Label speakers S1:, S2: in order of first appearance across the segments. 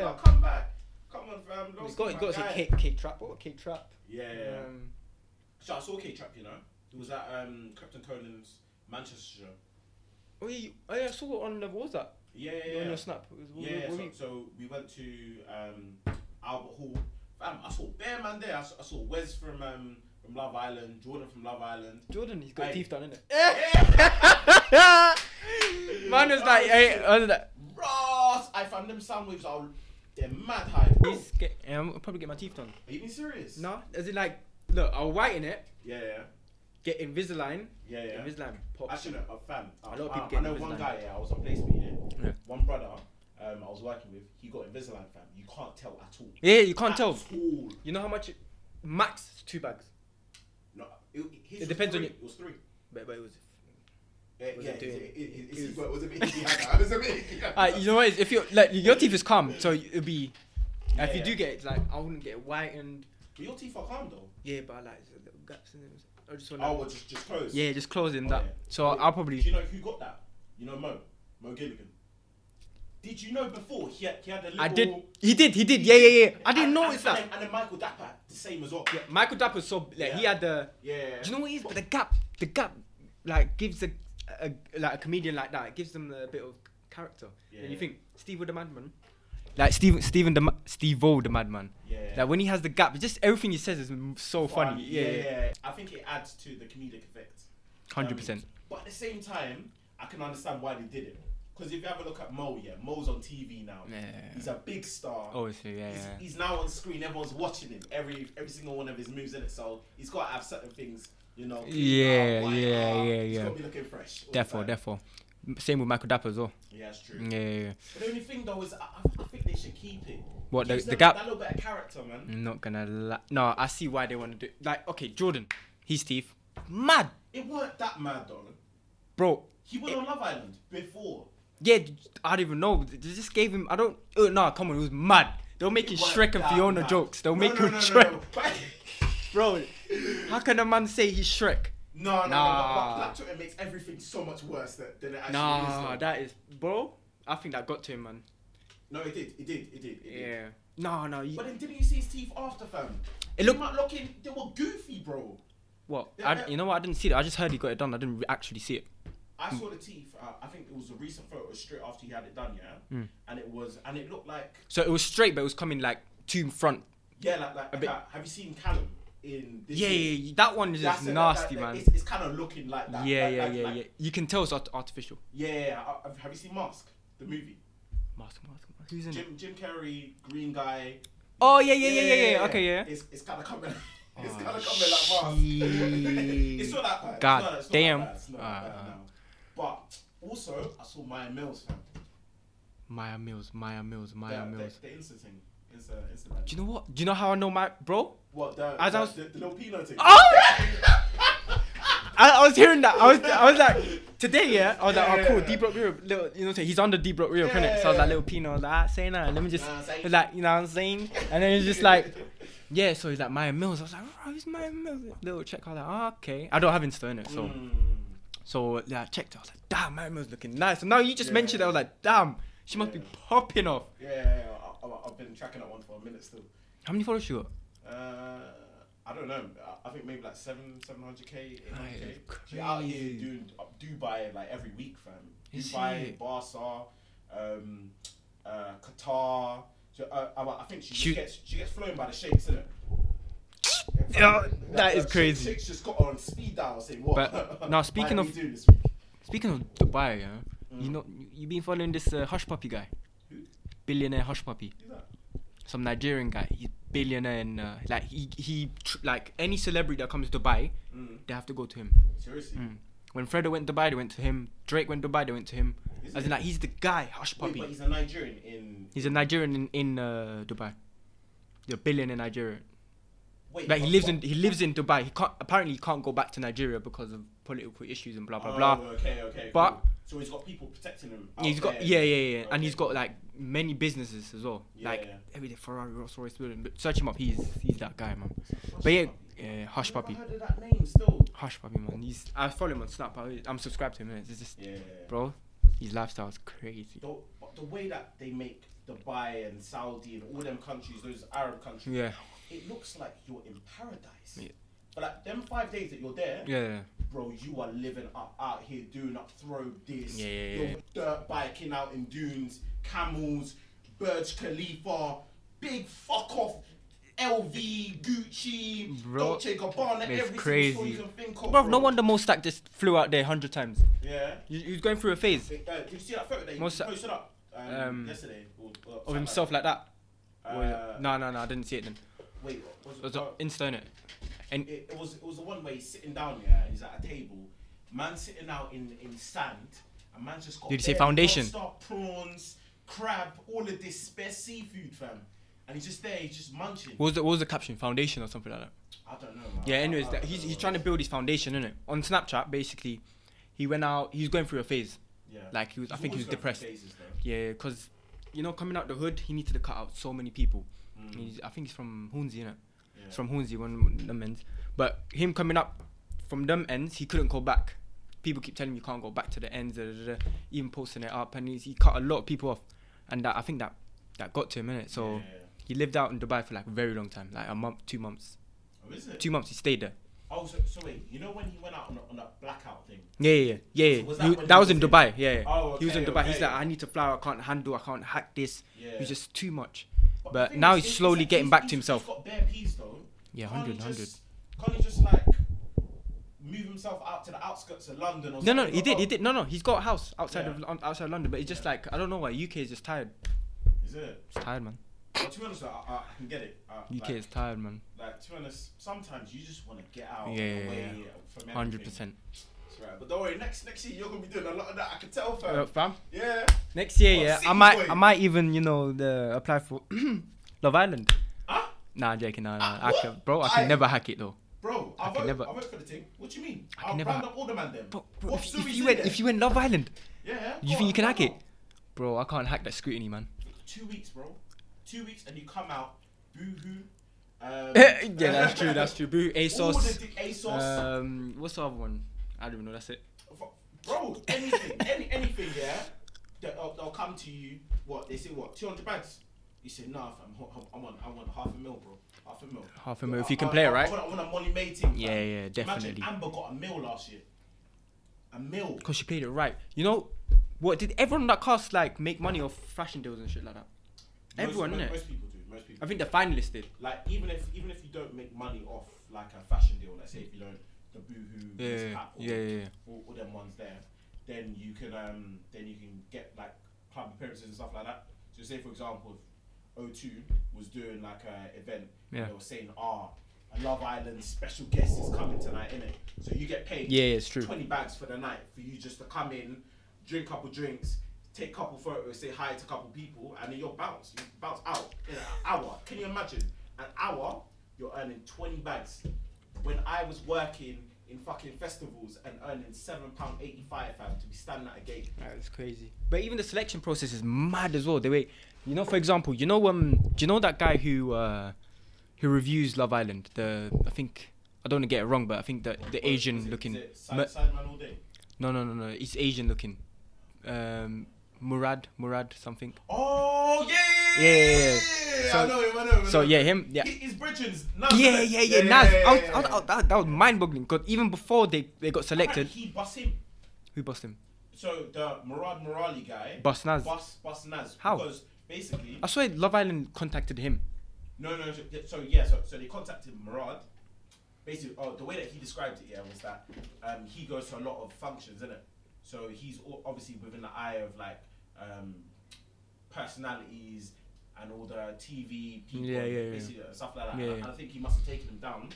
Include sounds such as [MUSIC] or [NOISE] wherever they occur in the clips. S1: No, come back. Come on, fam. Don't
S2: He's got,
S1: be
S2: he's
S1: my
S2: got some
S1: guy.
S2: cake, cake trap. What cake trap?
S1: Yeah, yeah. yeah.
S2: Um,
S1: So I saw K Trap, you know. It was at um, Captain Conan's Manchester show.
S2: oh, yeah, you, oh, yeah, I saw it on the what was that?
S1: Yeah, yeah,
S2: On
S1: yeah.
S2: your snap. It was,
S1: Yeah, yeah,
S2: what
S1: so,
S2: we-
S1: so we went to um, Albert Hall. Fam, I saw Bear Man there. I saw, I saw Wes from um, from Love Island, Jordan from Love Island.
S2: Jordan, he's got
S1: Hey.
S2: teeth done, innit?
S1: Yeah.
S2: [LAUGHS] Man was like, hey, uh, I was like,
S1: Ross, I found them sandwiches are they're mad high.
S2: he's get, yeah, I'm gonna probably get my teeth done.
S1: Are you being serious?
S2: No, as in like, look, I'll whiten it,
S1: Yeah, yeah,
S2: get Invisalign,
S1: yeah, yeah.
S2: Invisalign
S1: I
S2: pops.
S1: shouldn't have, fam. I,
S2: A lot of people
S1: I,
S2: get
S1: I know one
S2: Invisalign.
S1: guy, yeah, I was on placement, yeah.
S2: Yeah.
S1: One brother um, I was working with, he got Invisalign, fam. You can't tell at all.
S2: Yeah, you can't
S1: at
S2: tell.
S1: all.
S2: You know how much? It, max is two bags,
S1: No, it, his
S2: It
S1: was
S2: depends on
S1: three.
S2: you.
S1: It was three.
S2: but, but it was.
S1: Yeah,
S2: Was
S1: yeah,
S2: it
S1: it,
S2: doing-
S1: it, it,
S2: it
S1: it,
S2: was-
S1: it was a
S2: [LAUGHS]
S1: bit icky, I know, it was a bit icky, I
S2: Uh,
S1: know.
S2: you know what? If your like your teeth is calm, so it'll be.
S1: Yeah,
S2: if you
S1: yeah.
S2: do get it, like I wouldn't get it whitened.
S1: But your teeth are calm though.
S2: Yeah, but like there's little gaps in them. I just want.
S1: Oh, well, just just close.
S2: Yeah, just closing
S1: Oh,
S2: that.
S1: yeah.
S2: So
S1: Wait,
S2: I'll
S1: Do
S2: probably.
S1: you know who got that? You know Mo, Mo Gilligan. Did you know before he had, he had a little?
S2: I did. He did. He did. Yeah, yeah, yeah. I didn't
S1: and, and,
S2: notice that.
S1: And then, and then Michael Dapper, the same as well.
S2: Yeah, Michael Dapp was so like he
S1: Yeah.
S2: had the.
S1: Yeah.
S2: Do you know what it is? But the gap, the gap, like gives a, a like a comedian like that. It gives them a bit of character.
S1: Yeah,
S2: and you
S1: yeah.
S2: think Steve the Madman, like Steve Steven the Ma- Steve O the Madman.
S1: Yeah.
S2: Like when he has the gap, just everything he says is m- so funny. Yeah,
S1: yeah,
S2: yeah,
S1: yeah. I think it adds to the comedic effect.
S2: hundred
S1: Um,
S2: percent.
S1: But at the same time, I can understand why they did it. Because if you have a look at Mo, yeah, Mo's on TV now.
S2: Yeah.
S1: He's a big star.
S2: Obviously, yeah,
S1: He's,
S2: yeah.
S1: he's now on screen. Everyone's watching him. Every every single one of his moves in it. So he's got to have certain things, you know. clean
S2: Yeah,
S1: up, white
S2: yeah,
S1: up.
S2: yeah,
S1: He's
S2: yeah.
S1: got to be looking fresh. all the
S2: Therefore,
S1: time.
S2: therefore, same with Michael Dapp as well.
S1: Yeah, that's true.
S2: Yeah, yeah, yeah.
S1: But the only thing though is, I, I- I think they should keep it.
S2: What, the-
S1: Gives
S2: the
S1: them
S2: gap? Mm.
S1: That little bit of character, man.
S2: I'm not gonna lie. No, I see why they want to do. Like, okay, Jordan, his teeth, mad,
S1: It weren't that mad though.
S2: bro.
S1: He went on Love Island before.
S2: Yeah, I don't even know. They just gave him. I don't. Oh, no, come on, it was mad. They were making
S1: It weren't
S2: Shrek and
S1: that
S2: Fiona
S1: mad.
S2: jokes. They were
S1: No,
S2: making
S1: no, no, no,
S2: Shrek, [LAUGHS]
S1: No,
S2: bro. How can a man say he's Shrek?
S1: no, no, no,
S2: Nah.
S1: no. Black Twitter makes everything so much worse than, than it actually is.
S2: Nah,
S1: though.
S2: that is, bro. I think that got to him, man.
S1: No, it did. It did. It did. It did.
S2: Yeah. No, no. You,
S1: But then didn't you see his teeth after, fam?
S2: It looked-
S1: They might look in- They were goofy, bro.
S2: what?
S1: Yeah,
S2: I,
S1: yeah.
S2: you know what? I didn't see it. I just heard he got it done. I didn't re- actually see it.
S1: I
S2: Hmm.
S1: saw the teeth. Uh, I think it was a recent photo straight after he had it done, yeah.
S2: Hmm.
S1: And it was, and it looked like,
S2: So it was straight, but it was coming like two front.
S1: yeah, like, like,
S2: bit-
S1: like, have you seen Callum in? This
S2: Yeah, yeah,
S1: year?
S2: yeah, that one is
S1: That's
S2: just
S1: it, like,
S2: nasty,
S1: like,
S2: man.
S1: It's, it's kind of looking like that.
S2: yeah,
S1: like-
S2: yeah,
S1: like-
S2: yeah,
S1: like-
S2: yeah. You can tell it's art- artificial.
S1: yeah. I- I- Have you seen Mask, the movie?
S2: Mask, mask, mask. Who's in it?
S1: Jim Jim Carrey, green guy.
S2: Oh yeah, yeah, yeah, yeah, yeah. Okay, yeah.
S1: It's it's kind of coming. [LAUGHS] It's
S2: Oh,
S1: kind of coming like
S2: shit.
S1: Mars. it's not that bad.
S2: God
S1: it's not, it's
S2: damn.
S1: Not that bad. It's not that
S2: Ah.
S1: bad now. But also, I saw Maya Mills. Fam.
S2: Maya Mills, Maya Mills,
S1: The,
S2: Maya
S1: the,
S2: Mills.
S1: the Insta thing. Insta, Instagram.
S2: Do you know what? Do you know how I know my bro?
S1: what the
S2: As
S1: the,
S2: I was- Oh!
S1: the, the little Pino thing?
S2: I,
S1: [LAUGHS]
S2: I was hearing that. I was I was like today, yeah. I was like,
S1: Yeah,
S2: oh cool,
S1: yeah,
S2: D
S1: yeah.
S2: Block Europe. Little, you know, what I'm saying? he's on the D Block Europe, innit? So I was
S1: Yeah.
S2: like, little Pino, I was like, ah, say nah. Let me just
S1: Nah, I'm saying.
S2: like, you know what I'm saying? And then he's
S1: [LAUGHS]
S2: just like, yeah. So he's like Maya Mills. I was like, bro, who's Maya Mills? Little check. I was like, oh, okay. I don't have Insta in it, so
S1: Mm.
S2: so yeah, I checked. I was like, damn, Maya Mills looking nice. And now you just
S1: Yeah.
S2: mentioned, it, I was like, damn, she must be
S1: Yeah.
S2: popping off.
S1: Yeah, yeah, yeah. I, I, I've been tracking that one for a minute still.
S2: How many followers she got?
S1: Uh, I don't know. I- I think maybe like seven, seven hundred k, eight hundred k.
S2: Aye,
S1: She's out
S2: crazy.
S1: here doing up Dubai like every week, fam.
S2: Is
S1: Dubai,
S2: it?
S1: Barca, um, uh, Qatar. So, uh, I, I think she,
S2: She-
S1: just gets she gets flown by the sheikhs, isn't it?
S2: Yeah, that is crazy.
S1: Sheikhs just got on speed dial saying what? [LAUGHS]
S2: But, now, speaking
S1: Why are
S2: of-
S1: we doing this week?
S2: Speaking of Dubai, yeah, you know, you, you been following this uh, hush puppy guy,
S1: Who?
S2: billionaire hush puppy,
S1: Who's that?
S2: some Nigerian guy. He's billionaire and uh, like he he tr- like any celebrity that comes to Dubai,
S1: Mm,
S2: they have to go to him.
S1: seriously.
S2: Mm. When Fredo went to Dubai, they went to him. Drake went to Dubai, they went to him.
S1: Is
S2: As
S1: it?
S2: in, like he's the guy, hush
S1: Wait,
S2: puppy.
S1: but he's a Nigerian in.
S2: he's a Nigerian in in uh, Dubai. Yeah, billionaire Nigerian.
S1: Wait,
S2: Like he
S1: but
S2: lives
S1: what-
S2: in he lives in Dubai. He can't apparently he can't go back to Nigeria because of political issues and blah blah blah.
S1: Oh, okay, okay.
S2: But-
S1: cool. so he's got people protecting him.
S2: Yeah, he's
S1: out
S2: got
S1: there.
S2: yeah, yeah, yeah, and
S1: Okay.
S2: he's got like many businesses as well.
S1: Yeah,
S2: like
S1: yeah.
S2: every day Ferrari, Rolls Royce, building. But search him up. He's he's that guy, man. But yeah, yeah, hush
S1: I've never
S2: puppy,
S1: heard of that name still.
S2: hush puppy, man. He's I follow him on Snap. I, I'm subscribed to him. innit? It's just
S1: Yeah.
S2: bro, his lifestyle's crazy.
S1: The, but the way that they make Dubai and Saudi and all them countries, those Arab countries.
S2: Yeah.
S1: It looks like you're in paradise.
S2: Yeah.
S1: But like them five days that you're there,
S2: Yeah. yeah.
S1: bro, you are living up out here doing up throw this.
S2: Yeah, yeah,
S1: you're
S2: yeah.
S1: dirt biking out in dunes, camels, Burj Khalifa, big fuck off. LV, Gucci,
S2: Bro,
S1: Dolce Gabbana,
S2: it's
S1: every single
S2: crazy.
S1: store you can think of.
S2: Bro, no wonder Mo Stack just flew out there hundred times.
S1: Yeah.
S2: He, he was going through a phase
S1: Hey, uh, did you see that photo that he
S2: Most-
S1: posted up um,
S2: um,
S1: yesterday? Or, or
S2: of
S1: something
S2: himself like that.
S1: like
S2: Or-
S1: that? Uh,
S2: no, no, no. I didn't see it then.
S1: Wait, what was
S2: It
S1: it?
S2: was
S1: Uh,
S2: on Insta, innit? And
S1: it, it was it was the one where he's sitting down yeah, and he's at a table, man sitting out in, in sand, and man's just got
S2: Did he say
S1: bare
S2: foundation?
S1: lobster, prawns, crab, all of this spare seafood, fam. And he's just there, he's just munching.
S2: what was the, what was the caption? Foundation or something like that.
S1: I don't know. Man.
S2: Yeah,
S1: I-
S2: anyways,
S1: I- I
S2: that,
S1: don't
S2: he's,
S1: know
S2: he's
S1: what
S2: trying to
S1: it
S2: build his foundation, innit? On Snapchat, basically, he went out, he was going through a phase.
S1: was. yeah.
S2: Like, he was, I
S1: He's
S2: think he
S1: always
S2: was
S1: going
S2: depressed.
S1: through phases, though.
S2: Yeah, because, you know, coming out the hood, he needed to cut out so many people.
S1: Mm,
S2: He's, I think he's from Hornsey, innit?
S1: yeah.
S2: It's from Hornsey, one of them ends. But him coming up from them ends, he couldn't go back. People keep telling him you can't go back to the ends, da, da, da, da, even posting it up. And he's, he cut a lot of people off. And that, I think that, that got to him, innit? So
S1: Yeah, yeah,
S2: he lived out in Dubai for like a very long time, like a month, two months.
S1: yeah. Oh, is it?
S2: Two months he stayed there.
S1: Oh, so, so wait, you know when he went out on, a- on that blackout thing?
S2: Yeah, yeah, yeah. yeah.
S1: So was
S2: He-
S1: that
S2: that,
S1: when
S2: was
S1: he was
S2: in
S1: in-
S2: Dubai. Yeah, yeah.
S1: Oh,
S2: he was in
S1: okay,
S2: Dubai. He's
S1: okay.
S2: like, I need to flower. I can't handle. I can't hack this.
S1: Yeah.
S2: It was just too much.
S1: the
S2: but
S1: thing
S2: now
S1: is,
S2: he's
S1: it's- it's
S2: slowly
S1: like
S2: getting
S1: he's-
S2: back to
S1: he's-
S2: himself.
S1: He's got bare peas though.
S2: Yeah,
S1: Can't he
S2: 100, 100.
S1: just- Can't he just like move himself out to the outskirts of London or
S2: No,
S1: something? Oh,
S2: no, he
S1: Or-
S2: did. He did. No, no. He's got a house outside
S1: Yeah.
S2: of of outside London, but it's just
S1: Yeah.
S2: like I don't know why UK is just tired.
S1: Is it?
S2: It's tired, man.
S1: Well, to be honest, I, I, I can get it. Uh,
S2: UK
S1: like,
S2: is tired, man.
S1: like, to be honest, sometimes you just want to get out
S2: Yeah, yeah,
S1: away
S2: yeah.
S1: from everything.
S2: Hundred percent.
S1: That's right. But don't worry, next next year you're gonna be doing a lot of that. I can tell, fam.
S2: Uh, fam.
S1: yeah.
S2: Next year,
S1: What,
S2: yeah, I
S1: city
S2: might,
S1: boy?
S2: I might even, you know, the apply for [CLEARS THROAT] Love Island.
S1: Huh?
S2: Nah, I'm joking. Nah, nah.
S1: Ah,
S2: I
S1: what?
S2: can, bro, I
S1: I-
S2: can never hack it though.
S1: Bro, I
S2: I can
S1: vote.
S2: never-
S1: I vote for the thing. What do you mean?
S2: I can
S1: will
S2: never-
S1: round up all the man then.
S2: But bro,
S1: What
S2: if,
S1: stories
S2: if you
S1: in
S2: went,
S1: there?
S2: if you went Love Island,
S1: yeah, yeah.
S2: you
S1: Go
S2: think you
S1: on,
S2: can
S1: why
S2: hack it?
S1: not?
S2: Bro, I can't hack that scrutiny, man.
S1: Two weeks, bro. Two weeks, and you come out, boo hoo. [LAUGHS] Um,
S2: [LAUGHS] yeah, that's true. That's true.
S1: [LAUGHS] All
S2: Boo,
S1: the
S2: ASOS.
S1: di- ASOS,
S2: Um, what's the other one? I don't even know. That's it.
S1: f- bro. Anything, any, anything, yeah. They- They'll, they'll come to you. What they say? What two hundred bags? You say nah, fam. ho- ho- I want, I want half a mil, bro. Half a mil.
S2: Half a mil,
S1: I-
S2: if you can
S1: I-
S2: play it,
S1: I-
S2: right?
S1: I want, I want a money mating.
S2: Yeah, yeah, definitely.
S1: Imagine Amber got a mil last year. A mil.
S2: Cause she played it right. You know, what did everyone that cast like make money off fashion deals and shit like that? Everyone,
S1: most, most,
S2: innit?
S1: most people do. Most people.
S2: I think the finalists did.
S1: like even if even if you don't make money off like a fashion deal, let's say if you don't the boohoo, Miss Pat, or-
S2: yeah.
S1: all, all them ones there, then you can um then you can get like club appearances and stuff like that. So say for example, if O2 was doing like a event, and
S2: Yeah.
S1: they were saying, ah, a Love Island special guest is coming tonight, innit? So you get paid
S2: Yeah, it's true.
S1: twenty bags for the night for you just to come in, drink a couple drinks. Take a couple photos, say hi to a couple people, and then you'll bounce. You bounce out in an hour. Can you imagine? An hour, you're earning 20 bags. When I was working in fucking festivals and earning £7.85 fam, to be standing at a gate.
S2: That's crazy. But even the selection process is mad as well. The way, you know, for example, you know, um, do you know that guy who, uh, who reviews Love Island? The I think I don't want to get it wrong, but I think the the Asian
S1: Was it-
S2: looking.
S1: was it side,
S2: Ma-
S1: Sideman all day.
S2: no, no, no, no. It's Asian looking. Um, Murad, Murad, something.
S1: Oh, yeah!
S2: Yeah, yeah, yeah. So-
S1: I know him, I know him. I
S2: So
S1: know him.
S2: yeah, him. Yeah.
S1: He- He's Bridgens.
S2: Yeah, yeah, yeah, Nas. I was, I was, I was- that, that was mind-boggling. Cause even before they, they got selected,
S1: He bust him.
S2: who bust him?
S1: So the Murad Murali guy.
S2: Bust Nas.
S1: Bus, bus Naz.
S2: How?
S1: Because basically,
S2: I swear, Love Island contacted him.
S1: no, no. So, so yeah, so, so they contacted Murad. Basically, oh, the way that he described it, yeah, was that um, he goes to a lot of functions, innit? So he's o- obviously within the eye of like um, personalities and all the TV people,
S2: Yeah, yeah, yeah.
S1: basically uh, stuff like that. and,
S2: Yeah,
S1: I-
S2: yeah.
S1: and I think he must have taken them down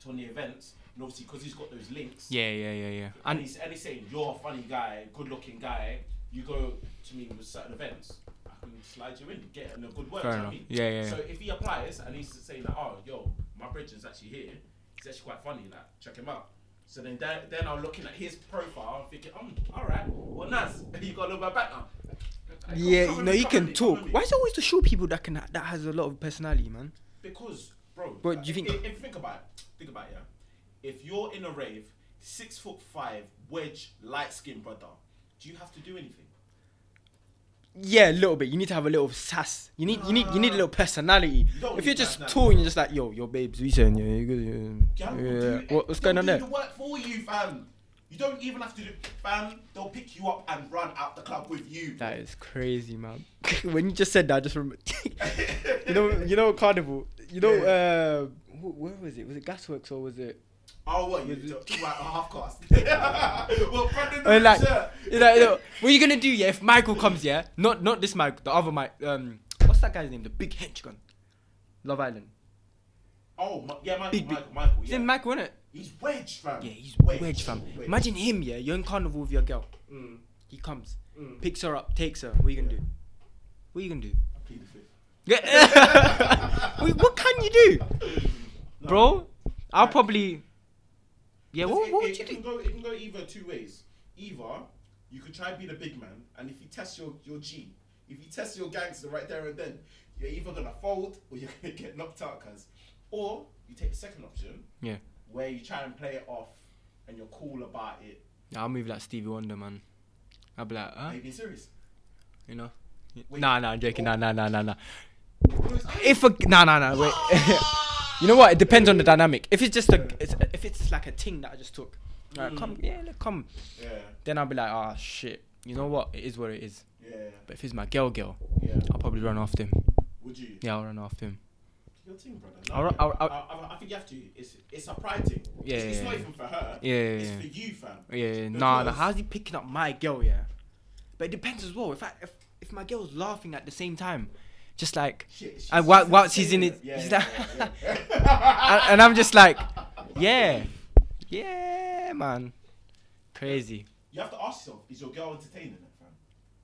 S1: to one of the events, and obviously because he's got those links.
S2: Yeah, yeah, yeah, yeah.
S1: And
S2: And
S1: he's, and he's saying, You're a funny guy, good looking guy, you go to me with certain events, I can slide you in, get in a good word.
S2: Fair
S1: do you know
S2: enough.
S1: what I mean?
S2: Yeah, yeah,
S1: So
S2: yeah.
S1: if he applies and he's saying, like, Oh, yo, my bridge is actually here, he's actually quite funny, like, check him out. So then then, then I'm looking at his profile, I'm thinking, um, Alright, well, Naz, [LAUGHS] you got a little bit back now. Like, [LAUGHS] come
S2: yeah,
S1: with
S2: no,
S1: me,
S2: he
S1: come with
S2: can
S1: me, come
S2: talk.
S1: with me.
S2: Why is it always the short people that can that has a lot of personality, man?
S1: Because, bro,
S2: But
S1: like,
S2: do you
S1: if,
S2: think-
S1: if, you think about it, think about it, yeah. If you're in a rave, six foot five, wedge, light skinned brother, do you have to do anything?
S2: yeah, a little bit. You need to have a little sass. You need you need you need a little personality.
S1: You don't
S2: if you're
S1: need
S2: just
S1: personality.
S2: tall and you're just like, yo, yo, babes, we saying, yeah, you good, yeah,
S1: Gang will
S2: yeah,
S1: do it.
S2: yeah. What, what's
S1: They'll
S2: going on
S1: do
S2: there?
S1: The work for you, fam. You don't even have to do, fam. They'll pick you up and run out the club with you.
S2: That is crazy, man. [LAUGHS] when you just said that, I just remember. [LAUGHS] you know, you know, carnival. You know, uh, wh- where was it? Was it Gasworks or was it?
S1: [LAUGHS] Oh, what? You talking about a half cast? [LAUGHS] well, Brendan,
S2: Or Oh, like,
S1: sir.
S2: you know, you know, what are you gonna do? Yeah, if Michael comes, yeah, not not this Michael, the other Mike. Um, what's that guy's name? The big hench gun, Love Island.
S1: Oh, Ma- yeah, Michael,
S2: Big, big.
S1: Michael, Michael,
S2: Is
S1: yeah.
S2: it Michael, innit?
S1: he's wedged, fam.
S2: Yeah, he's wedge, fam. Imagine him, yeah. You're in carnival with your girl.
S1: Mm,
S2: He comes,
S1: mm.
S2: picks her up, takes her. What are you gonna
S1: Yeah.
S2: do? What are you gonna do?
S1: I plead the fifth.
S2: Yeah. [LAUGHS] Wait, what can you do,
S1: No,
S2: bro? I'll
S1: Right.
S2: probably. Yeah,
S1: Because
S2: what,
S1: it,
S2: what
S1: it-
S2: would you
S1: it Can
S2: do?
S1: go, it can go either two ways. Either you could try and be the big man, and if you test your, your G, if you test your gangster right there and then, you're either gonna fold or you're gonna get knocked out, cuz. Or you take the second option,
S2: Yeah,
S1: where you try and play it off, and you're cool about it.
S2: I'll move like Stevie Wonder, man. I'll be like, huh?
S1: Are you being
S2: [LAUGHS]
S1: serious?
S2: You know?
S1: Wait.
S2: Nah, nah, I'm joking. Nah, nah, nah, nah, nah.
S1: Because-
S2: If a nah, nah, nah, wait. [LAUGHS] you know what? It depends on the dynamic. If it's just a, it's, if it's like a thing that I just took, like,
S1: Mm.
S2: come, yeah, look, come.
S1: yeah,
S2: Then I'll be like, ah, shit. You know what? It is what it is.
S1: yeah,
S2: But if it's my girl, girl,
S1: yeah.
S2: I'll probably run after him.
S1: Would you?
S2: Yeah, I'll run after him.
S1: Your thing, brother.
S2: I'll-
S1: yeah.
S2: I'll- I'll-
S1: I, I- I think you have to. It's it's a pride thing.
S2: Yeah,
S1: it's, it's
S2: yeah,
S1: not
S2: yeah.
S1: even for her.
S2: Yeah, yeah,
S1: It's
S2: yeah.
S1: for you, fam.
S2: Yeah, nah, nah.
S1: Because-
S2: How's he picking up my girl? Yeah, but it depends as well. If I, if, if my girl's laughing at the same time, just like,
S1: Shit.
S2: And while- whilst he's in it,
S1: Yeah,
S2: he's
S1: yeah,
S2: like-
S1: yeah,
S2: [LAUGHS] and, and I'm just like, yeah, yeah, man, crazy.
S1: You have to ask yourself: Is your girl entertaining it, fam?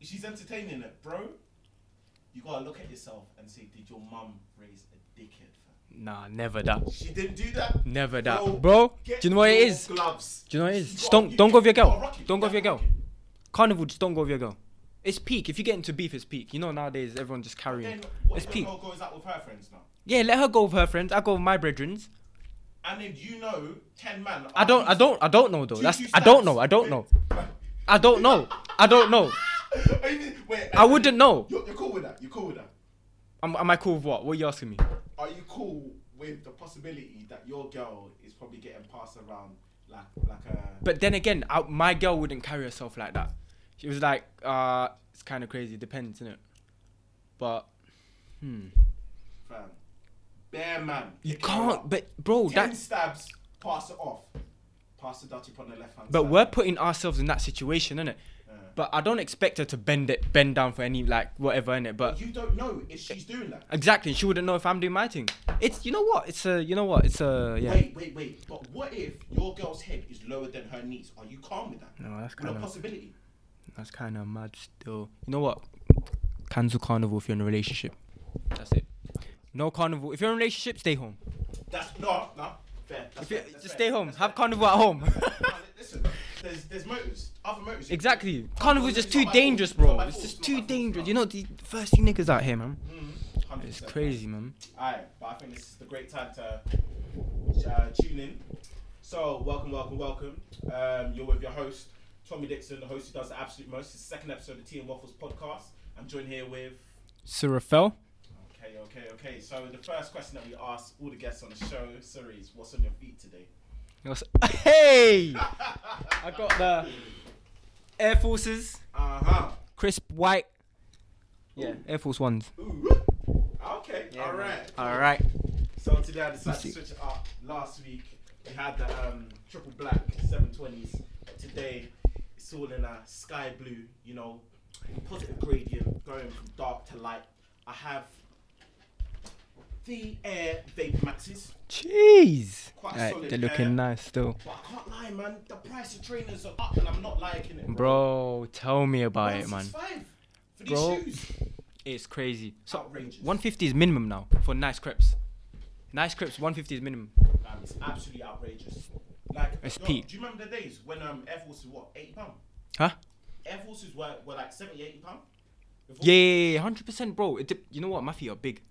S1: If she's entertaining it, bro, you gotta look at yourself and say, did your mum raise a dickhead, fam?
S2: Nah, never that,
S1: She didn't do that.
S2: never that,
S1: Bro,
S2: bro. Do
S1: Get
S2: you know what it
S1: your
S2: is? Do
S1: Gloves.
S2: you know what it is?
S1: You
S2: Just
S1: gotta-
S2: don't
S1: you-
S2: don't go with your
S1: you gotta
S2: girl.
S1: rock it,
S2: Don't go with your
S1: you
S2: girl.
S1: gotta rock it.
S2: Carnival, just don't go with your girl. It's peak. If you get into beef, it's peak. You know nowadays everyone just carrying.
S1: Then what
S2: It's
S1: if
S2: peak.
S1: your girl goes out with her friends now?
S2: Yeah, let her go with her friends. I go with my brethrens.
S1: And then you know, ten man.
S2: I
S1: are
S2: don't, I
S1: using-
S2: don't, I don't know though.
S1: Two-
S2: That's
S1: two
S2: I don't
S1: stabs.
S2: know. I don't know.
S1: Wait,
S2: I don't know. I
S1: [LAUGHS]
S2: don't know.
S1: wait,
S2: I wouldn't know.
S1: You're, you're cool with that. You're cool with that.
S2: Am, am I cool with what? What are you asking me?
S1: Are you cool with the possibility that your girl is probably getting passed around like like a?
S2: But then again, I, my girl wouldn't carry herself like that. She was like, uh, it's kind of crazy. Depends, innit? But hmm,
S1: Fam, bear man.
S2: you
S1: pick it
S2: can't.
S1: up.
S2: But bro,
S1: Ten
S2: that.
S1: stabs. Pass it off. Pass the dutty upon the left hand.
S2: But
S1: side.
S2: we're putting ourselves in that situation, innit?
S1: Yeah.
S2: But I don't expect her to bend it, bend down for any like whatever, innit? But
S1: you don't know if she's doing that.
S2: exactly, she wouldn't know if I'm doing my thing. It's you know what? It's a you know what? It's a yeah.
S1: Wait, wait, wait. But what if your girl's head is lower than her knees? Are you calm with that?
S2: No, that's
S1: With a
S2: kinda-
S1: possibility.
S2: That's kind of mad still. You know what? Cancel carnival if you're in a relationship. That's it. No carnival. If you're in a relationship, stay home.
S1: That's no, no. Fair. That's
S2: If you,
S1: fair, that's
S2: just
S1: fair,
S2: stay home.
S1: that's
S2: Have
S1: fair.
S2: carnival at home. [LAUGHS]
S1: No, li- Listen, there's there's motives, other motives.
S2: exactly. Carnival's just too
S1: It's not my fault.
S2: dangerous,
S1: It's not
S2: bro.
S1: my
S2: It's
S1: fault. It's
S2: just
S1: not
S2: too
S1: my fault.
S2: dangerous. You know the thirsty niggas out here, man.
S1: Mm,
S2: It's crazy, man.
S1: Alright, but I think this is the great time to uh, tune in. So welcome, welcome, welcome. Um, you're with your host Tommy Dixon, the host who does the absolute most. It's the second episode of Tea and Waffles podcast. I'm joined here with
S2: Surafel.
S1: Okay, okay, okay. So the first question that we ask all the guests on the show, Siri, is what's on your feet today?
S2: [LAUGHS] Hey! I got the Air Forces,
S1: Uh
S2: crisp white. Yeah, Air Force Ones.
S1: huh. Okay.
S2: Yeah,
S1: all
S2: man.
S1: right.
S2: All right.
S1: So today I decided to
S2: Let's
S1: switch it up. Last week we had the um, triple black 720s. Today it's all in a sky blue, you know, positive gradient going from dark to light. I have the Air Vapor Maxes,
S2: Jeez.
S1: Quite
S2: Alright,
S1: solid
S2: they're
S1: pair.
S2: looking nice still.
S1: but I can't lie, man. The price of trainers are up, and I'm not liking it, bro.
S2: Bro, tell me about it, man.
S1: 165 For these
S2: Bro.
S1: shoes,
S2: It's crazy. So
S1: outrageous.
S2: 150 is minimum now for nice crepes. Nice crepes, 150 is minimum.
S1: Man, it's absolutely outrageous. Like,
S2: It's
S1: yo,
S2: peak.
S1: do you remember the days when um, Air Force was what, eight pound?
S2: Huh?
S1: Air Forces were, were like 70, 80 pound. Before-
S2: Yeah, yeah, yeah, 100%, bro. It, dep- you know what? My feet are big.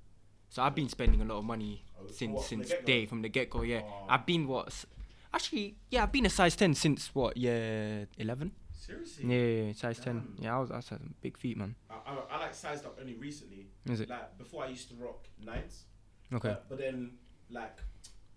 S2: So I've been spending a lot of money
S1: Oh,
S2: since
S1: what, from the
S2: since
S1: get-go?
S2: day from the get go. Yeah,
S1: Oh.
S2: I've been what? s- Actually, yeah, I've been a size 10 since what? Yeah, 11.
S1: Seriously?
S2: Yeah, yeah, yeah, size ten.
S1: Damn.
S2: Yeah, I was that's some big feet, man.
S1: I, I, I like sized up only recently.
S2: Is it
S1: Like before, I used to rock nines.
S2: okay?
S1: But, but then, like,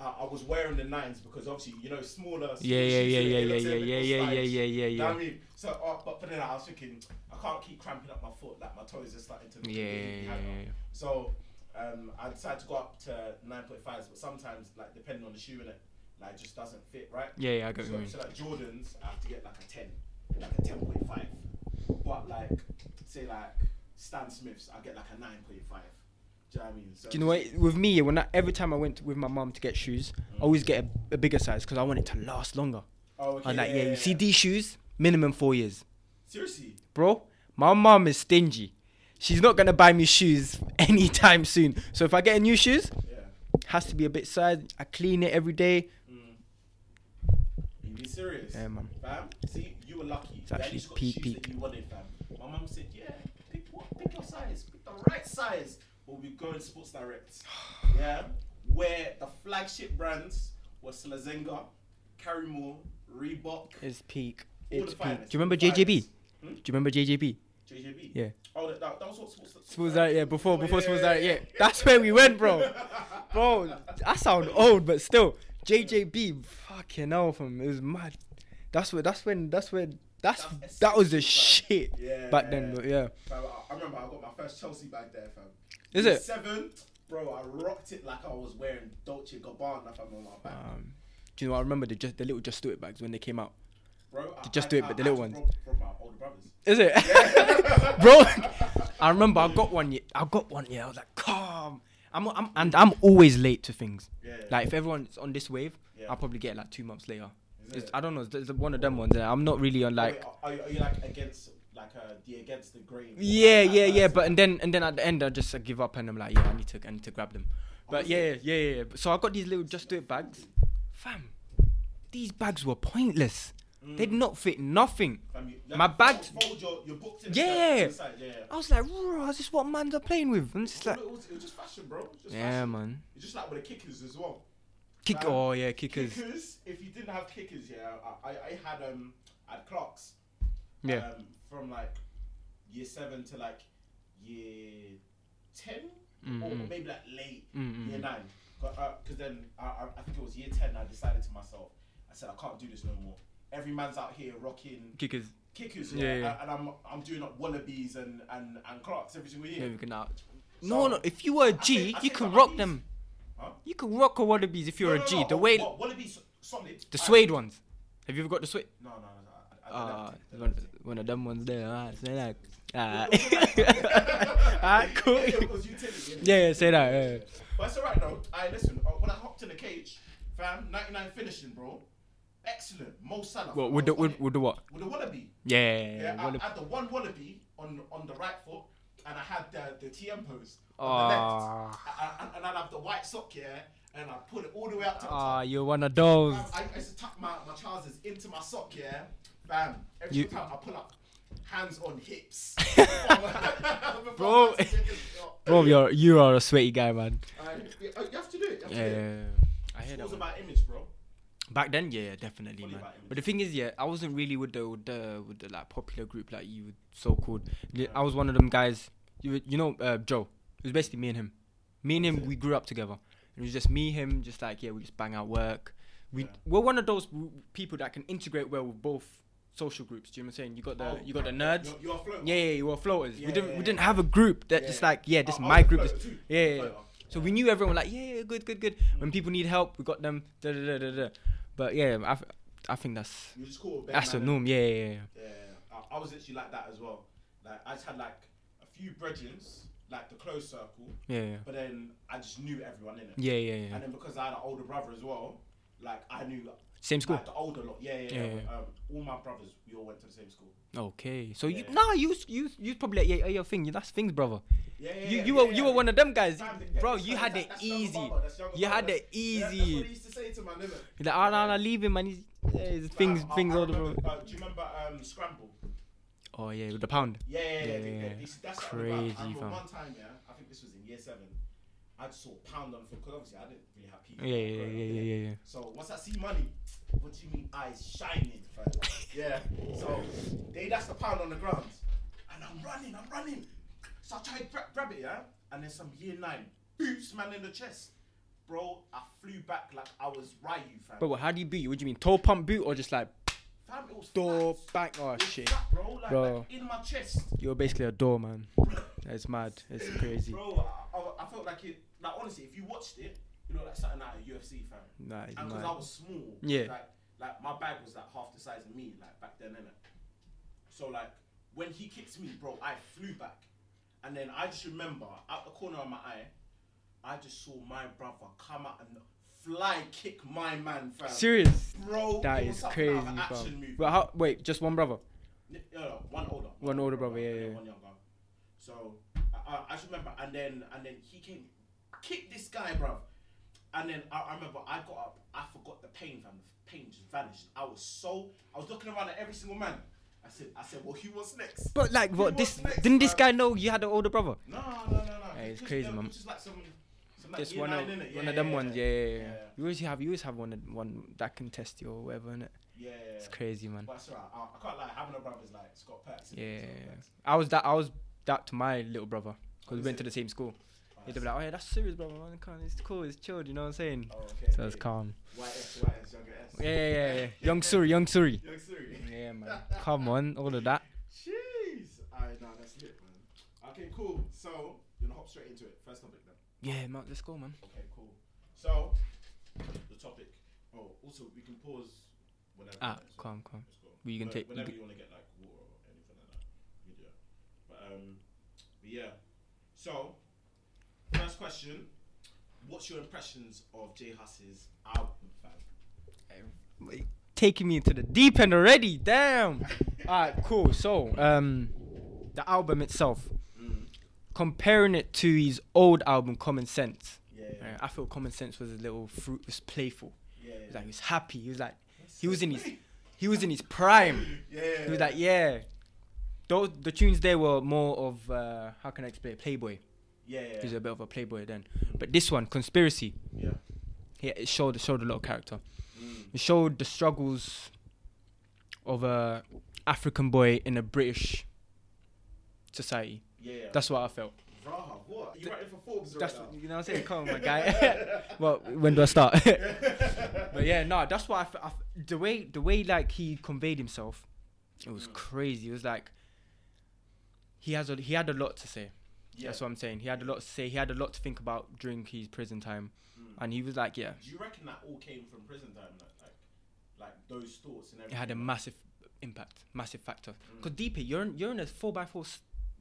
S1: I, I was wearing the nines because obviously, you know, smaller.
S2: Yeah,
S1: smaller
S2: yeah,
S1: shoes,
S2: yeah,
S1: so it
S2: yeah,
S1: looks
S2: yeah,
S1: a bit
S2: yeah,
S1: more
S2: yeah, yeah,
S1: stylish.
S2: yeah, yeah,
S1: You know what
S2: yeah.
S1: I mean? So, uh, but, but then I was thinking, I can't keep cramping up my foot. Like, my toes are starting to look a
S2: Yeah,
S1: bit
S2: yeah, yeah,
S1: hang up.
S2: yeah, yeah.
S1: So um, I decided to go up to 9.5s, but sometimes, like, depending on the shoe in it, like, it just doesn't fit right.
S2: Yeah, yeah, I get what you
S1: So,
S2: mean.
S1: so, like, Jordans, I have to get like a 10, like a 10.5. But, like, say, like, Stan Smith's, I get like a 9.5. Do you know what I mean? So
S2: Do you know what? With me, when I, every time I went with my mum to get shoes, I always get a, a bigger size because I want it to last longer.
S1: Mm. Oh, okay,
S2: I was like, yeah, you see
S1: yeah.
S2: these shoes, minimum four years,
S1: Seriously?
S2: bro. My mum is stingy. She's not gonna buy me shoes [LAUGHS] anytime soon. So if I get new shoes,
S1: Yeah.
S2: has to be a bit size. I clean it every day.
S1: Mm. You be serious?
S2: Yeah, man.
S1: Fam, see, you were lucky.
S2: It's
S1: You at
S2: actually
S1: least got
S2: peak,
S1: shoes
S2: peak.
S1: That you wanted, fam. My mum said, yeah, pick what, pick your size, pick the right size. We'll be going Sports
S2: [SIGHS]
S1: Direct. yeah, where the flagship brands were Slazenga, Carrymore, Reebok.
S2: It's peak.
S1: All
S2: It's
S1: the
S2: peak. Do
S1: finest,
S2: you remember
S1: the finest.
S2: JJB?
S1: Hmm?
S2: Do you remember JJB?
S1: JJB.
S2: Yeah.
S1: Oh, that, that, that was what Sports Direct.
S2: Sports Direct, yeah, before
S1: Oh,
S2: before Sports
S1: yeah,
S2: Direct, yeah. That's where we went, bro. Bro, I sound old, but still, JJB, fucking hell, from it was mad. That's what. That's when. That's where. That's
S1: That's
S2: that was the
S1: essential,
S2: shit
S1: Yeah.
S2: back then. But yeah,
S1: Fam, I, I remember I got my first Chelsea bag there, fam.
S2: Is
S1: Year
S2: it?
S1: Seven, bro. I rocked it like I was wearing Dolce Gabbana, fam, on my back.
S2: um, do you know? I remember the just the little Just Do It bags when they came out.
S1: Bro, I, I-
S2: Just do it,
S1: I-
S2: but the
S1: I
S2: little
S1: had to
S2: ones.
S1: rob From my older brothers.
S2: Is it, [LAUGHS] bro? I remember I got one. Yeah, I got one. Yeah, I was like, calm. I'm, I'm and I'm always late to things.
S1: Yeah.
S2: Like if everyone's on this wave,
S1: Yeah.
S2: I'll probably get it, like two months later.
S1: Is
S2: It's,
S1: it? Oh,
S2: I don't know. It's, it's one of them ones. and I'm not really on like.
S1: Wait, are, you, are you like against like uh, the against the grain?
S2: Yeah,
S1: Like, [LAUGHS]
S2: yeah,
S1: like,
S2: yeah.
S1: like,
S2: But and then and then at the end, I just uh, give up and I'm like, yeah, I need to, I need to grab them. But yeah, yeah, yeah, yeah. So I got these little just do it bags, fam. These bags were pointless.
S1: Mm.
S2: They did not fit nothing.
S1: fam, you- you
S2: my
S1: have to
S2: bag-
S1: Fold, fold your, your book to the side,
S2: Yeah.
S1: to the side, yeah.
S2: I was like, raw, is this what man's are playing with? I'm just
S1: yeah.
S2: like,
S1: It, was, it was just fashion, bro. It was Just
S2: yeah,
S1: fashion.
S2: man.
S1: It's just like with the kickers as well.
S2: Kick.
S1: Fam,
S2: Oh yeah, kickers.
S1: Kickers. If you didn't have kickers, yeah, I, I, I had um I had clocks.
S2: Yeah.
S1: Um, from like year seven to like year ten, or
S2: Mm-mm.
S1: maybe like late
S2: Mm-mm.
S1: year nine. Because then I, I, I think it was year ten. I decided to myself, I said I can't do this no more. Every man's out here rocking
S2: Kickers.
S1: kickers,
S2: Yeah,
S1: yeah,
S2: yeah.
S1: and I'm I'm doing up wallabies and and and clocks every single
S2: Yeah,
S1: year.
S2: we can out.
S1: So-
S2: No, no. If you were a
S1: I
S2: G,
S1: think- I
S2: you
S1: think
S2: could
S1: the
S2: rock
S1: Wallabies-
S2: them.
S1: Huh?
S2: You could rock a wallabies if you're
S1: No,
S2: a
S1: no,
S2: G.
S1: no,
S2: The
S1: wa-
S2: way
S1: wa- wallabies solid.
S2: the
S1: I-
S2: suede ones. Have you ever got the suede?
S1: No, no, no. I, I, I
S2: Uh,
S1: don't think- I
S2: one,
S1: don't think.
S2: one of them ones there. Ah, say that.
S1: [LAUGHS]
S2: Ah,
S1: Ah,
S2: [LAUGHS] ah cool.
S1: Yeah, it was utility, innit?
S2: Yeah, yeah, say that. yeah, Yeah.
S1: But it's alright though. I listen. uh, When I hopped in the cage, fam, 99 finishing, bro. Excellent, Mo Salah.
S2: What
S1: fam,
S2: with
S1: I
S2: the
S1: was on
S2: with,
S1: it.
S2: with the what?
S1: with the wallaby?
S2: Yeah.
S1: Yeah, I,
S2: one of-
S1: I had the one wallaby on on the right foot, and I had the the TM pose on the left,
S2: Ah,
S1: I, I, and I'd have the white sock here, and I put it all the way up to the
S2: ah,
S1: top.
S2: you're one of those.
S1: Fam, I, I used to tuck my, my trousers into my sock, yeah. Bam. Every
S2: You-
S1: single time I pull up, hands on
S2: [LAUGHS]
S1: hips. [LAUGHS] Before I- before I
S2: Bro.
S1: take it off.
S2: Bro, you're you are a sweaty guy, man.
S1: Uh, you you have to do it. You have to do
S2: Yeah,
S1: it.
S2: I hear
S1: It's
S2: that.
S1: all
S2: One.
S1: about image, bro.
S2: Back then, yeah, yeah, definitely,
S1: Fully
S2: man.
S1: about image.
S2: But the thing is, yeah, I wasn't really with the with the, with the like popular group like you so called. Yeah, I was one of them guys. You you know uh, Joe. It was basically me and him. Me and him, we grew up together. It was just me, him, just like yeah, we just bang out work. We
S1: Yeah.
S2: we're one of those w- people that can integrate well with both social groups. Do you know what I'm saying? You got the
S1: Oh,
S2: you got the
S1: you're-
S2: nerds.
S1: You're, you're a floater.
S2: Yeah, yeah, you were floaters.
S1: Yeah,
S2: we didn't
S1: yeah,
S2: we didn't
S1: yeah.
S2: have a group that just
S1: Yeah.
S2: like yeah, this
S1: I-
S2: is
S1: I
S2: my
S1: was a
S2: group. This
S1: floater too.
S2: yeah, yeah,
S1: Floater.
S2: yeah. so we knew everyone like yeah, yeah, good, good, good. When people need help, we got them. Da da da da da. But yeah, I, th- I think that's
S1: You just call it bare
S2: that's the
S1: manner.
S2: norm. Yeah, yeah, yeah.
S1: Yeah, I, I was literally like that as well. Like I just had like a few brethrens, like the close circle,
S2: yeah, yeah,
S1: but then I just knew everyone in it.
S2: yeah, yeah, yeah.
S1: And then because I had an older brother as well, like I knew
S2: Same school.
S1: Like the older lot, yeah, yeah, yeah.
S2: Yeah, yeah.
S1: Um, all my brothers, we all went to the same school.
S2: Okay, so you
S1: Yeah.
S2: nah, you s- you s- you probably like, yeah, yeah, your thing. You That's things, brother.
S1: Yeah, yeah,
S2: You
S1: yeah,
S2: you
S1: yeah,
S2: were you were one of them guys,
S1: Fam, yeah,
S2: bro.
S1: that's-
S2: You had
S1: that's-
S2: it
S1: that's younger
S2: easy.
S1: brother, that's younger
S2: You had
S1: brother,
S2: it
S1: that's- yeah, That's what he
S2: easy.
S1: used to say to my nigga.
S2: You're Like ah, nah, nah, leave him, man. He's, yeah, it's things
S1: Like, I-
S2: things
S1: I
S2: all the
S1: remember,
S2: bro.
S1: uh, Do you remember um, Scramble?
S2: Oh yeah, with the pound.
S1: Yeah, yeah, yeah.
S2: Yeah,
S1: they-
S2: yeah,
S1: they-
S2: yeah.
S1: they- that's the underground. I
S2: Crazy,
S1: remember
S2: fam.
S1: one time, yeah, I think this was in year seven. I just saw pound on the floor because obviously I didn't really have people.
S2: Yeah, yeah, yeah, yeah, yeah, yeah.
S1: So once I see money, what do you mean eyes shining?
S2: [LAUGHS]
S1: fam? yeah. So they that's the pound on the ground, and I'm running, I'm running. So I try to gra- grab it, yeah, and then some year nine boots man in the chest, bro. I flew back like I was Ryu, fam.
S2: But what, how do you boot you? What do you mean? Toe pump boot or just like
S1: fam, it was
S2: door
S1: flat.
S2: back? Oh
S1: It was
S2: shit.
S1: flat, bro, like,
S2: Bro.
S1: like, in my chest.
S2: You're basically a door man. It's mad. It's crazy.
S1: Bro, I, I, I felt like it. Like honestly, if you watched it, you know, like something out of UFC, fam.
S2: Nah, it's
S1: And because
S2: mad.
S1: I was small,
S2: Yeah.
S1: Like, like my bag was like half the size of me, like back then, innit? So like when he kicked me, bro, I flew back, and then I just remember out the corner of my eye, I just saw my brother come out and fly kick my man, fam.
S2: Serious.
S1: Bro,
S2: That
S1: it was
S2: is
S1: something
S2: crazy,
S1: out of an action
S2: bro.
S1: movie.
S2: But how? Wait, just one brother.
S1: Yeah, no, one older.
S2: One older brother, yeah,
S1: and then
S2: yeah.
S1: One younger. So I, I, I just remember, and then and then he came, kicked this guy, bruv. And then I, I remember I got up, I forgot the pain, fam. The pain just vanished. I was so I was looking around at every single man. I said, I said, well, he was next.
S2: But like,
S1: He
S2: what?
S1: was
S2: This
S1: next,
S2: didn't this
S1: bruv.
S2: guy know you had an older brother?
S1: No, no, no, no.
S2: Hey, it's
S1: Just-
S2: crazy,
S1: yeah,
S2: man.
S1: Just like some, some like
S2: Just
S1: year
S2: one
S1: nine,
S2: of
S1: innit?
S2: one
S1: Yeah,
S2: of them
S1: yeah,
S2: ones. Yeah, yeah, yeah.
S1: Yeah.
S2: You always have you always have one one that can test you or whatever, innit?
S1: Yeah, yeah,
S2: It's
S1: yeah.
S2: crazy, man.
S1: But it's alright. I, I can't lie. Having a brother is like Scott Perks. innit?
S2: Yeah,
S1: Scott Perks.
S2: I was that I was that to my little brother because we
S1: Is
S2: went
S1: it?
S2: to the same school.
S1: Oh,
S2: He'd be like, "Oh yeah, that's serious, brother. Man. Come on, It's cool, it's chilled. You know what I'm saying?"
S1: oh, okay,
S2: So it's
S1: okay.
S2: calm.
S1: YS, YS, younger S.
S2: Yeah, yeah,
S1: [LAUGHS]
S2: yeah. yeah. young Suri, young Suri.
S1: Young Suri. [LAUGHS]
S2: Yeah, man. Come on, all of that.
S1: Jeez. Alright, nah, that's lit, man. Okay, cool. So, you're gonna hop straight into it. First topic then.
S2: Yeah, man. Let's go, man.
S1: Okay, cool. So, the topic. Oh, also, we can pause whenever.
S2: Ah,
S1: so
S2: calm, calm.
S1: Let's go.
S2: Well, you can
S1: Whe-
S2: take- you
S1: Whenever
S2: can-
S1: you, want to get like water or anything like that, you can do that. But, um, but yeah. So, first question. What's your impressions of Jay Huss's album, fam?
S2: Taking me into the deep end already. Damn. Alright, cool. So, um, the album itself,
S1: [LAUGHS] Mm.
S2: comparing it to his old album, Common Sense.
S1: Yeah, yeah,
S2: uh, I feel Common Sense was a little fruit, was playful.
S1: yeah.
S2: He
S1: yeah.
S2: was like, he was happy. He was like,
S1: That's
S2: he was
S1: so
S2: in his-
S1: great.
S2: he was in his prime.
S1: [LAUGHS] Yeah.
S2: He was like, yeah. Those the tunes there were more of uh, how can I explain it? Playboy.
S1: yeah,
S2: He
S1: yeah.
S2: was a bit of a playboy then. But this one, Conspiracy,
S1: yeah.
S2: yeah, it showed it showed a lot of character.
S1: Mm.
S2: It showed the struggles of a African boy in a British society.
S1: Yeah.
S2: That's what I felt.
S1: Raha, what? You writing for Forbes right
S2: That's
S1: now?
S2: you know what I'm saying. Come
S1: [LAUGHS]
S2: on, my guy. well, when do I start? but yeah, no, that's what I, f- I f- the way the way like he conveyed himself, it was
S1: Mm.
S2: crazy. It was like he has a, he had a lot to say.
S1: Yeah.
S2: That's what I'm saying. He had a lot to say. He had a lot to think about during his prison time,
S1: Mm.
S2: and he was like, yeah,
S1: Do you reckon that all came from prison time? Like, like, like those thoughts and
S2: it
S1: everything?
S2: had a massive impact, massive factor.
S1: Mm.
S2: Cause deeper, you're in, you're in a four by four s-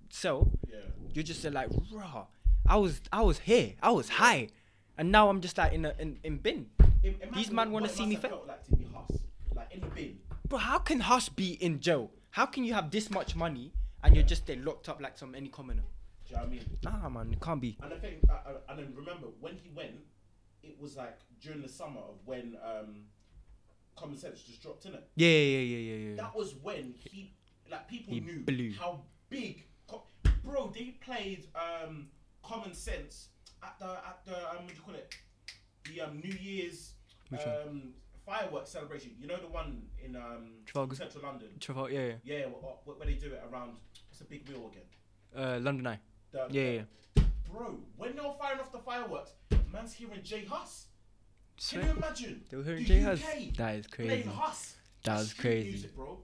S2: cell.
S1: Yeah.
S2: You're just there like raw. I was I was here. I was high, and now I'm just like in a in, in bin.
S1: Im- imagine
S2: These man
S1: what
S2: wanna
S1: it
S2: see
S1: must
S2: me
S1: have
S2: fa-
S1: felt like to be Huss. Like in the bin.
S2: Bro, how can Hush be in jail? How can you have this much money and you're
S1: Yeah.
S2: just there locked up like some any commoner?
S1: Do you know what I mean?
S2: Nah, man, it can't be.
S1: And I think, I, I, and then remember when he went, it was like during the summer of when um, Common Sense just dropped in it.
S2: Yeah, yeah, yeah, yeah, yeah, yeah.
S1: That was when he, like, people
S2: He
S1: knew
S2: blew.
S1: how big. Co- Bro, they played um, Common Sense at the at the um, what do you call it? The um, New Year's
S2: Which one?
S1: um, fireworks celebration. You know the one in um,
S2: Trafalgar-
S1: central London.
S2: Trevor, yeah,
S1: Yeah, where, where they do it around. It's a big wheel again.
S2: yeah. Uh, London Eye.
S1: The-
S2: Yeah, yeah, yeah.
S1: Bro, when they were firing off the fireworks, man's hearing Jay Huss. Can you
S2: Swear.
S1: imagine?
S2: They were hearing
S1: The
S2: J Hus.
S1: UK
S2: That
S1: Playing
S2: is crazy.
S1: Huss.
S2: That
S1: That's
S2: was
S1: street
S2: crazy.
S1: Music, bro.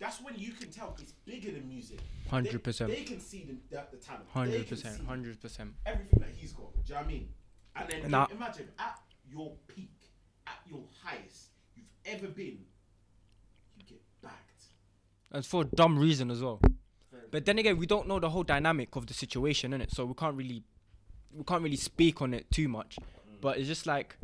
S1: That's when you can tell it's bigger than music. They-
S2: 100%.
S1: They, can see the, the, the talent. They can
S2: Hundred percent,
S1: see
S2: hundred percent.
S1: Everything that he's got. Do you know what I mean? And then
S2: And I-
S1: you imagine at your peak, at your highest you've ever been, you get bagged.
S2: And for a dumb reason as well.
S1: Very
S2: But then again, we don't know the whole dynamic of the situation, innit? So we can't really, we can't really speak on it too much. But it's just like,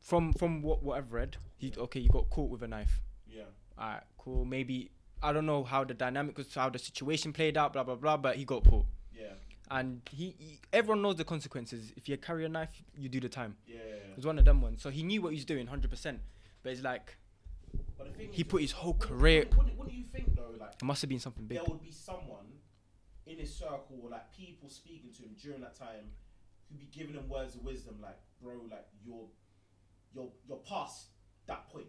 S2: from from what what I've read, he, okay, you got caught with a knife.
S1: Yeah.
S2: Alright, cool. Maybe I don't know how the dynamic was, how the situation played out, blah blah blah. But he got caught,
S1: Yeah.
S2: and he, he everyone knows the consequences. If you carry a knife, you do the time.
S1: Yeah.
S2: It was one of them ones. So he knew what he was doing, hundred percent. But it's like
S1: But the thing
S2: he
S1: is,
S2: put his whole
S1: what-
S2: career.
S1: What, what, what do you think though? Like
S2: It must have been something big.
S1: there would be someone in his circle, like people speaking to him during that time, who be giving them words of wisdom, like bro, like you're you're you're past that point.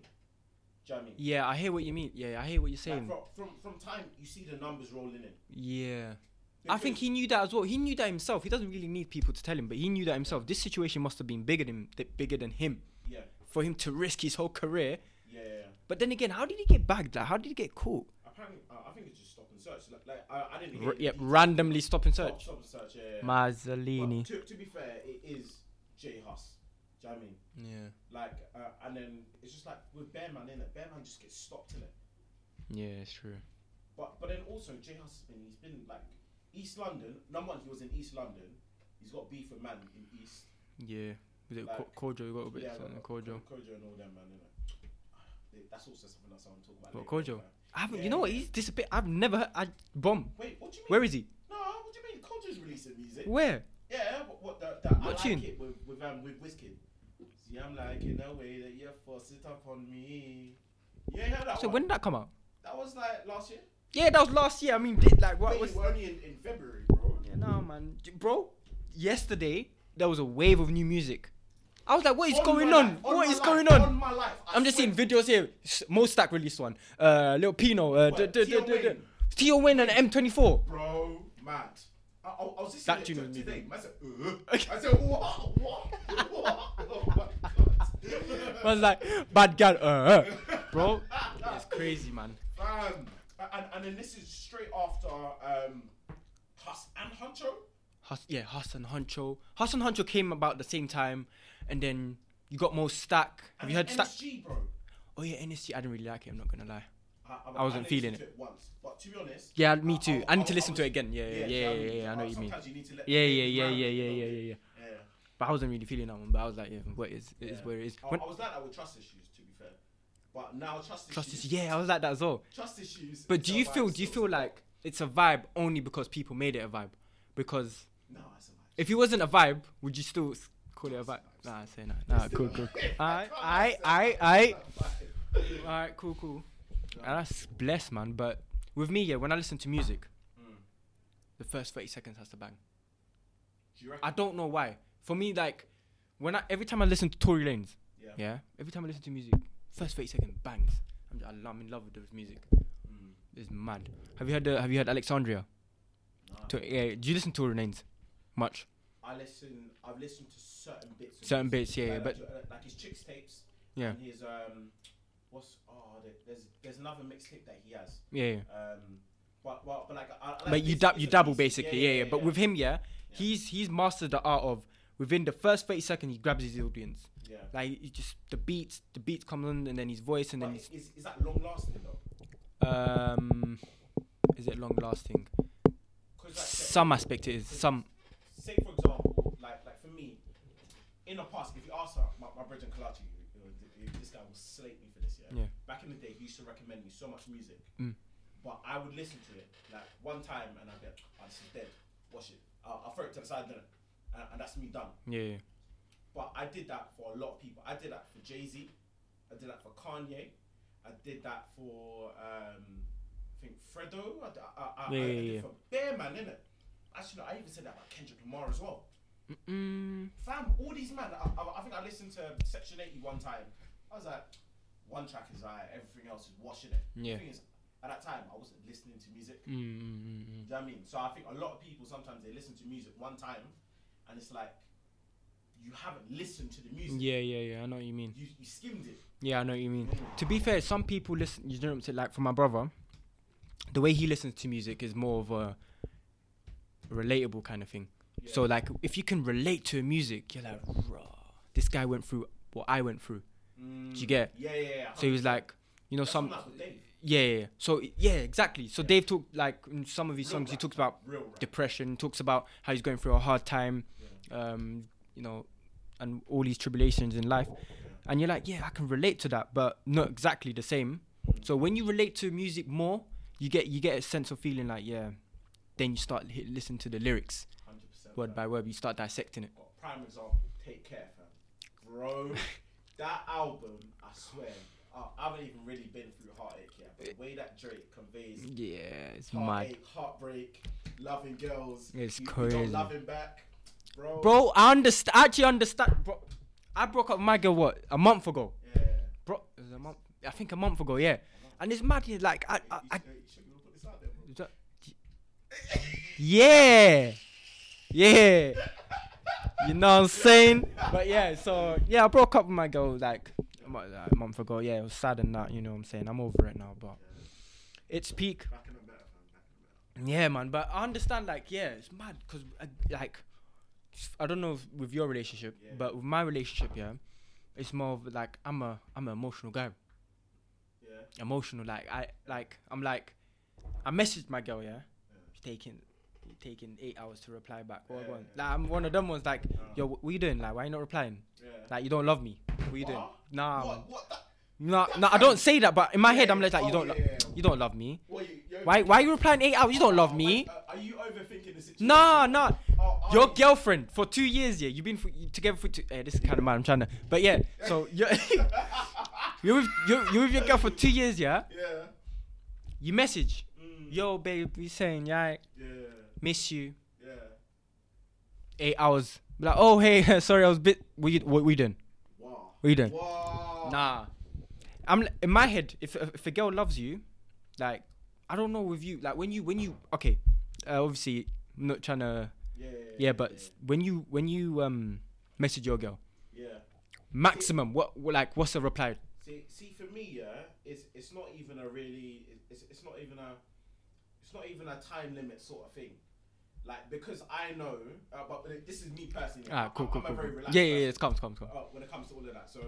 S1: Do you know what I mean?
S2: Yeah, I hear what you mean. Yeah, I hear what you're
S1: Like,
S2: saying.
S1: from, from from time you see the numbers rolling in.
S2: Yeah. I think he knew that as well. He knew that himself. He doesn't really need people to tell him, but he knew that himself. This situation must have been bigger than th- bigger than him
S1: Yeah,
S2: for him to risk his whole career.
S1: yeah, yeah. yeah.
S2: But then again, how did he get bagged? Like, how did he get caught?
S1: Apparently, uh, I think it's just stop and search. Like, like I, I didn't. hear
S2: R-
S1: the
S2: yeah,
S1: details.
S2: randomly stop and
S1: Stop,
S2: search.
S1: stop and search. Yeah. yeah, yeah. But
S2: Mazzolini.
S1: to, to be fair, it is Jay Huss. Do you know what I mean?
S2: Yeah.
S1: Like, uh, and then it's just like with Bearman in it. Bearman just gets stopped in it.
S2: Yeah, it's true.
S1: But but then also Jay Huss has been he's been like East London. Number one, he was in East London. He's got beef with man in East.
S2: Yeah. Was it
S1: Like-
S2: Co- Kojo got a bit
S1: Yeah,
S2: something?
S1: but-
S2: Kojo.
S1: Kojo and all them man innit? They- That's also something else I want to talk about.
S2: What,
S1: later,
S2: Kojo?
S1: man.
S2: I haven't.
S1: Yeah,
S2: you know what?
S1: yeah.
S2: He's disappeared. I've never heard. I bomb.
S1: Wait, what do you mean?
S2: Where is he?
S1: No, what do you mean? Kojo's releasing music.
S2: Where?
S1: Yeah, what, what the, the I
S2: What
S1: like
S2: tune?
S1: it with with um with Whiskey. See, I'm like in a way that you force it up on me. You ain't heard that
S2: So
S1: one?
S2: when did that come out?
S1: That was like last year.
S2: Yeah, that was last year. I mean, did, like what
S1: Wait,
S2: was?
S1: we're only in, in February, bro.
S2: Yeah, nah, man, J- bro. Yesterday there was a wave of new music. I was like, what is going
S1: my
S2: on?
S1: life,
S2: what
S1: my
S2: is
S1: life,
S2: going on?
S1: On my life. I
S2: I'm just
S1: swear.
S2: seeing videos here. S- Mo Stack released one. Uh, Little Pino. Uh,
S1: What,
S2: d- d- d-
S1: T.O.
S2: d- d-
S1: Wayne?
S2: T.O. Wayne and M24.
S1: Bro, mad. I, I, I was just
S2: That
S1: that
S2: tune
S1: it
S2: was
S1: t- today.
S2: moving.
S1: Man said, uh. I said, what? What? what? Oh my god.
S2: I was like, bad girl. Uh, uh. bro, it's crazy, man.
S1: Um, and, and then this is straight after um, Huss and Huncho.
S2: Hus- yeah, Hassan Huncho. Hassan Huncho came about the same time, and then you got Mo Stack. Have
S1: And
S2: you heard Stack?
S1: NSG, bro.
S2: Oh yeah, NSG. I didn't really like it. I'm not gonna lie.
S1: I,
S2: I wasn't feeling
S1: listened to it. Once, but to be honest.
S2: Yeah, me too. I need to
S1: was-
S2: listen to it again. Yeah, yeah,
S1: do
S2: yeah,
S1: you know what
S2: yeah, yeah, I know what you mean.
S1: Sometimes you need to let the
S2: Yeah, yeah,
S1: baby
S2: yeah,
S1: drown
S2: yeah,
S1: a
S2: yeah,
S1: little
S2: yeah,
S1: bit.
S2: yeah, yeah.
S1: Yeah.
S2: But I wasn't really feeling that one. But I was like, yeah, what is it is
S1: Yeah. Oh,
S2: where it is.
S1: I,
S2: When
S1: I was like that with trust issues, to be fair. But now trust issues.
S2: trust is, yeah, I was like that as well.
S1: Trust issues.
S2: But
S1: is
S2: do
S1: a
S2: you
S1: vibe
S2: feel? Do you
S1: still.
S2: feel like it's a vibe only because people made it a vibe? Because
S1: No, it's a vibe.
S2: if it wasn't a vibe, would you still s- call it a
S1: It's a
S2: vibe?
S1: vibe,
S2: Nah, I say nah. Nah,
S1: It's
S2: Ah, cool,
S1: still
S2: cool.
S1: a [LAUGHS] vibe.
S2: I,
S1: can't
S2: I, I,
S1: accept [LAUGHS]
S2: I.
S1: that it's a vibe.
S2: All right, cool, cool. And that's blessed, man. But with me, yeah, when I listen to music,
S1: Mm.
S2: the first thirty seconds has to bang.
S1: Do you reckon?
S2: I don't know why. For me, like when I every time I listen to Tory Lanez,
S1: Yeah.
S2: yeah, every time I listen to music, first thirty seconds bangs. I'm, j- I'm in love with this music.
S1: Mm.
S2: It's mad. Have you heard? Uh, have you heard Alexandria?
S1: Nah.
S2: To, yeah, do you listen to Tory Lanez? Much.
S1: I listen. I've listened to certain bits. of
S2: Certain
S1: music,
S2: bits, yeah,
S1: like,
S2: but-
S1: like, like his chicks tapes.
S2: Yeah.
S1: And his um, what's oh, there- there's there's another mixtape that he has.
S2: Yeah. yeah.
S1: Um, but but, but like, I, I like
S2: But you
S1: bits-
S2: dab,
S1: bits
S2: you
S1: of
S2: dabble
S1: pieces.
S2: basically. Yeah, yeah. But with him, yeah, he's he's mastered the art of within the first thirty seconds he grabs his audience.
S1: yeah.
S2: Like he just the beats, the beats come on, and then his voice, and
S1: But
S2: then his
S1: is, is that long lasting though?
S2: um, is it long lasting?
S1: 'Cause, like, say-
S2: Some aspect it is. Some
S1: say for example, like like for me, in the past, if you ask her, my, my brother Kalachi, this guy will slate me for this, yeah?
S2: Yeah.
S1: Back in the day, he used to recommend me so much music,
S2: Mm.
S1: but I would listen to it like one time and I'd be like, oh, this is dead, watch it. Uh, I'll throw it to the side, then, and, and that's me done.
S2: yeah, yeah.
S1: But I did that for a lot of people. I did that for Jay Z, I did that for Kanye, I did that for, um, I think, Fredo, I, d- I- I- I- I
S2: Yeah, yeah,
S1: did
S2: yeah.
S1: for Bear Man, innit? Actually, no, I even said that about Kendrick Lamar as well.
S2: Mm,
S1: Fam, all these man, I, I, I think I listened to Section 80 one time. I was like, one track is alright, everything else is washing it.
S2: Yeah.
S1: The thing is, at that time, I wasn't listening to music.
S2: mm, mm, mm, mm.
S1: Do you know what I mean? So I think a lot of people sometimes they listen to music one time and it's like, you haven't listened to the music.
S2: Yeah, yeah, yeah. I know what you mean.
S1: You, you skimmed it.
S2: Yeah, I know what you mean. To be fair, some people listen. You know what I'm saying? Like for my brother, the way he listens to music is more of a relatable kind of thing.
S1: Yeah.
S2: So like, if you can relate to music, you're like, raw. This guy went through what I went through.
S1: Mm,
S2: Do you get?
S1: Yeah, yeah, yeah.
S2: So he was like, you know,
S1: That's
S2: some.
S1: what Dave-
S2: Yeah, yeah, yeah. So yeah, exactly. So
S1: Yeah.
S2: Dave talked like in some of his
S1: real
S2: songs. He
S1: rap,
S2: talks about
S1: real rap.
S2: depression. Talks about how he's going through a hard time. Um, you know, and all these tribulations in life. And you're like, yeah, I can relate to that, but not exactly the same. So when you relate to music more, you get you get a sense of feeling like yeah. Then you start hit, listen to the lyrics
S1: 100%.
S2: word
S1: fam.
S2: by word. You start dissecting it.
S1: got prime example. Take care, fam.
S2: [LAUGHS]
S1: Bro, that album, I swear, I I haven't even really been through heartache yet. But the way that Drake conveys
S2: Yeah, it's mad.
S1: Oh, heartache, heartbreak, loving girls,
S2: It's
S1: you, You
S2: crazy.
S1: don't love him back. bro.
S2: Bro, I understand. I actually understand. Bro, I broke up with my girl what a month ago.
S1: Yeah.
S2: Bro, it was a month. I think a month ago. Yeah. And it's mad. it's Like I, I,
S1: You
S2: I
S1: should- you should put this out there, bro.
S2: Ju- Yeah. Yeah. You know what I'm saying? But yeah, so yeah, I broke up with my girl like a mo- like, a month ago. Yeah, it was sad and that, you know what I'm saying? I'm over it now, but it's peak.
S1: Back in the better, man. Back in the better.
S2: Yeah, man. But I understand, like, yeah, it's mad because, like, I don't know if with your relationship,
S1: Yeah.
S2: but with my relationship, yeah, it's more of like I'm a I'm an emotional guy,
S1: Yeah.
S2: emotional. Like I like I'm like, I messaged my girl, yeah, She's taking taking eight hours to reply back. What
S1: Yeah,
S2: one?
S1: yeah.
S2: Like I'm one of them ones. Like,
S1: Uh.
S2: yo, what you doing? Like, why you not replying?
S1: Yeah.
S2: Like, um, you don't love me. What you doing?
S1: What?
S2: Nah, man.
S1: what? What? The,
S2: nah, nah. I don't say that, but in my
S1: Yeah,
S2: head, I'm
S1: yeah.
S2: like, like, you
S1: Oh,
S2: don't, lo-
S1: yeah, yeah, yeah.
S2: you don't love me.
S1: what you, you're-
S2: Why, why you replying eight hours? You don't love
S1: Oh,
S2: me.
S1: wait, uh, Are you overthinking the situation?
S2: Nah, nah.
S1: Oh,
S2: Your
S1: I-
S2: girlfriend for two years, yeah. You've been for, you together for two. eh, this is kind of mad. I'm trying to, but yeah.
S1: [LAUGHS]
S2: So you're [LAUGHS] you're, with, you're you're with your girl for two years, yeah.
S1: Yeah.
S2: You message,
S1: Mm.
S2: yo, babe, you saying, yeah, I
S1: Yeah.
S2: miss you.
S1: Yeah.
S2: Eight hours. Be Like, oh hey, [LAUGHS] sorry, I was bit. What you what we doing?
S1: Wow.
S2: What you doing?
S1: Wow.
S2: Nah. I'm in my head. If if a girl loves you, like I don't know with you, like when you when you okay, uh, obviously I'm not trying to
S1: Yeah.
S2: yeah, but when you when you um message your girl.
S1: Yeah.
S2: maximum what what- like what's the reply
S1: See, see, for me, yeah, it's it's not even a really, it's it's not even a, it's not even a time limit sort of thing, like because I know, uh, but this is me personally.
S2: ah cool
S1: I'm,
S2: cool
S1: I'm
S2: cool,
S1: a very
S2: cool.
S1: relaxed
S2: yeah yeah, yeah
S1: person.
S2: it's calm it's calm it's calm
S1: uh, when it comes to all of that. So,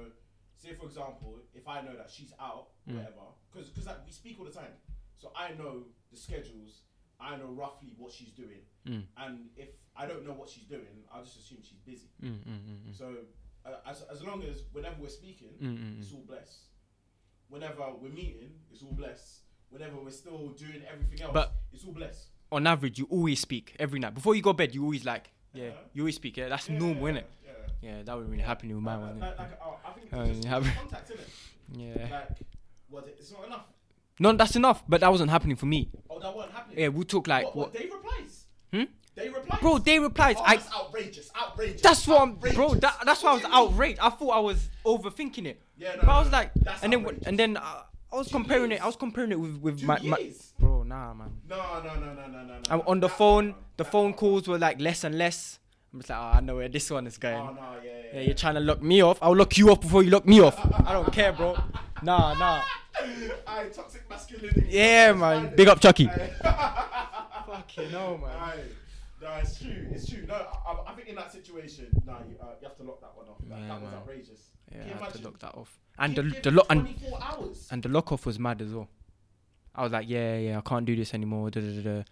S1: say for example, if I know that she's out,
S2: Mm.
S1: whatever, because because like, we speak all the time, so I know the schedules, I know roughly what she's doing,
S2: Mm.
S1: and if I don't know what she's doing, I just assume she's busy.
S2: mm, mm, mm, mm.
S1: So, uh, as as long as whenever we're speaking,
S2: Mm, mm,
S1: it's all blessed. Whenever we're meeting, it's all blessed. Whenever we're still doing everything else,
S2: But-
S1: it's all blessed.
S2: on average you always speak every night before you go bed you always like yeah
S1: Uh-huh.
S2: you always speak yeah that's
S1: Yeah,
S2: normal
S1: yeah,
S2: innit?
S1: Yeah.
S2: yeah that would really happen with my one
S1: Like, [LAUGHS] like, like, uh, I think
S2: Uh,
S1: it's just,
S2: have-
S1: just contact, innit?
S2: yeah
S1: Like, well, it's not enough.
S2: no that's enough but that wasn't happening for me
S1: Oh, that wasn't happening.
S2: yeah we'll talk like
S1: what, what?
S2: what,
S1: They replies.
S2: Hmm?
S1: They replies.
S2: bro they replies
S1: oh,
S2: i
S1: that's outrageous. Outrageous.
S2: that's what i'm
S1: outrageous.
S2: bro that, that's why i
S1: What do
S2: was
S1: you mean?
S2: outraged i thought i was overthinking it
S1: Yeah, no,
S2: but
S1: no,
S2: i was
S1: no.
S2: like
S1: That's
S2: and then
S1: outrageous.
S2: and then uh, i was
S1: Two
S2: comparing it
S1: years.
S2: i was comparing it with with
S1: Two
S2: my, my
S1: years.
S2: bro nah man
S1: No, no, no, no, no, no.
S2: I'm
S1: no.
S2: on the
S1: That-
S2: phone.
S1: no,
S2: The
S1: that-
S2: phone calls were like less and less. I'm just like, oh, I know where this one is going.
S1: Oh no, yeah, yeah.
S2: yeah, you're trying to lock me off. I'll lock you off before you lock me off. I don't care, bro. Nah, nah.
S1: Aye, toxic masculinity.
S2: Yeah,
S1: Toxic
S2: man.
S1: masculinity.
S2: Big up, Chucky.
S1: Aye.
S2: Fucking no, man.
S1: Aye. No, it's true. It's true. No, I, I- I think in that situation, no, you, uh, you have to lock that one off. That,
S2: Yeah,
S1: that was
S2: man.
S1: outrageous.
S2: Yeah,
S1: Can
S2: I
S1: you
S2: had to
S1: imagine?
S2: lock that off. And the
S1: Give- give
S2: the
S1: it
S2: lock and
S1: 24 hours.
S2: and the lock off was mad as well. I was like, yeah, yeah, I can't do this anymore. Da, da, da, da.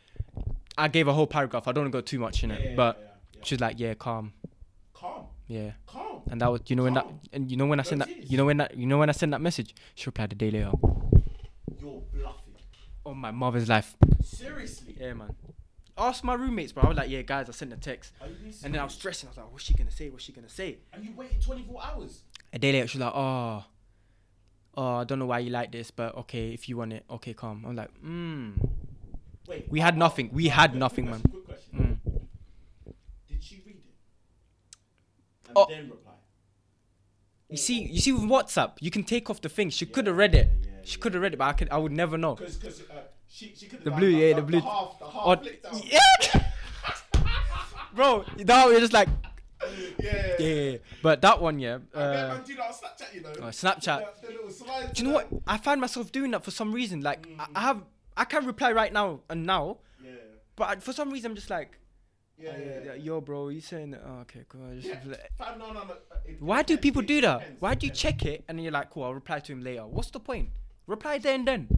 S2: I gave a whole paragraph. I don't want to go too much in
S1: Yeah,
S2: it,
S1: yeah, yeah,
S2: but
S1: yeah, yeah.
S2: she's like, yeah, calm,
S1: calm,
S2: yeah.
S1: calm.
S2: And that was, you know, when that,
S1: Calm.
S2: and you know when I
S1: No
S2: sent that,
S1: tears.
S2: you know when that, you know when I sent that message, she replied a day later.
S1: You're bluffing.
S2: On my mother's life.
S1: Seriously.
S2: Yeah, man. Ask my roommates, bro. I was like, yeah, guys, I sent a text.
S1: Are you being serious?
S2: And then I was stressing. I was like, what's she gonna say? What's she gonna say?
S1: And you waited 24 hours.
S2: A day later, she was like, oh, oh, I don't know why you like this, but okay, if you want it, okay, come. I'm like, mm.
S1: Wait.
S2: We had nothing. We
S1: quick-
S2: had
S1: quick
S2: nothing, man.
S1: question, Quick question.
S2: Mm.
S1: Did she read it? And
S2: Oh.
S1: then reply.
S2: You see, you see, with WhatsApp, you can take off the thing. She
S1: Yeah,
S2: could have read it.
S1: yeah,
S2: she
S1: yeah.
S2: could have read it, but I could, I would never know.
S1: Because because uh, she she could have
S2: The
S1: done
S2: blue, yeah, the
S1: the
S2: blue-
S1: half the half
S2: Or-
S1: flicked out.
S2: [LAUGHS]
S1: [LAUGHS]
S2: yeah, bro. That was just like,
S1: yeah.
S2: yeah, yeah. yeah. But that one, yeah.
S1: I bet
S2: Uh, Oh,
S1: man do that on Snapchat, you know.
S2: Snapchat.
S1: The, the little slides.
S2: do you know what? I find myself doing that for some reason. Like, I, I have, I can reply right now and now,
S1: Yeah.
S2: but I, for some reason, I'm just like.
S1: Yeah,
S2: Oh, Yeah,
S1: yeah, yeah.
S2: Yo, bro, you saying oh, okay, cool. I just
S1: Yeah.
S2: reply-
S1: Fam, no, no, no. It-
S2: Why
S1: it
S2: do
S1: depends,
S2: people
S1: it
S2: do that?
S1: depends,
S2: Why do you
S1: depends.
S2: check it and then you're like, cool, I'll reply to him later. What's the point? Reply there and then.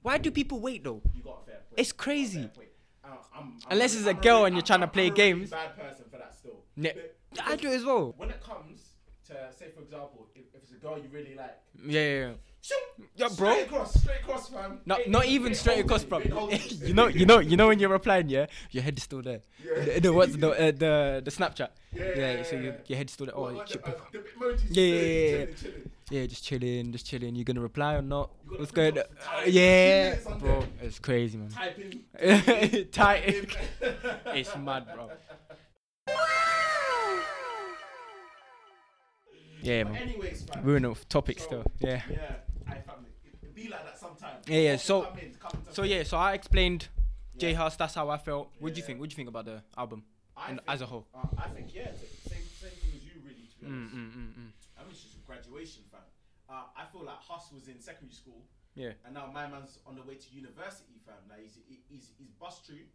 S2: Why do people wait though?
S1: You got a fair point.
S2: It's
S1: You got a
S2: crazy.
S1: fair point. Uh, I'm- I'm
S2: Unless
S1: really-
S2: it's a
S1: I'm
S2: girl
S1: really-
S2: and you're
S1: I'm-
S2: trying to
S1: I'm
S2: play
S1: a really
S2: games.
S1: Bad person for that still.
S2: Ne-
S1: But-
S2: I do as well.
S1: When it comes to say, for example, if, if it's a girl you really like,
S2: Yeah, yeah, yeah.
S1: shoot,
S2: Yeah, bro.
S1: straight across, straight across, fam.
S2: Not,
S1: Ain't-
S2: not
S1: ain't-
S2: even
S1: ain't
S2: straight
S1: holding
S2: across,
S1: it,
S2: bro.
S1: ain't
S2: [LAUGHS]
S1: holding it.
S2: you know, you
S1: [LAUGHS]
S2: know, you know when you're replying, yeah, your head is still there.
S1: Yeah.
S2: The, the what's the uh, the the Snapchat?
S1: Yeah,
S2: so
S1: yeah,
S2: your,
S1: yeah.
S2: your head's still there.
S1: What,
S2: Oh,
S1: what
S2: chip-
S1: the, uh, the emojis,
S2: Yeah, yeah,
S1: chilling,
S2: yeah, yeah.
S1: chilling, chilling.
S2: yeah, just chilling, just chilling. You gonna reply or not?
S1: You gotta
S2: What's
S1: print
S2: going? on?
S1: off the time.
S2: yeah,
S1: Minutes on
S2: bro,
S1: there.
S2: it's crazy, man.
S1: Type in. [LAUGHS]
S2: [LAUGHS] Tight.
S1: in.
S2: It's mad, bro. Yeah,
S1: But
S2: man.
S1: anyways, fam.
S2: We're on off topic
S1: so,
S2: still. Yeah.
S1: Yeah. I family. It, it be like that sometimes.
S2: Yeah, yeah,
S1: People
S2: so-
S1: come in, come to
S2: So
S1: me.
S2: yeah, so I explained J
S1: Yeah.
S2: House. That's how I felt. What do you
S1: Yeah.
S2: think? What do you think about the album
S1: I
S2: and
S1: think-
S2: as a whole?
S1: Uh, I think yeah, t- same same thing as you really. To be
S2: Mm,
S1: honest,
S2: mm, mm, mm.
S1: I mean, it's just a graduation, fam. Uh, I feel like Huss was in secondary school,
S2: Yeah.
S1: and now my man's on the way to university, fam. Like he's he- he's, he's bust through.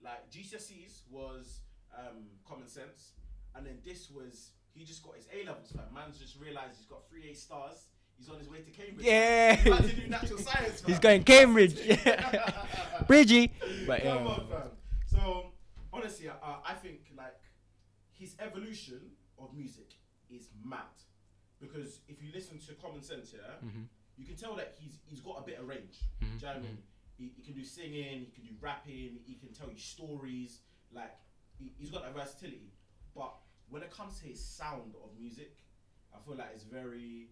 S1: Like GCSEs was um, common sense, and then this was he just got his A levels, fam. Man's just realised he's got three A stars. He's on his way to Cambridge. fam.
S2: Yeah.
S1: He's about to do natural science.
S2: [LAUGHS] He's
S1: fam. [LAUGHS]
S2: going Cambridge. [LAUGHS] Bridgie. [LAUGHS] But um, yeah.
S1: Come on, fam. So honestly, uh, I think like his evolution of music is mad because if you listen to Common Sense, yeah,
S2: Mm-hmm.
S1: you can tell that he's he's got a bit of range. Do you know what I mean? He, he can do singing, he can do rapping, he can tell you stories. Like he, he's got that versatility. But when it comes to his sound of music, I feel like it's very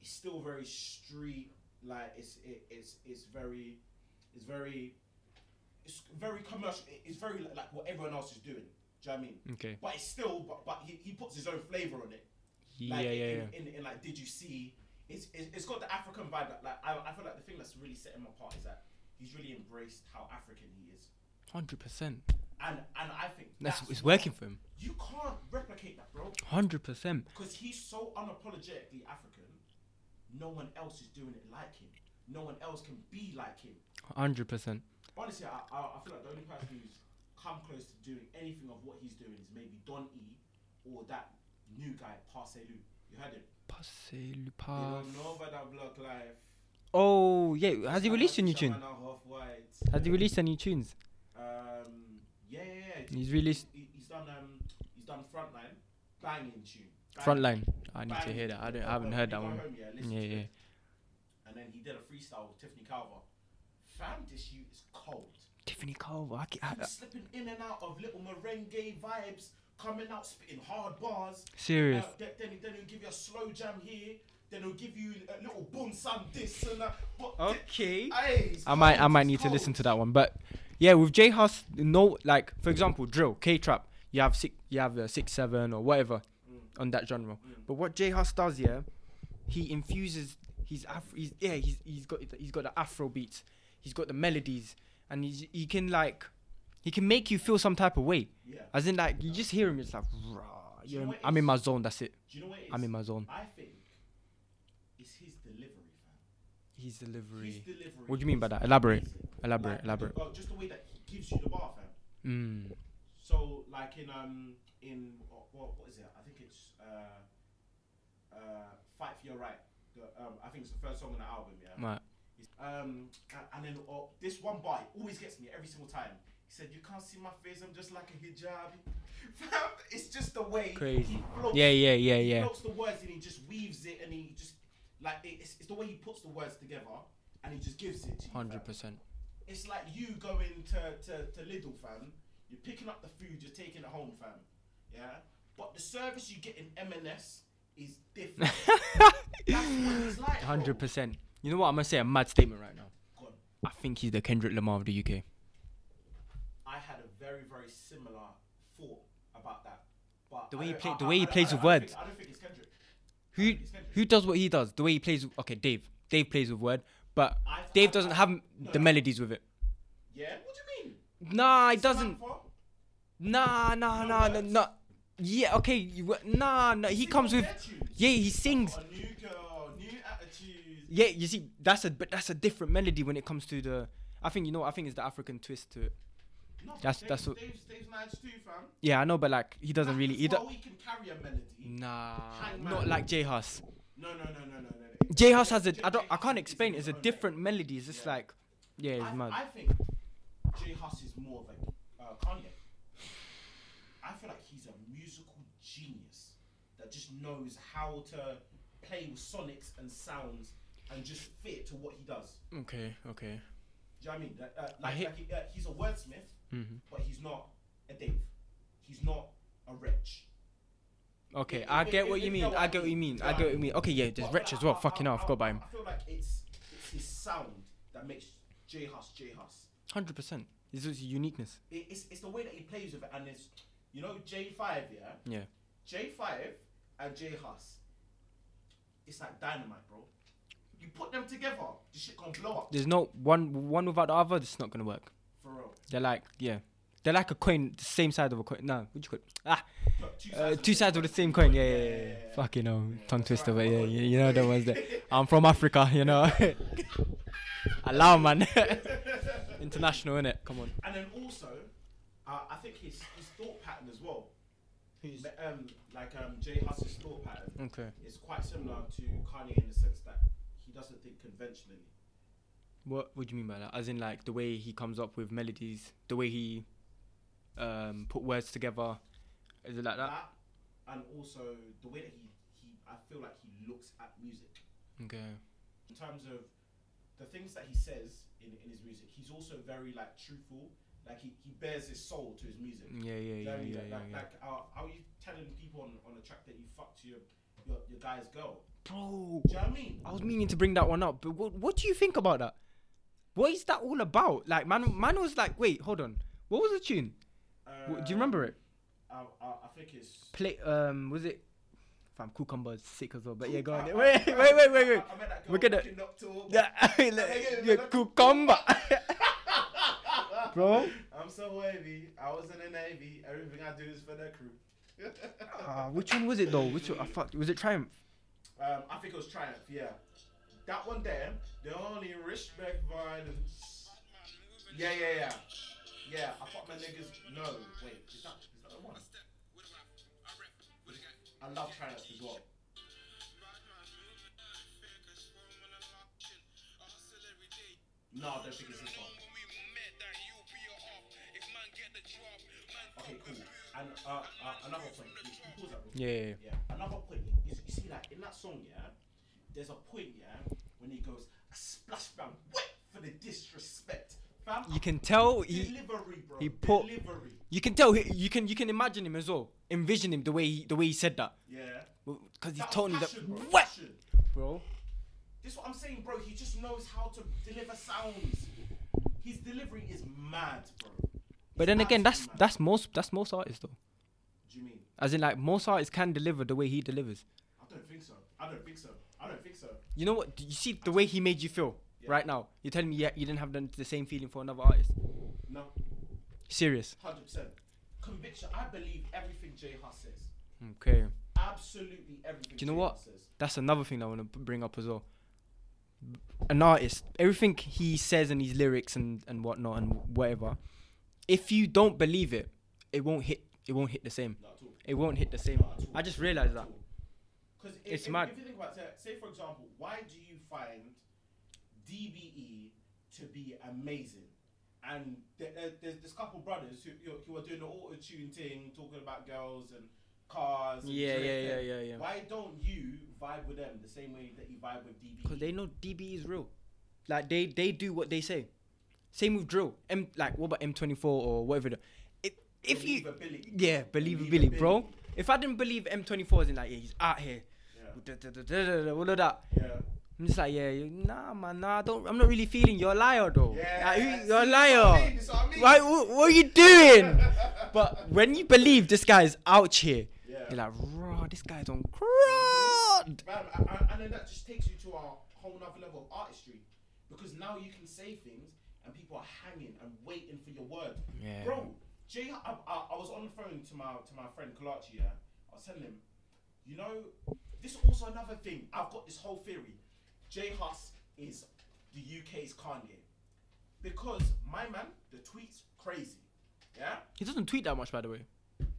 S1: it's still very street like it's it, it's it's very it's very it's very commercial it- it's very li- like what everyone else is doing do you know what I mean
S2: Okay.
S1: but it's still but, but he, he puts his own flavour on it
S2: Yeah,
S1: like
S2: yeah, yeah.
S1: in, in, in like did you see it's, it's it's got the African vibe that like I, I feel like the thing that's really set him apart is that he's really embraced how African he is
S2: Hundred percent.
S1: and and I think
S2: That's
S1: that's
S2: it's
S1: what-
S2: working for him.
S1: you can't replicate that bro
S2: Hundred percent.
S1: because he's so unapologetically African, no one else is doing it like him. No one else can be like him.
S2: Hundred percent.
S1: Honestly, I, I, I feel like the only person who's come close to doing anything of what he's doing is maybe Don E or that new guy, Passe Lou. You heard him?
S2: Passe
S1: They
S2: Lupa.
S1: don't know about that block life.
S2: Oh yeah. Has he
S1: Shaman-
S2: released a new tune?
S1: Shaman are half white.
S2: Has he released any tunes?
S1: Um, yeah, yeah, yeah.
S2: He's released-
S1: He, he's done. Um, he's done frontline, banging tune. Banging.
S2: Frontline. I need to hear that. I don't. I haven't heard that one. Yeah, yeah.
S1: And then he did a freestyle with Tiffany Calver. Fam, this you is cold.
S2: Tiffany Cole. I, ca- I,
S1: He's slipping in and out of little merengue vibes, coming out spitting hard bars.
S2: serious.
S1: Uh, th- then, then he'll give you a slow jam here. Then he'll give you a little boom sam this and that. But
S2: Okay.
S1: Aye, it's
S2: I might I
S1: cold,
S2: might
S1: it's
S2: need to
S1: cold.
S2: listen to that one. But yeah, with J House, no like for example, drill, K trap, you have six you have uh, six seven or whatever on that genre. But what J House does, yeah, he infuses his Afro. He's, yeah, he's he's got he's got the Afro beats, he's got the melodies, and he's, he can like he can make you feel some type of way.
S1: Yeah.
S2: As in like you just hear him, it's like
S1: you
S2: rah,
S1: know
S2: you're in-
S1: what it
S2: I'm in
S1: is?
S2: my zone. That's it.
S1: Do you know what it is?
S2: I'm in my zone.
S1: I think it's his delivery, fam.
S2: His
S1: His
S2: delivery.
S1: delivery.
S2: What do you mean by
S1: is
S2: that? Elaborate.
S1: amazing.
S2: Elaborate.
S1: Like,
S2: Elaborate.
S1: oh, just the way that he gives you the bar, fam.
S2: Mm.
S1: So, like in um in what, what, what is it? I think it's uh uh fight for your right. The, um, I think it's the first song on the album. Yeah.
S2: Right.
S1: It's- Um, a- and then oh, this one bar it always gets me every single time. He said, "You can't see my face. I'm just like a hijab." [LAUGHS] Fam, it's just the way
S2: Crazy.
S1: he floats.
S2: Yeah. Yeah. Yeah.
S1: He
S2: Yeah.
S1: floats the words and he just weaves it and he just like it- it's, it's the way he puts the words together and he just gives it to you.
S2: Hundred
S1: fam.
S2: percent.
S1: It's like you going to, to, to Lidl, fam. You're picking up the food, you're taking it home, fam. Yeah? But the service you get in M&S is different. That's what it's like. bro.
S2: Hundred percent. You know what? I'm gonna say a mad statement right now.
S1: God,
S2: I think he's the Kendrick Lamar of the UK.
S1: I had a very, very similar thought about that. But
S2: The
S1: I
S2: way he
S1: don't-
S2: play-
S1: I-
S2: the
S1: I-
S2: way he
S1: I don't-
S2: plays
S1: I
S2: with
S1: don't
S2: words.
S1: think- I don't think it's Kendrick.
S2: Who
S1: It's Kendrick.
S2: who does what he does? The way he plays. Okay, Dave. Dave plays with word, but
S1: I-
S2: Dave
S1: I-
S2: doesn't
S1: I-
S2: have m-
S1: no,
S2: the
S1: no.
S2: melodies with it.
S1: Yeah? What do you mean?
S2: Nah, he doesn't.
S1: Samantha?
S2: Nah, nah,
S1: No
S2: nah, nah,
S1: words.
S2: nah. Yeah, okay. You, w- nah, nah. He
S1: Sing
S2: comes
S1: on
S2: with.
S1: their tunes.
S2: Yeah, he sings.
S1: A new girl, new attitudes.
S2: Yeah, you see, that's a but that's a different melody when it comes to the. I think you know. I think it's the African twist to it.
S1: No,
S2: That's-
S1: Dave-
S2: that's what-
S1: Dave's, Dave's nice too, fam.
S2: Yeah, I know, but like he doesn't
S1: That's
S2: really. He do-
S1: why we can carry a melody.
S2: nah,
S1: Hangman.
S2: not like J Hus.
S1: No, no, no, no, no, no.
S2: J House has a.
S1: J-
S2: I don't.
S1: J-
S2: I can't
S1: J-
S2: explain.
S1: is
S2: It's a
S1: his own
S2: different melody. It's just
S1: Yeah.
S2: like, yeah,
S1: thing.
S2: it's mad.
S1: I, I think J Huss is more of a uh, Kanye. I feel like he's a musical genius that just knows how to play with sonics and sounds and just fit it to what he does.
S2: okay, okay.
S1: Do you know what I mean? Like, uh,
S2: I
S1: like,
S2: hate-
S1: like he, uh, he's a wordsmith,
S2: Mhm.
S1: but he's not a Dave. He's not a wretch.
S2: Okay,
S1: If-
S2: I
S1: if-
S2: get
S1: if-
S2: what
S1: if
S2: you mean.
S1: know
S2: I get what you mean. I get what you mean. Okay, yeah, there's
S1: But-
S2: Wretch
S1: but
S2: as well.
S1: I- I-
S2: Fucking hell, I forgot about him.
S1: I feel like it's it's his sound that makes J Huss J Huss.
S2: 100%. It's just uniqueness.
S1: It- it's, it's the way that he plays with it, and it's you know J Five, yeah.
S2: Yeah.
S1: J Five and J Huss, it's like dynamite, bro. You put them together, the shit gonna blow up.
S2: There's no one one without the other. It's not gonna work.
S1: For real.
S2: They're like yeah, they're like a coin, the same side of a coin. No, what would you call it? Ah,
S1: Look, two
S2: uh,
S1: of
S2: two
S1: the
S2: sides of the same coin. Yeah, yeah, yeah. yeah. Fucking hell, tongue twister, but yeah,
S1: Alright,
S2: you, you know the ones that. I'm from Africa, you know. [LAUGHS] Allow man, [LAUGHS] international innit? Come on.
S1: And then also, uh, I think his his thought pattern as well.
S2: Who's- Mm.
S1: um, like um, Jay Huss's thought pattern
S2: Okay.
S1: is quite similar to Kanye in the sense that he doesn't think conventionally.
S2: What What do you mean by that? As in, like the way he comes up with melodies, the way he um, put words together. Is it like that?
S1: That and also the way that he, he I feel like he looks at music
S2: Okay.
S1: in terms of the things that he says in, in his music. He's also very like truthful. Like he, he bears his soul to his music.
S2: Yeah, yeah,
S1: Do you
S2: yeah,
S1: know what I mean?
S2: yeah,
S1: like,
S2: yeah.
S1: like,
S2: yeah.
S1: like, uh, how are you telling people on, on a track that you fucked your, your your guy's girl?
S2: Bro,
S1: Do you know what I mean?
S2: I was meaning to bring that one up, but what What do you think about that? What is that all about? Like, man, man was like, wait, hold on. What was the tune? Wha- do you remember it?
S1: I, Uh, I, I think it's.
S2: Play. Um, was it? Fam, cucumber is sick as well. But yeah, go on. Wait, wait, wait, wait, wait.
S1: I, I met that girl.
S2: We're gonna. [LAUGHS]
S1: fucking Nocturne. [LAUGHS]
S2: Yeah, yeah, cucumber. [LAUGHS] Bro.
S1: I'm so wavy. I was in the navy. Everything I do is for the crew.
S2: Ah, which one was it though? Which one? I fucked. Was it Triumph?
S1: Um, I think it was Triumph. Yeah, that one there. The only respect violence. Yeah, yeah, yeah, yeah. I fuck my niggas. No, wait. Is that is that the one? I love Triumph as well. No, I don't think it's this one. Okay, cool. And uh, uh another point. You can pause that real quick.
S2: Yeah. yeah, yeah.
S1: Yeah. Another point. You, you see, like in that song, yeah, there's a point, yeah, when he goes, "I splash bang, wet for the disrespect, fam."
S2: You can tell he.
S1: delivery, bro.
S2: he put-
S1: delivery.
S2: You can tell. He, you can. You can imagine him as well. Envision him the way he, the way he said that.
S1: Yeah.
S2: Because he's
S1: That
S2: told him that.
S1: passion, bro,
S2: What,
S1: passion.
S2: bro?
S1: This is what I'm saying, bro. He just knows how to deliver sounds. His delivery is mad, bro.
S2: But then again, that's
S1: Absolutely, man.
S2: that's most that's most artists though.
S1: Do you mean?
S2: As in, like most artists can deliver the way he delivers.
S1: I don't think so. I don't think so. I don't think so.
S2: You know what? You see the way he made you feel
S1: Yeah.
S2: right now. You're telling me yeah, you didn't have the, the same feeling for another artist.
S1: No,
S2: Serious.
S1: hundred percent. Conviction. I believe everything Jay Huss says.
S2: Okay.
S1: Absolutely everything.
S2: Do you know
S1: Jay
S2: what?
S1: Huss says.
S2: That's another thing I want to bring up as well. An artist, everything he says in his lyrics and and whatnot and whatever, if you don't believe it, it won't hit. It won't hit the same.
S1: Not at all.
S2: It won't hit the same. I just realized that.
S1: Because if,
S2: It's
S1: if,
S2: mad.
S1: if you think about it, say for example, why do you find DBE to be amazing? And there, there, there's this couple brothers who who- who are doing the auto tune thing, talking about girls and cars. And
S2: Yeah, yeah,
S1: Drake
S2: yeah,
S1: and-
S2: yeah, yeah.
S1: Why don't you vibe with them the same way that you vibe with E? DBE?
S2: Because they know DB is real. Like they they do what they say. Same with drill. M like what about M24 or whatever. The, it, if you
S1: Believability.
S2: yeah believability, bro.
S1: Believability.
S2: If I didn't believe M24 is in like yeah, he's out here,
S1: Yeah.
S2: da- da- da- da- da- da, all of that.
S1: Yeah.
S2: I'm just like yeah, you- nah man, nah. I don't. I'm not really feeling. You're a liar though.
S1: Yeah,
S2: Like, you-
S1: see,
S2: you're
S1: that's what I
S2: a
S1: mean,
S2: liar.
S1: that's what I mean.
S2: Why? What, what are you
S1: [LAUGHS]
S2: doing? but when you believe this guy is out here,
S1: Yeah.
S2: you're like, raw. This guy's on crud.
S1: Man, and- and, and then that just takes you to a whole nother level of artistry because now you can say things and people are hanging and waiting for your word.
S2: Yeah.
S1: Bro, Jay, I, I, I was on the phone to my to my friend Kalachi, yeah. I was telling him, you know, this is also another thing. I've got this whole theory. Jay Huss is the UK's Kanye. Because my man, the tweets crazy. Yeah?
S2: He doesn't tweet that much, by the way.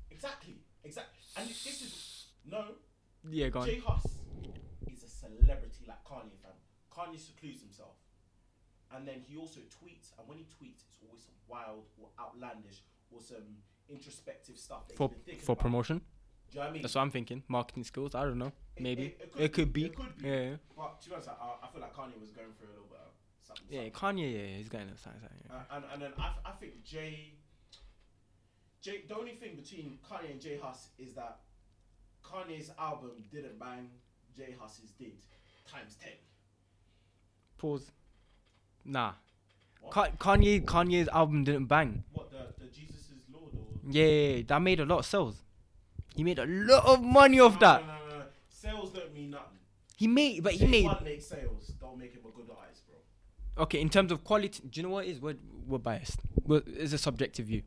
S1: Exactly. Exactly. And this is no,
S2: Yeah, go on.
S1: Jay Huss is a celebrity like Kanye, fam. Kanye secludes himself. And then he also tweets, and when he tweets, it's always some wild or outlandish or some introspective stuff. That
S2: for
S1: he's been thinking
S2: for
S1: about.
S2: promotion.
S1: Do you know what I mean?
S2: That's what I'm thinking. Marketing skills. I don't know.
S1: It-
S2: Maybe
S1: It,
S2: it could be.
S1: It could be.
S2: Yeah,
S1: But to be honest, I, I feel like Kanye was going through a little bit of something.
S2: yeah. Yeah,
S1: something.
S2: Kanye. Yeah, he's getting something. Yeah.
S1: Uh, and, and then I, I think Jay, Jay. The only thing between Kanye and Jay Huss is that Kanye's album didn't bang, Jay Huss's did, times ten.
S2: Pause. Nah.
S1: What?
S2: Ka- Kanye. Kanye's album didn't bang.
S1: What the the Jesus is Lord or
S2: Yeah, that made a lot of sales. He made a lot of money off that.
S1: No, no, no, no, don't mean nothing.
S2: He made, but he
S1: Take
S2: made.
S1: one late sales, don't make him a good artist, bro.
S2: Okay, in terms of quality, do you know what it is? We're, we're biased. We're, it's a subjective view.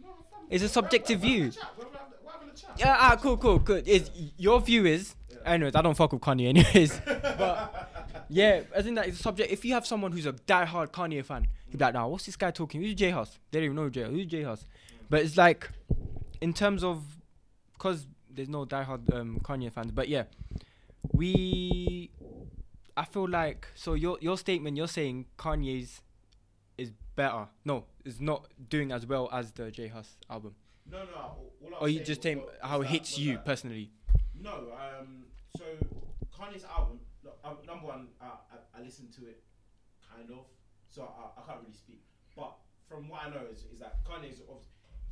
S1: No, fam,
S2: It's a
S1: we're-
S2: subjective
S1: we're having a
S2: view.
S1: chat, We're having a- we're having a chat.
S2: Yeah, ah, cool, cool, good. Is your view is? Anyways, I don't fuck with Kanye. Anyways, [LAUGHS] but yeah, I think that is a subject. If you have someone who's a diehard Kanye fan, you'd be like, "Nah, what's this guy talking? Who's J House? They don't even know J. Who's J House?" But it's like, in terms of, cause there's no diehard um, Kanye fans. But yeah, we, I feel like so your your statement you're saying Kanye's is better. No, is not doing as well as the J House album.
S1: [LAUGHS] No, no. all- All I
S2: Or
S1: was
S2: Oh, you
S1: saying
S2: just
S1: was-
S2: saying
S1: was
S2: how it
S1: that-
S2: hits
S1: was
S2: you
S1: that-
S2: personally.
S1: No, um, so Kanye's album, look, um, number one, uh, I, I listened to it, kind of, so I, I can't really speak. But from what I know is, is that Kanye's a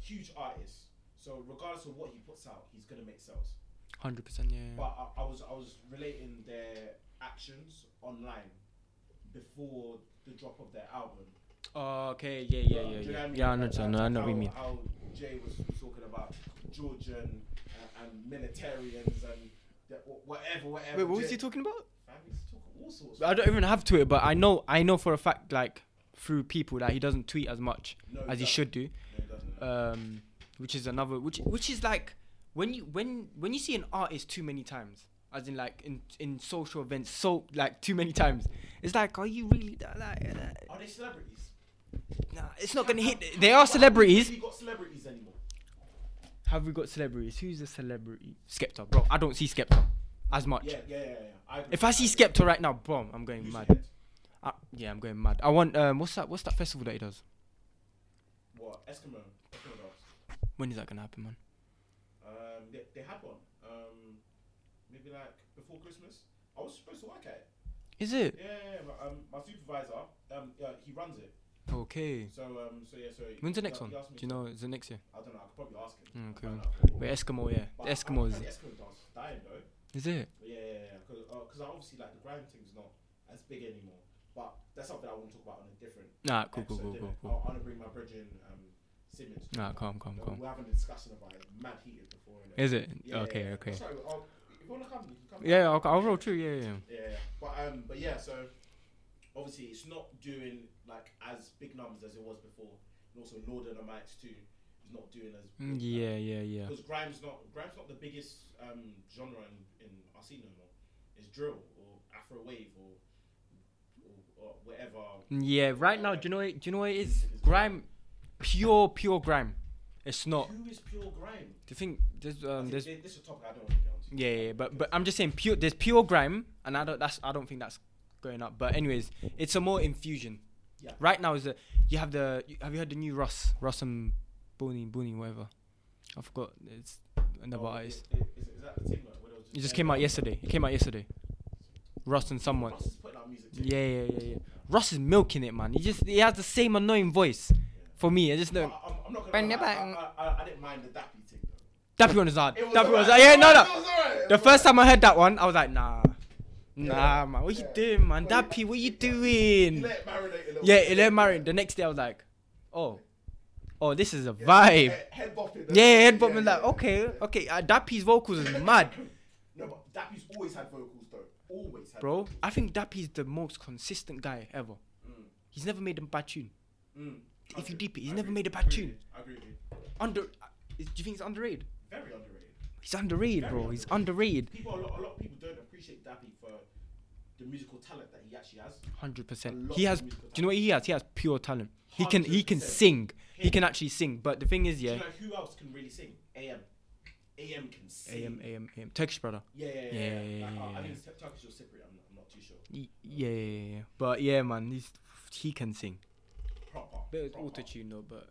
S1: huge artist, so regardless of what he puts out, he's gonna make sales.
S2: Hundred percent, yeah.
S1: But I, I was I was relating their actions online before the drop of their album.
S2: Oh, okay, yeah, yeah,
S1: Do
S2: yeah,
S1: you know what
S2: yeah.
S1: I mean?
S2: Yeah, I know,
S1: Like,
S2: I
S1: like
S2: know, I know what you
S1: how-
S2: mean.
S1: How Jay was talking about Georgian uh, and militarians and the, wh- whatever, whatever.
S2: Wait, what was
S1: Jay-
S2: he talking about?
S1: Fam, he's talking all sorts.
S2: I don't even have Twitter, but I know, I know for a fact, like through people, that he doesn't tweet as much
S1: No,
S2: as he
S1: doesn't.
S2: should do.
S1: No, he doesn't.
S2: Um, which is another, which which is like when you when when you see an artist too many times, as in like in in social events, so like too many times, it's like, are you really that? Like, uh,
S1: Are they celebrities?
S2: nah, it's not gonna hit. They
S1: Why
S2: are
S1: haven't
S2: celebrities.
S1: We really got celebrities anymore.
S2: Have we got celebrities? Who's a celebrity? Skepta, bro. I don't see Skepta as much.
S1: Yeah, yeah, yeah. yeah. I agree.
S2: If I see
S1: agree.
S2: Skepta right now, bro, I'm going
S1: Who's
S2: mad.
S1: ahead?
S2: I, Ah, yeah, I'm going mad. I want um, what's that? What's that festival that he does?
S1: What Eskimo? Eskimo dogs.
S2: When is that gonna happen, man?
S1: Um, they, they had one. Um, maybe like before Christmas. I was supposed to work at it.
S2: Is it
S1: Yeah, yeah, yeah. My, um, my supervisor, um, yeah, he runs it.
S2: okay?
S1: So, um, so yeah, so. he-
S2: Mm. When's the
S1: he-
S2: next
S1: he
S2: one? Do
S1: asked me
S2: you
S1: to-
S2: know? Is it next year?
S1: I don't know. I could probably ask him.
S2: Mm,
S1: I'll find
S2: cool.
S1: out.
S2: Wait, Eskimo, yeah.
S1: But I-
S2: The
S1: I
S2: Eskimos.
S1: think the Eskimo dance is dying though.
S2: Is it?
S1: Yeah, yeah, yeah. Because uh 'cause obviously like the grind thing's not as big anymore. But that's something I want to talk about on a different.
S2: Nah, cool, cool, cool,
S1: episode,
S2: cool,
S1: innit?
S2: cool.
S1: I want to bring my bridge in, um, Simmons.
S2: Nah, calm, calm, calm.
S1: We're having a discussion about it. Mad heated before. innit?
S2: Is it?
S1: Yeah,
S2: Okay,
S1: yeah, yeah.
S2: okay.
S1: Sorry, I'll, if you want to come, you can come.
S2: Yeah, I'll, I'll roll through. Yeah, yeah.
S1: Yeah, yeah. but um, but yeah. So obviously, it's not doing like as big numbers as it was before, and also Lord and the Mics too is not doing as.
S2: Mm, Yeah, yeah, yeah.
S1: Because grime's not grime's not the biggest um genre in in our scene no more. It's drill or Afro wave or or, or whatever.
S2: Mm, Yeah. Right now, do you know? What, do you know what it is? Grime, pure, pure grime. It's not.
S1: Who is pure grime?
S2: Do you think there's
S1: I
S2: um
S1: think
S2: there's
S1: thi- this is a topic I don't want to get onto.
S2: Yeah, yeah, yeah, but but I'm just saying pure. There's pure grime, and I don't. That's I don't think that's going up. But anyways, it's a more infusion.
S1: Yeah.
S2: Right now is the you have the you, have you heard the new Russ Russ and Booney Booney whatever, I forgot it's another
S1: Oh,
S2: artist.
S1: i- i- Is, is that the thing? Like, where they was
S2: It just
S1: saying-
S2: came out yesterday. It came out yesterday. Russ and someone.
S1: Russ is putting out music too.
S2: Yeah, yeah, yeah, yeah. Russ is milking it, man. He just he has the same annoying voice. For me, I just
S1: I,
S2: know.
S1: I'm, I'm not
S2: Bang,
S1: gonna. Lie,
S2: bang.
S1: I, I, I, I didn't mind the Dappy thing though.
S2: Dappy on his hard.
S1: It was
S2: Dappy on his hard.
S1: alright.
S2: Yeah, no,
S1: It
S2: no.
S1: was alright.
S2: The first time I heard that one, I was like, nah. Nah,
S1: Yeah.
S2: man. What you
S1: Yeah.
S2: doing, man?
S1: Well, you-
S2: Dappy, what you
S1: yeah.
S2: doing?
S1: Let it marinate a little
S2: Yeah,
S1: bit.
S2: it let Marion. The next day, I was like, oh, oh, this is a
S1: Yeah,
S2: vibe.
S1: Head, head bopping.
S2: Yeah, head
S1: yeah,
S2: bopping like,
S1: yeah,
S2: okay,
S1: yeah.
S2: okay. Uh, Dappy's vocals is mad,
S1: No, but Dappy's always had vocals though. Always had.
S2: bro.
S1: vocals.
S2: I think Dappy's the most consistent guy ever.
S1: Mm,
S2: He's never made a bad tune.
S1: mm.
S2: If
S1: Okay,
S2: you deep it, he's
S1: I
S2: never
S1: agree-
S2: made a
S1: I
S2: bad
S1: agree
S2: tune.
S1: with you, I agree with you.
S2: Under, uh, is- do you think he's underrated?
S1: Very underrated.
S2: He's underrated,
S1: Very
S2: bro. He's underrated.
S1: underrated. People, a lot, a lot of people don't appreciate Dappy for the musical talent that he actually has.
S2: Hundred
S1: A
S2: percent.
S1: lot
S2: He
S1: of
S2: has. Do
S1: musical
S2: you know what he has? He has pure talent. He can. He can
S1: 100%.
S2: sing. He
S1: Him.
S2: can actually sing. But the thing is,
S1: Do
S2: yeah.
S1: you know who else can really sing? AM. AM can sing.
S2: Am am am. Turkish brother.
S1: Yeah, yeah, yeah.
S2: Yeah,
S1: yeah,
S2: yeah,
S1: Like,
S2: yeah,
S1: uh,
S2: yeah,
S1: I think
S2: yeah.
S1: it's Tur- Turkish or Cypriot. I'm not, I'm not too sure.
S2: Y- Yeah, yeah, yeah, yeah. But yeah, man, he's he can sing.
S1: Proper.
S2: Bit of
S1: proper.
S2: auto tune though, but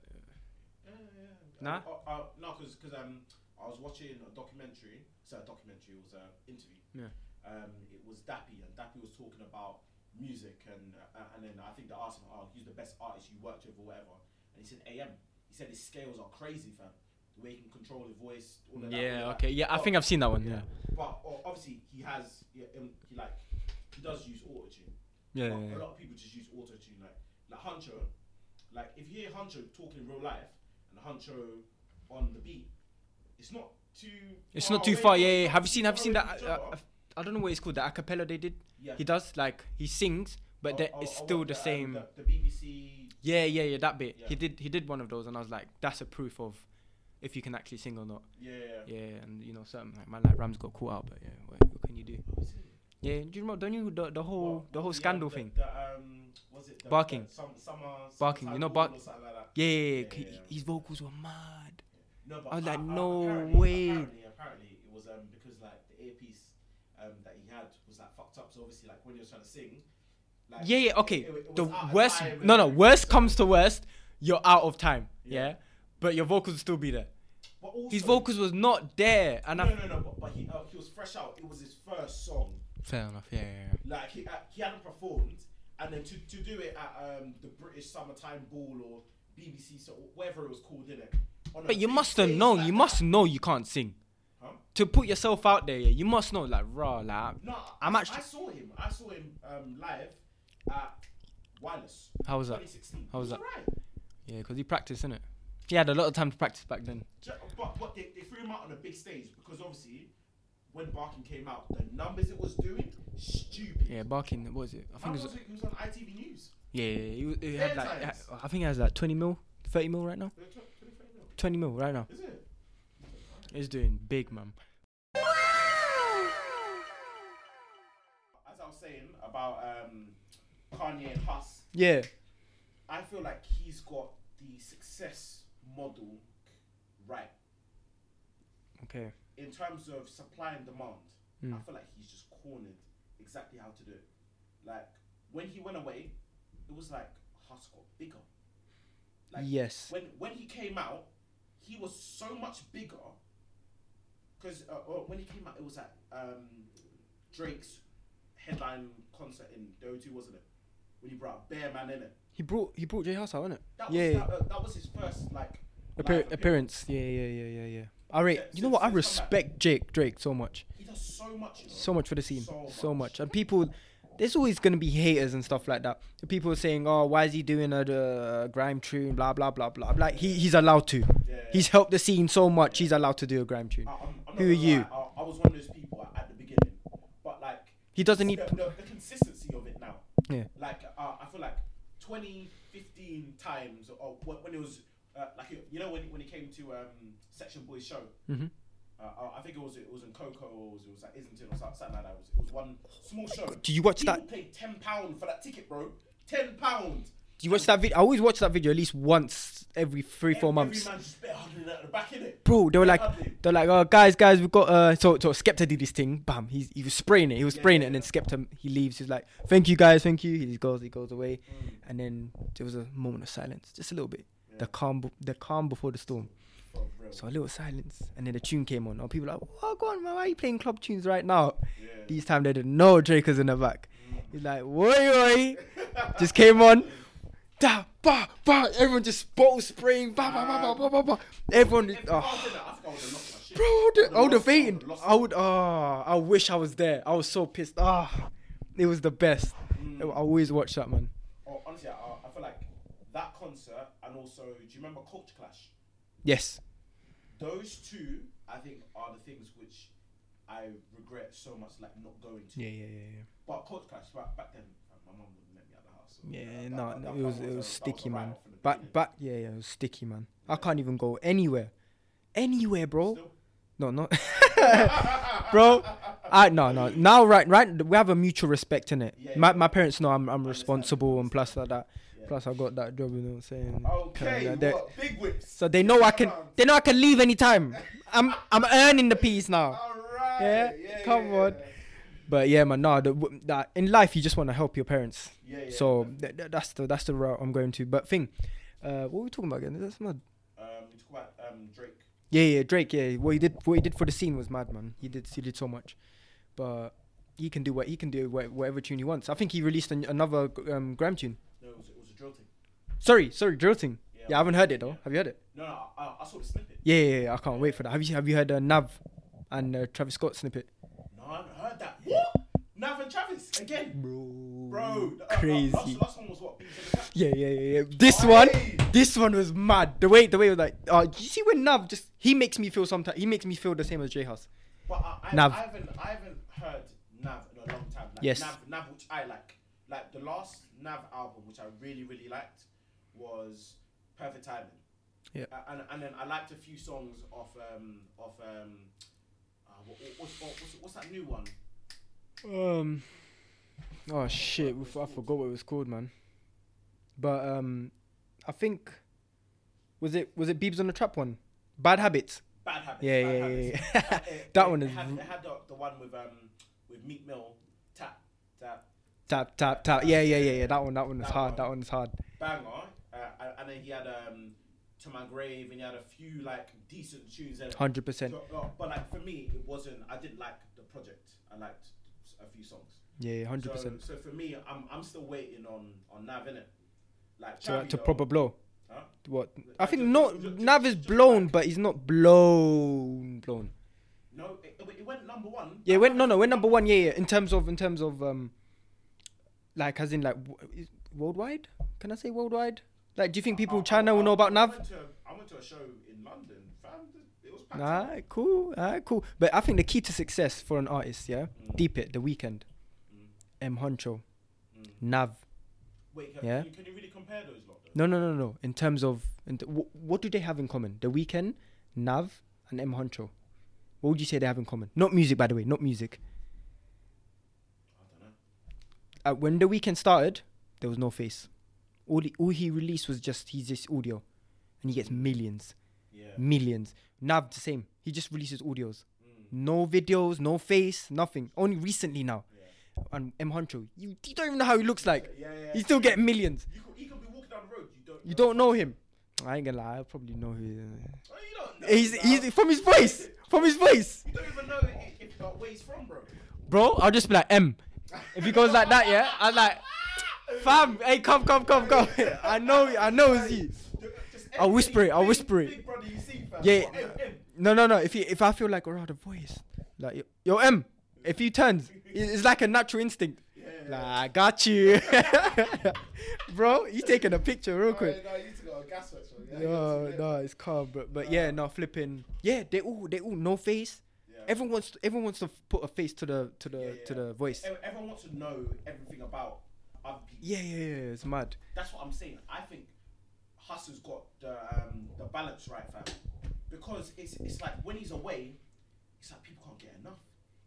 S1: Yeah, yeah, yeah.
S2: Nah?
S1: Uh, uh, uh, no, because um, I was watching a documentary. So a documentary it was an interview.
S2: Yeah.
S1: Um, it was Dappy, and Dappy was talking about music, and uh, and then I think they asked him, "Oh, who's the best artist you worked with, or whatever?" And he said, "AM." He said his scales are crazy, fam. The way he can control his voice. All of that, all
S2: Yeah,
S1: of that.
S2: okay. Yeah, I
S1: But-
S2: think I've seen that one. Yeah.
S1: But o- obviously he has, yeah, um, he like he does use auto tune.
S2: Yeah, yeah,
S1: But
S2: yeah.
S1: A lot of people just use auto tune. Like, like Huncho, like if you hear Huncho talking in real life and Huncho on the beat, it's not too. Oh,
S2: It's not too far. Yeah, yeah. Have you seen have you seen
S1: away
S2: that
S1: from each
S2: uh,
S1: other.
S2: uh, I don't know what it's called. The acapella they did.
S1: Oh, Yeah.
S2: He does like he sings, but
S1: Oh,
S2: that
S1: oh,
S2: it's
S1: oh,
S2: still
S1: what,
S2: the
S1: um,
S2: same.
S1: the, the BBC.
S2: Yeah, yeah, yeah. That bit.
S1: Yeah.
S2: He did. He did one of those, and I was like, that's a proof of if you can actually sing or not.
S1: Yeah.
S2: Yeah, and you know, certain like man like Rams got caught out, but yeah, what, what can you do?
S1: What was it?
S2: Yeah, do you remember? Don't you the, the whole
S1: What-
S2: Oh, the whole
S1: yeah,
S2: scandal
S1: the-
S2: thing?
S1: The, um, was it the,
S2: Barking.
S1: the some, summer,
S2: Barking, you
S1: summertime
S2: know,
S1: dawn
S2: bark-
S1: or something like that.
S2: Yeah, yeah, yeah,
S1: Yeah,
S2: he-
S1: yeah, yeah.
S2: his vocals were mad.
S1: No, but
S2: I was Oh, like, no
S1: apparently,
S2: way.
S1: Apparently, apparently, it was um because like the earpiece um that he had was like fucked up. So obviously, like when he was trying to sing, like
S2: yeah, yeah, okay.
S1: it- it was
S2: the
S1: out of
S2: worst,
S1: time
S2: no,
S1: and
S2: no,
S1: everything,
S2: worst
S1: so-
S2: comes to worst, you're out of time. Yeah,
S1: Yeah.
S2: but your vocals will still be there.
S1: But also,
S2: His vocals was not there, and
S1: No,
S2: I.
S1: no, no. But, but he uh, he was fresh out. It was his first song.
S2: Fair enough. Yeah, yeah,
S1: Like he uh, he hadn't performed, and then to, to do it at um the British Summertime Ball or BBC so whatever it was called in it.
S2: But you must have known. You must know you can't sing.
S1: Huh?
S2: To put yourself out there, yeah, you must know. Like raw, like
S1: No,
S2: I'm
S1: I-
S2: actually-
S1: I saw him. I saw him um live at Wireless.
S2: How was that?
S1: 2016.
S2: How was
S1: It
S2: that?
S1: alright.
S2: yeah, because he practiced, innit? He had a lot of time to practice back then.
S1: Ju- But, but they, they threw him out on a big stage because obviously, when Barking came out, the numbers it was doing, stupid.
S2: Yeah, barking. What was it? I
S1: How
S2: think it
S1: was
S2: was.
S1: it? He was on ITV News.
S2: Yeah, yeah, yeah, he, was- he had like.
S1: Airtimes.
S2: I think he has like 20 mil, 30 mil right now.
S1: Is it tw- 25 mil?
S2: 20 mil right now.
S1: Is it?
S2: He's doing big, man.
S1: As I was saying about um, Kanye and Huss,
S2: Yeah.
S1: I feel like he's got the success model right
S2: Okay.
S1: in terms of supply and demand. I
S2: Mm.
S1: feel like he's just cornered exactly how to do it. Like when he went away, it was like Huss got bigger. Like
S2: yes.
S1: when when he came out, he was so much bigger. Because uh, uh, when he came out, it was at um, Drake's headline concert in O2, wasn't it? When he brought Bear Man in it.
S2: He brought he brought Jay House out, innit?
S1: That was,
S2: Yeah.
S1: That, uh, that was his first like.
S2: Appear-
S1: live
S2: appearance. Yeah, yeah, yeah, yeah, yeah. I rate.
S1: Since-
S2: You know what? I
S1: since- since come back.
S2: respect Jake Drake so much,
S1: He does so much. You know?
S2: so much for the scene,
S1: So
S2: so
S1: much.
S2: much. And people, there's always gonna be haters and stuff like that. The People saying, "Oh, why is he doing a uh, grime tune?" Blah blah blah blah. Like he he's allowed to.
S1: Yeah. Ah.
S2: He's helped the scene so much. He's allowed to do a grime tune.
S1: I, I'm, I'm not
S2: Who are
S1: gonna
S2: you?
S1: lie, I, I was one of those people at, at the beginning, but like.
S2: He doesn't need.
S1: the, the, the consistency of it now.
S2: Yeah.
S1: Like uh, I feel like 2015 times or wh- when it was uh, like you know when when it came to um, Section Boy's show.
S2: Mhm.
S1: Uh, uh, I think it was it was in Coco or it was, it was at Islington or some- something like that. It was, it was one small show.
S2: Do you watch
S1: People
S2: that-
S1: Paid ten pound for that ticket, bro. Ten pound.
S2: Do you watch that video? I always watch that video at least once every three four months.
S1: Every man just bet hundred at the back in it.
S2: Bro, they were like, they're like, oh guys, guys, we've got uh. So so Skepta did this thing. Bam, he's he was spraying it. He was
S1: Yeah,
S2: spraying
S1: yeah,
S2: it, and then Skepta he leaves. He's like, thank you guys, thank you. He goes, he goes away,
S1: Mm.
S2: and then there was a moment of silence, just a little bit. The calm, be- the calm before the storm.
S1: For real.
S2: So a little silence, and then the tune came on. And people like, oh, go on, man, why are you playing club tunes right now?
S1: Yeah. [LAUGHS] Mm.
S2: These time they didn't know Drake was in the back. He's like, woi, woi. just came on. Da, ba, ba. Everyone just bottle spraying. Ba, ba, ba, ba, ba, ba, ba. Everyone.
S1: If
S2: oh.
S1: I was in that, I think I would have lost my shit.
S2: Bro, I would, I would have
S1: lost- I would
S2: eaten.
S1: have lost
S2: I would. Ah, I wish I was there. I was so pissed. Ah, it was the best.
S1: Mm.
S2: I always watch that man.
S1: Oh, honestly, I, I feel like that concert and also, do you remember Culture Clash?
S2: Yes.
S1: Those two, I think, are the things which I regret so much, like not going to.
S2: Yeah, yeah, yeah,
S1: But Culture Clash back, back then, uh, my mum wouldn't let me out the house. so
S2: yeah.
S1: that-
S2: Yeah,
S1: that-
S2: no,
S1: that-
S2: no,
S1: that-
S2: it
S1: that
S2: was it
S1: a-
S2: was
S1: that
S2: sticky,
S1: a
S2: man.
S1: write-off from the
S2: Back,
S1: beginning.
S2: back, yeah, yeah, it was sticky, man. I can't even go anywhere, anywhere, bro.
S1: Still?
S2: No, no, [LAUGHS] bro. I no, no. Now, right, right. We have a mutual respect in it.
S1: Yeah,
S2: My
S1: yeah.
S2: my parents know I'm I'm
S1: Understand,
S2: responsible, and plus like that,
S1: Yeah.
S2: plus I got that job. You know what I'm saying?
S1: Okay,
S2: Kinda,
S1: what?
S2: they-
S1: big whips.
S2: So they know I can.
S1: Come on.
S2: They know I can leave anytime. I'm I'm earning the peace now.
S1: All right.
S2: Yeah,
S1: yeah
S2: come
S1: yeah,
S2: on. But yeah, man. Nah, the, w- that in life you just want to help your parents.
S1: Yeah, yeah.
S2: so th- th- that's the that's the route I'm going to. But thing, uh, what were we talking about again? That's mad.
S1: Um, you talk about um, Drake.
S2: Yeah, yeah, Drake. Yeah, what he did, what he did for the scene was mad, man. He did, he did so much. But he can do what he can do, wha- whatever tune he wants. I think he released an, another um, gram tune.
S1: No, it was, it was a drill thing.
S2: Sorry, sorry, drill thing.
S1: Yeah.
S2: Yeah, I haven't heard it though.
S1: Yeah.
S2: Have you heard it?
S1: No, no, I, I saw the snippet.
S2: Yeah, yeah, yeah. I can't wait for that. Have you have you heard uh, Nav and uh, Travis Scott snippet?
S1: No, I haven't heard that. What? Nav and Travis again.
S2: Bro,
S1: Bro, the- uh, uh,
S2: crazy.
S1: last, last one was what? Beats in the Trap?
S2: Yeah, yeah, yeah, yeah. This
S1: Aye.
S2: one, this one was mad. The way, the way it was like, oh, you see when Nav just he makes me feel sometimes he makes me feel the same as J House.
S1: But I, I,
S2: Nav.
S1: I haven't, I haven't heard Like
S2: Yes.
S1: Nav, Nav, which I like. Like the last Nav album, which I really, really liked, was Perfect Timing.
S2: Yeah.
S1: Uh, and and then I liked a few songs off um off um, uh, what, what, what's, what's what's that new one?
S2: Um. Oh shit! we f- I forgot what it was called, man. But um, I think was it was it Biebs on the Trap one? Bad Habits.
S1: Bad Habits.
S2: Yeah,
S1: Bad
S2: yeah,
S1: Habits.
S2: yeah,
S1: Uh,
S2: [LAUGHS] yeah.
S1: it-
S2: That
S1: it-
S2: one
S1: it
S2: is
S1: Had,
S2: v-
S1: it had the, the one with um with Meek Mill. Tap tap
S2: tap tap tap. Yeah, yeah, yeah, yeah. That one, that one is
S1: That
S2: hard.
S1: one.
S2: That one is hard.
S1: banger. Uh, and, and then he had um to my grave, and he had a few like decent tunes. in it.
S2: Hundred percent.
S1: So, uh, but like for me, it wasn't. I didn't like the project. I liked a few songs.
S2: Yeah, hundred
S1: so,
S2: percent.
S1: so for me, I'm I'm still waiting on on Nav innit? Like
S2: So uh,
S1: Chavi
S2: to
S1: though,
S2: proper blow.
S1: Huh?
S2: What?
S1: I
S2: I think
S1: just-
S2: not.
S1: just-
S2: Nav is
S1: just
S2: blown,
S1: back.
S2: but he's not blown. Blown.
S1: No, it, it went number one.
S2: Yeah, went no, no, went number one. Yeah, yeah. In terms of, in terms of, um, like as in like w- is- worldwide. Can I say worldwide? Like, do you think people
S1: I-
S2: in China
S1: I-
S2: will know
S1: I-
S2: about
S1: I
S2: Nav?
S1: went, to, I went to a show in London. Fam, it was packed.
S2: Alright, cool. Alright, cool. But I think the key to success for an artist, yeah, deep it. The weekend,
S1: Mm.
S2: M Honcho,
S1: Mm.
S2: Nav.
S1: Wait, can,
S2: Yeah.
S1: can, you, can you really compare those lot though?
S2: No, no, no, no. In terms of, in t- wh- what do they have in common? The weekend, Nav, and M Honcho. What would you say they have in common? Not music, by the way. Not music.
S1: I don't know.
S2: uh, when the weekend started, there was no face. All he, all he released was just he's just audio, and he gets millions,
S1: Yeah.
S2: millions. Nav the same. He just releases audios,
S1: Mm.
S2: no videos, no face, nothing. Only recently now.
S1: Yeah.
S2: And M Honcho, you, you don't even know how he looks like.
S1: Yeah, yeah.
S2: He still getting millions.
S1: You could, you could be walking down the road. You don't.
S2: You don't know him. I ain't gonna lie. I probably know who. he is.
S1: Oh, you don't know.
S2: He's,
S1: fam.
S2: he's from his voice. From his voice,
S1: You don't even know i- if, like, where he's from, bro.
S2: bro. I'll just be like M. If he goes like that, yeah, I'm like, fam. Hey, come, come, come, come. [LAUGHS] I know, I know it's you.
S1: Just
S2: I'll
S1: any-
S2: whisper it, I'll
S1: any
S2: whisper it.
S1: Big brother you see, fam.
S2: Yeah.
S1: Hey, hey,
S2: No, no, no. If he, if I feel like, oh, the voice, like, yo, yo, M, if he turns, it- it's like a natural instinct.
S1: Yeah.
S2: Nah, I got you, [LAUGHS] bro. You taking a picture real
S1: Oh,
S2: quick?
S1: yeah, no, you need to go on gas works, bro. Yeah, you got
S2: No,
S1: to
S2: no,
S1: live.
S2: it's calm, but but yeah, no flipping. Yeah, they all, they all no face.
S1: Yeah.
S2: Everyone wants, everyone wants to put a face to the to the
S1: Yeah, yeah.
S2: to the voice.
S1: Ev- Everyone wants to know everything about other people.
S2: Yeah, yeah, yeah. It's mad.
S1: That's what I'm saying. I think Hustle's got the um, the balance right, fam. Because it's it's like when he's away, it's like people can't get enough.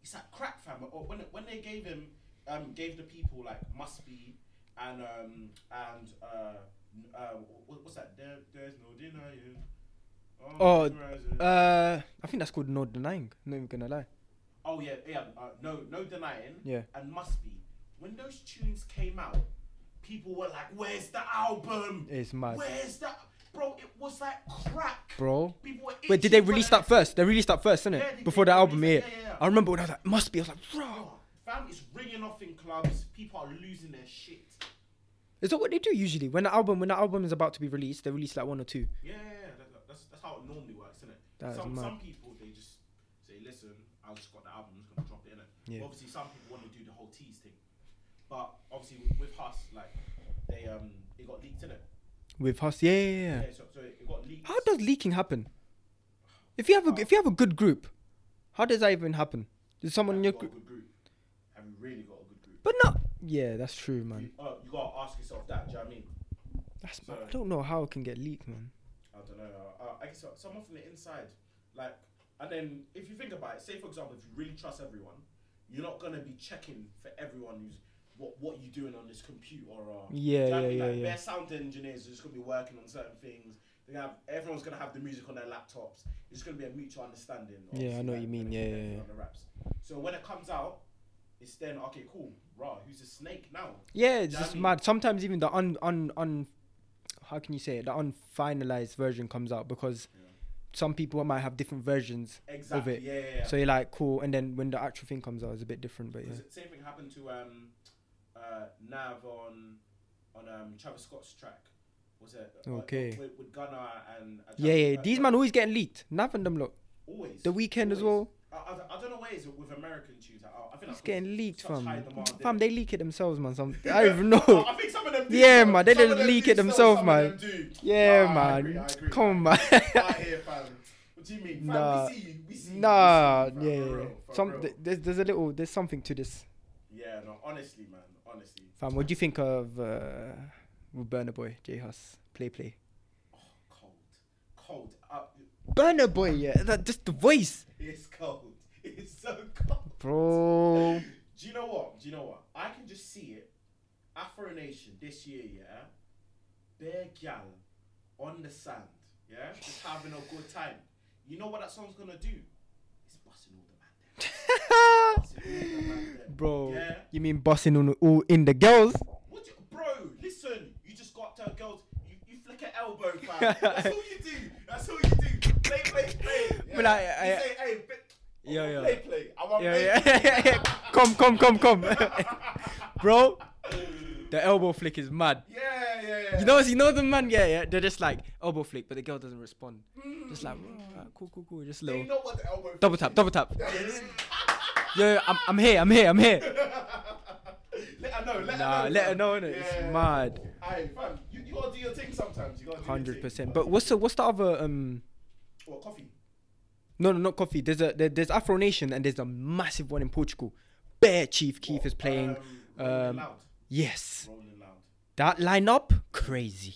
S1: It's like crack, fam. Or when when they gave him um, gave the people like must be and um and uh, n- uh wh- what's that? There, there's no denying.
S2: Oh,
S1: there's no rising.
S2: Uh, I think that's called no denying. Not even gonna lie.
S1: Oh yeah, yeah. Uh, no, no denying.
S2: Yeah.
S1: And must be. When those tunes came out, people were like, "Where's the album?
S2: It's mad,
S1: Where's that, bro? It was like crack.
S2: bro.
S1: People were.
S2: Wait, did they release that first? They released that first, didn't it?
S1: Yeah, they-
S2: Before
S1: they
S2: the album, yeah.
S1: released it, yeah, yeah, yeah.
S2: I remember when I was like, must be. I was like, bro.
S1: Oh, fam, it's ringing off in clubs. People are losing their shit.
S2: Is that what they do usually? When the album, when the album is about to be released, they release like one or two.
S1: Yeah, yeah, yeah, that- that's that's how it normally works, isn't it?
S2: That is
S1: some
S2: mad.
S1: some people they just say, "Listen, I just got the album, I'm just gonna drop it in it."
S2: Yeah.
S1: Obviously, some people want to do the whole tease thing, but obviously with us, like they um it got leaked in it.
S2: With us, yeah, yeah, yeah.
S1: Yeah. so, so it got leaked.
S2: How does leaking happen? If you have a if you have a good group, how does that even happen? Does someone in
S1: Have
S2: your
S1: you got a
S2: group?
S1: good group? Have you really got a good group?
S2: But not. Yeah, that's true, man.
S1: You, uh, you gotta ask yourself that. Do you know what I mean?
S2: That's mad. I don't know how it can get leaked, man.
S1: I don't know. Uh, uh, I guess uh, someone from the inside, like, and then if you think about it, say for example, if you really trust everyone, you're not gonna be checking for everyone who's what what you doing on this computer or
S2: Yeah,
S1: do you know what I
S2: yeah,
S1: mean?
S2: yeah,
S1: like,
S2: yeah.
S1: Their sound engineers are just gonna be working on certain things. They have everyone's gonna have the music on their laptops. It's gonna be a mutual understanding.
S2: Yeah, I know what
S1: obviously,
S2: you mean.
S1: when it-
S2: Yeah,
S1: when
S2: yeah,
S1: it's
S2: yeah.
S1: On the raps. So when it comes out, it's then okay, cool, rah, who's a snake now?
S2: Yeah, it's
S1: Yeah, I
S2: just
S1: mean-
S2: mad. Sometimes even the un un un how can you say it? The unfinalized version comes out because
S1: Yeah.
S2: some people might have different versions
S1: Exactly.
S2: of it.
S1: Yeah, yeah, yeah.
S2: So you're like cool, and then when the actual thing comes out, it's a bit different. But yeah,
S1: Because the same thing happened to um, uh, Nav on on um, Travis Scott's track. Was it uh,
S2: Okay.
S1: with, with Gunna and uh,
S2: yeah,
S1: Travis-
S2: yeah.
S1: uh,
S2: These man always getting leaked. Nav and them look.
S1: always
S2: The weekend as well.
S1: I, I, I don't know where it is with American tunes. I, I feel like
S2: It's getting leaked,
S1: such high
S2: fam.
S1: demand,
S2: Fam,
S1: innit?
S2: they leak it themselves, man. Some I don't even
S1: I, [LAUGHS]
S2: know.
S1: I think some of them. Do,
S2: Yeah,
S1: bro.
S2: man, they
S1: Some of
S2: didn't
S1: them
S2: leak
S1: do
S2: it
S1: still,
S2: themselves,
S1: some
S2: man.
S1: Of them do.
S2: Yeah,
S1: Nah, I
S2: man.
S1: agree, I agree, [LAUGHS]
S2: Come on,
S1: I
S2: man.
S1: agree. I hear, fam. What do you mean? Fam,
S2: Nah.
S1: we see you. We see you.
S2: Nah,
S1: we see you, fam,
S2: yeah,
S1: for
S2: yeah.
S1: real, for
S2: Some
S1: real.
S2: th- there's there's a little there's something to this.
S1: Yeah, no, honestly, man, honestly.
S2: Fam, what do you think of uh, Burner Boy, J Hus, Play Play?
S1: Oh, cold. Cold. Uh,
S2: Burner Boy, yeah, that, just the voice,
S1: it's cold. [LAUGHS] It's so cold.
S2: [LAUGHS] bro.
S1: Do you know what? Do you know what? I can just see it. Afro Nation this year, yeah? Bear gal on the sand, yeah? Just having a good time. You know what that song's gonna do? It's busting all the man down. Busting all the man down.
S2: bro,
S1: Yeah?
S2: you mean bossing on all in the girls?
S1: What do you, bro, listen. You just got to a girl's. You, you flick an elbow,
S2: [LAUGHS]
S1: fam. That's all you do. That's all you do. Play, play, play. Yeah.
S2: But I-
S1: you
S2: I-
S1: say, hey, bi- I
S2: Yeah,
S1: want
S2: yeah.
S1: Play, play. I want
S2: Yeah,
S1: play.
S2: [LAUGHS] yeah.
S1: play.
S2: come, come, come, come, [LAUGHS] bro. The elbow flick is mad.
S1: yeah, yeah, yeah.
S2: You know, you know the man, yeah, yeah. They're just like elbow flick, but the girl doesn't respond. Just like, "Alright, cool, cool, cool. Just a
S1: they
S2: little
S1: know what the elbow.
S2: double tap, double tap. Yo, yo, I'm, I'm here, I'm here, I'm here.
S1: [LAUGHS] let her know. Let
S2: Nah,
S1: her know.
S2: let her
S1: fam.
S2: know, innit? It's mad.
S1: Aye, fam. You, you gotta do your thing sometimes. You gotta do your
S2: Hundred
S1: thing.
S2: percent. But what's the what's the other um?
S1: What coffee?
S2: No, no, not coffee. There's a there, there's Afro Nation and there's a massive one in Portugal. Bear Chief Keith
S1: What?
S2: is playing.
S1: rolling
S2: um,
S1: loud.
S2: Yes,
S1: Rolling loud.
S2: that lineup crazy,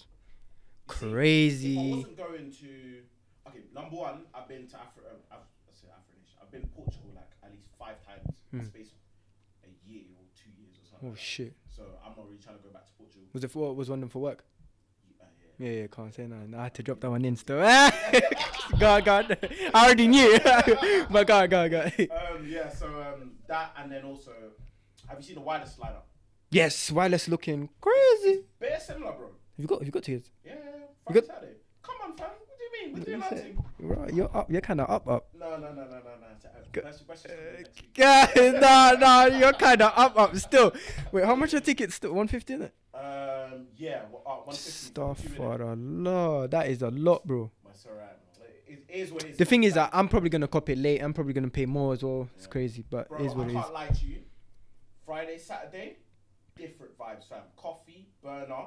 S1: If I
S2: crazy.
S1: wasn't going to, okay, number one, I've been to Afri- um, Af- I said Afro Nation. I've been to Portugal like at least five times in the space of a year or two years or something.
S2: Hmm. Oh
S1: like that.
S2: shit.
S1: So I'm not really trying to go back to Portugal.
S2: Was it for was one of them for work?
S1: Uh, yeah.
S2: Yeah, yeah, can't say nothing. I had to drop that one in still. [LAUGHS] God, God, I already knew. [LAUGHS] but God, God, God.
S1: Um, yeah. So um, that and then also, have you seen the widest lineup?
S2: Yes, wireless looking crazy.
S1: Bare similar, bro.
S2: Have you got have you got tickets?
S1: Yeah.
S2: You
S1: Friday,
S2: got-
S1: Saturday. Come on, fam. What do you mean? We're
S2: What do you
S1: doing our
S2: say?
S1: thing.
S2: Right, you're up. You're kind of up, up.
S1: No, no, no, no, no, no. It's, uh,
S2: Go-
S1: that's- that's just coming next week.
S2: Yeah, [LAUGHS] no, no, you're kind of up, up still. Wait, how much are tickets still? One fifty, innit?
S1: Um, yeah. Well, uh, 150.
S2: Stuff
S1: Two minutes.
S2: for a lot. That is a lot, bro.
S1: That's alright. It is what it is.
S2: The thing is
S1: Like,
S2: that I'm probably gonna cop it late. I'm probably gonna pay more as well. It's
S1: Yeah.
S2: crazy, but
S1: bro,
S2: it is what
S1: I
S2: it is.
S1: can't lie to you. Friday, Saturday, different vibes, fam. Coffee, burner,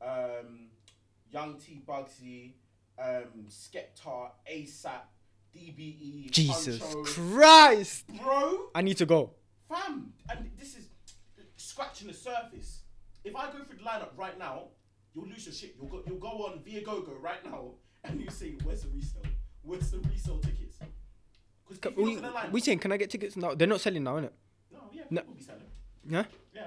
S1: um, Young T, Bugsy, um, Skepta, ASAP, DBE,
S2: Jesus
S1: Huncho.
S2: Christ!
S1: E, bro,
S2: I need to go.
S1: fam. And this is scratching the surface. If I go through the lineup right now, you'll lose your shit. You'll go, you'll go on Via Gogo right now, [LAUGHS] and you say, "Where's the resale? Where's the resale tickets?" Because
S2: We, we saying, can I get tickets now? They're not selling now, innit?
S1: No, yeah,
S2: No.
S1: we'll be selling.
S2: Yeah.
S1: Yeah,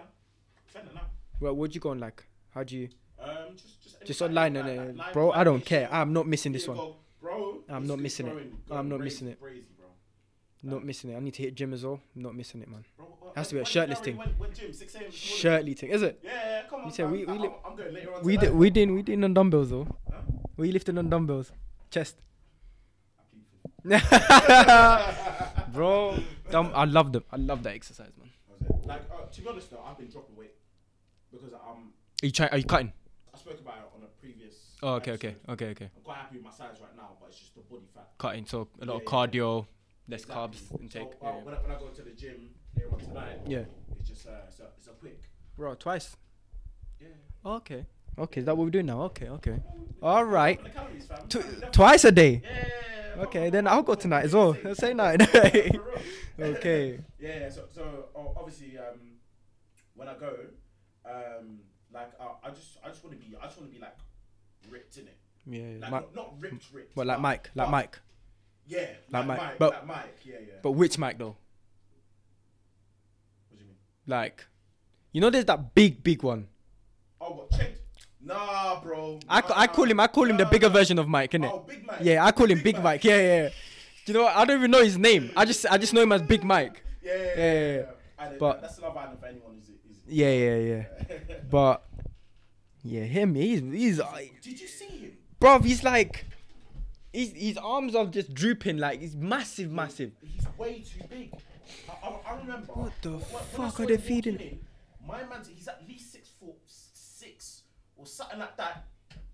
S1: selling now.
S2: Well, what'd you go on like? How do you?
S1: Um, just just
S2: Just
S1: any
S2: online,
S1: like
S2: and
S1: that, like
S2: bro.
S1: live
S2: I don't
S1: location.
S2: care. I'm not missing
S1: Here
S2: this
S1: you
S2: one.
S1: go, bro.
S2: I'm
S1: It's
S2: not
S1: good,
S2: missing
S1: bro,
S2: it.
S1: and
S2: I'm not
S1: crazy-
S2: missing it.
S1: Crazy, bro.
S2: Not missing it. I need to hit gym as well. Not missing it, man.
S1: Bro, uh,
S2: Has to be a
S1: when- when
S2: shirtless
S1: Larry
S2: thing.
S1: went- went gym, 6 a.m. this morning.
S2: Shirtly thing, is it?
S1: Yeah, yeah, come on.
S2: say
S1: fam.
S2: we- we
S1: I-
S2: li-
S1: I'm, I'm going later on.
S2: We
S1: tonight.
S2: did. We didn't. We didn't on dumbbells though.
S1: Huh?
S2: We lifting on dumbbells, chest. [LAUGHS]
S1: I plead for you.
S2: [LAUGHS] Bro, dumb, I love them. I love that exercise, man.
S1: That was it. Like uh, to be honest though, I've been dropping weight because um
S2: Are you trying? Are you cutting?
S1: I spoke about it on a previous.
S2: Oh, okay,
S1: episode.
S2: okay, okay, okay.
S1: I'm quite happy with my size right now, but it's just the body fat.
S2: Cutting. So a lot of
S1: Yeah,
S2: cardio, less
S1: Exactly.
S2: carbs intake.
S1: So, uh, when, I, when I go to the gym later on tonight,
S2: Yeah.
S1: it's just uh, it's a, it's a quick.
S2: Bro, twice.
S1: Yeah.
S2: Okay. Okay, is that what we're doing now? Okay, okay. All right.
S1: The calories, fam.
S2: Tw-
S1: Yeah,
S2: twice a day.
S1: yeah,
S2: Okay,
S1: come
S2: then
S1: on,
S2: I'll
S1: come
S2: go
S1: on,
S2: tonight as
S1: for
S2: well. [LAUGHS]
S1: goodness sake.
S2: Say night.
S1: For real.
S2: okay.
S1: [LAUGHS] Yeah, so so o- obviously um, when I go, um, like I, I just I just want to be I just want to be like ripped in it.
S2: Yeah.
S1: Like not,
S2: Mike,
S1: not ripped ripped.
S2: but like Mike, like
S1: but-
S2: Mike,
S1: Yeah, like,
S2: Mike,
S1: Mike,
S2: but-
S1: like Mike. Yeah, yeah.
S2: but which Mike though?
S1: what do you mean?
S2: Like, you know, there's that big, big one.
S1: Oh, what Chid? Nah, bro.
S2: I, ca- I
S1: nah,
S2: call him, I call him the
S1: nah,
S2: bigger
S1: nah.
S2: version of Mike, innit?
S1: Oh, Big Mike.
S2: Yeah, I call him Big, Mike. Yeah, yeah. yeah. Do you know what? I don't even know his name. I just I just know him as Big Mike.
S1: Yeah, yeah, yeah.
S2: Yeah, yeah,
S1: yeah,
S2: yeah.
S1: And, uh,
S2: But-
S1: that's Love Island for anyone who's is.
S2: Yeah, yeah, yeah. But yeah, him, he's he's
S1: [LAUGHS] Did you see him?
S2: bro, he's like his his arms are just drooping like he's massive, massive.
S1: He's way too big. I, I, I remember.
S2: What the
S1: when- when I
S2: fuck
S1: saw
S2: are they
S1: him walking
S2: feeding?
S1: in, My man's he's at least six foot six or something like that.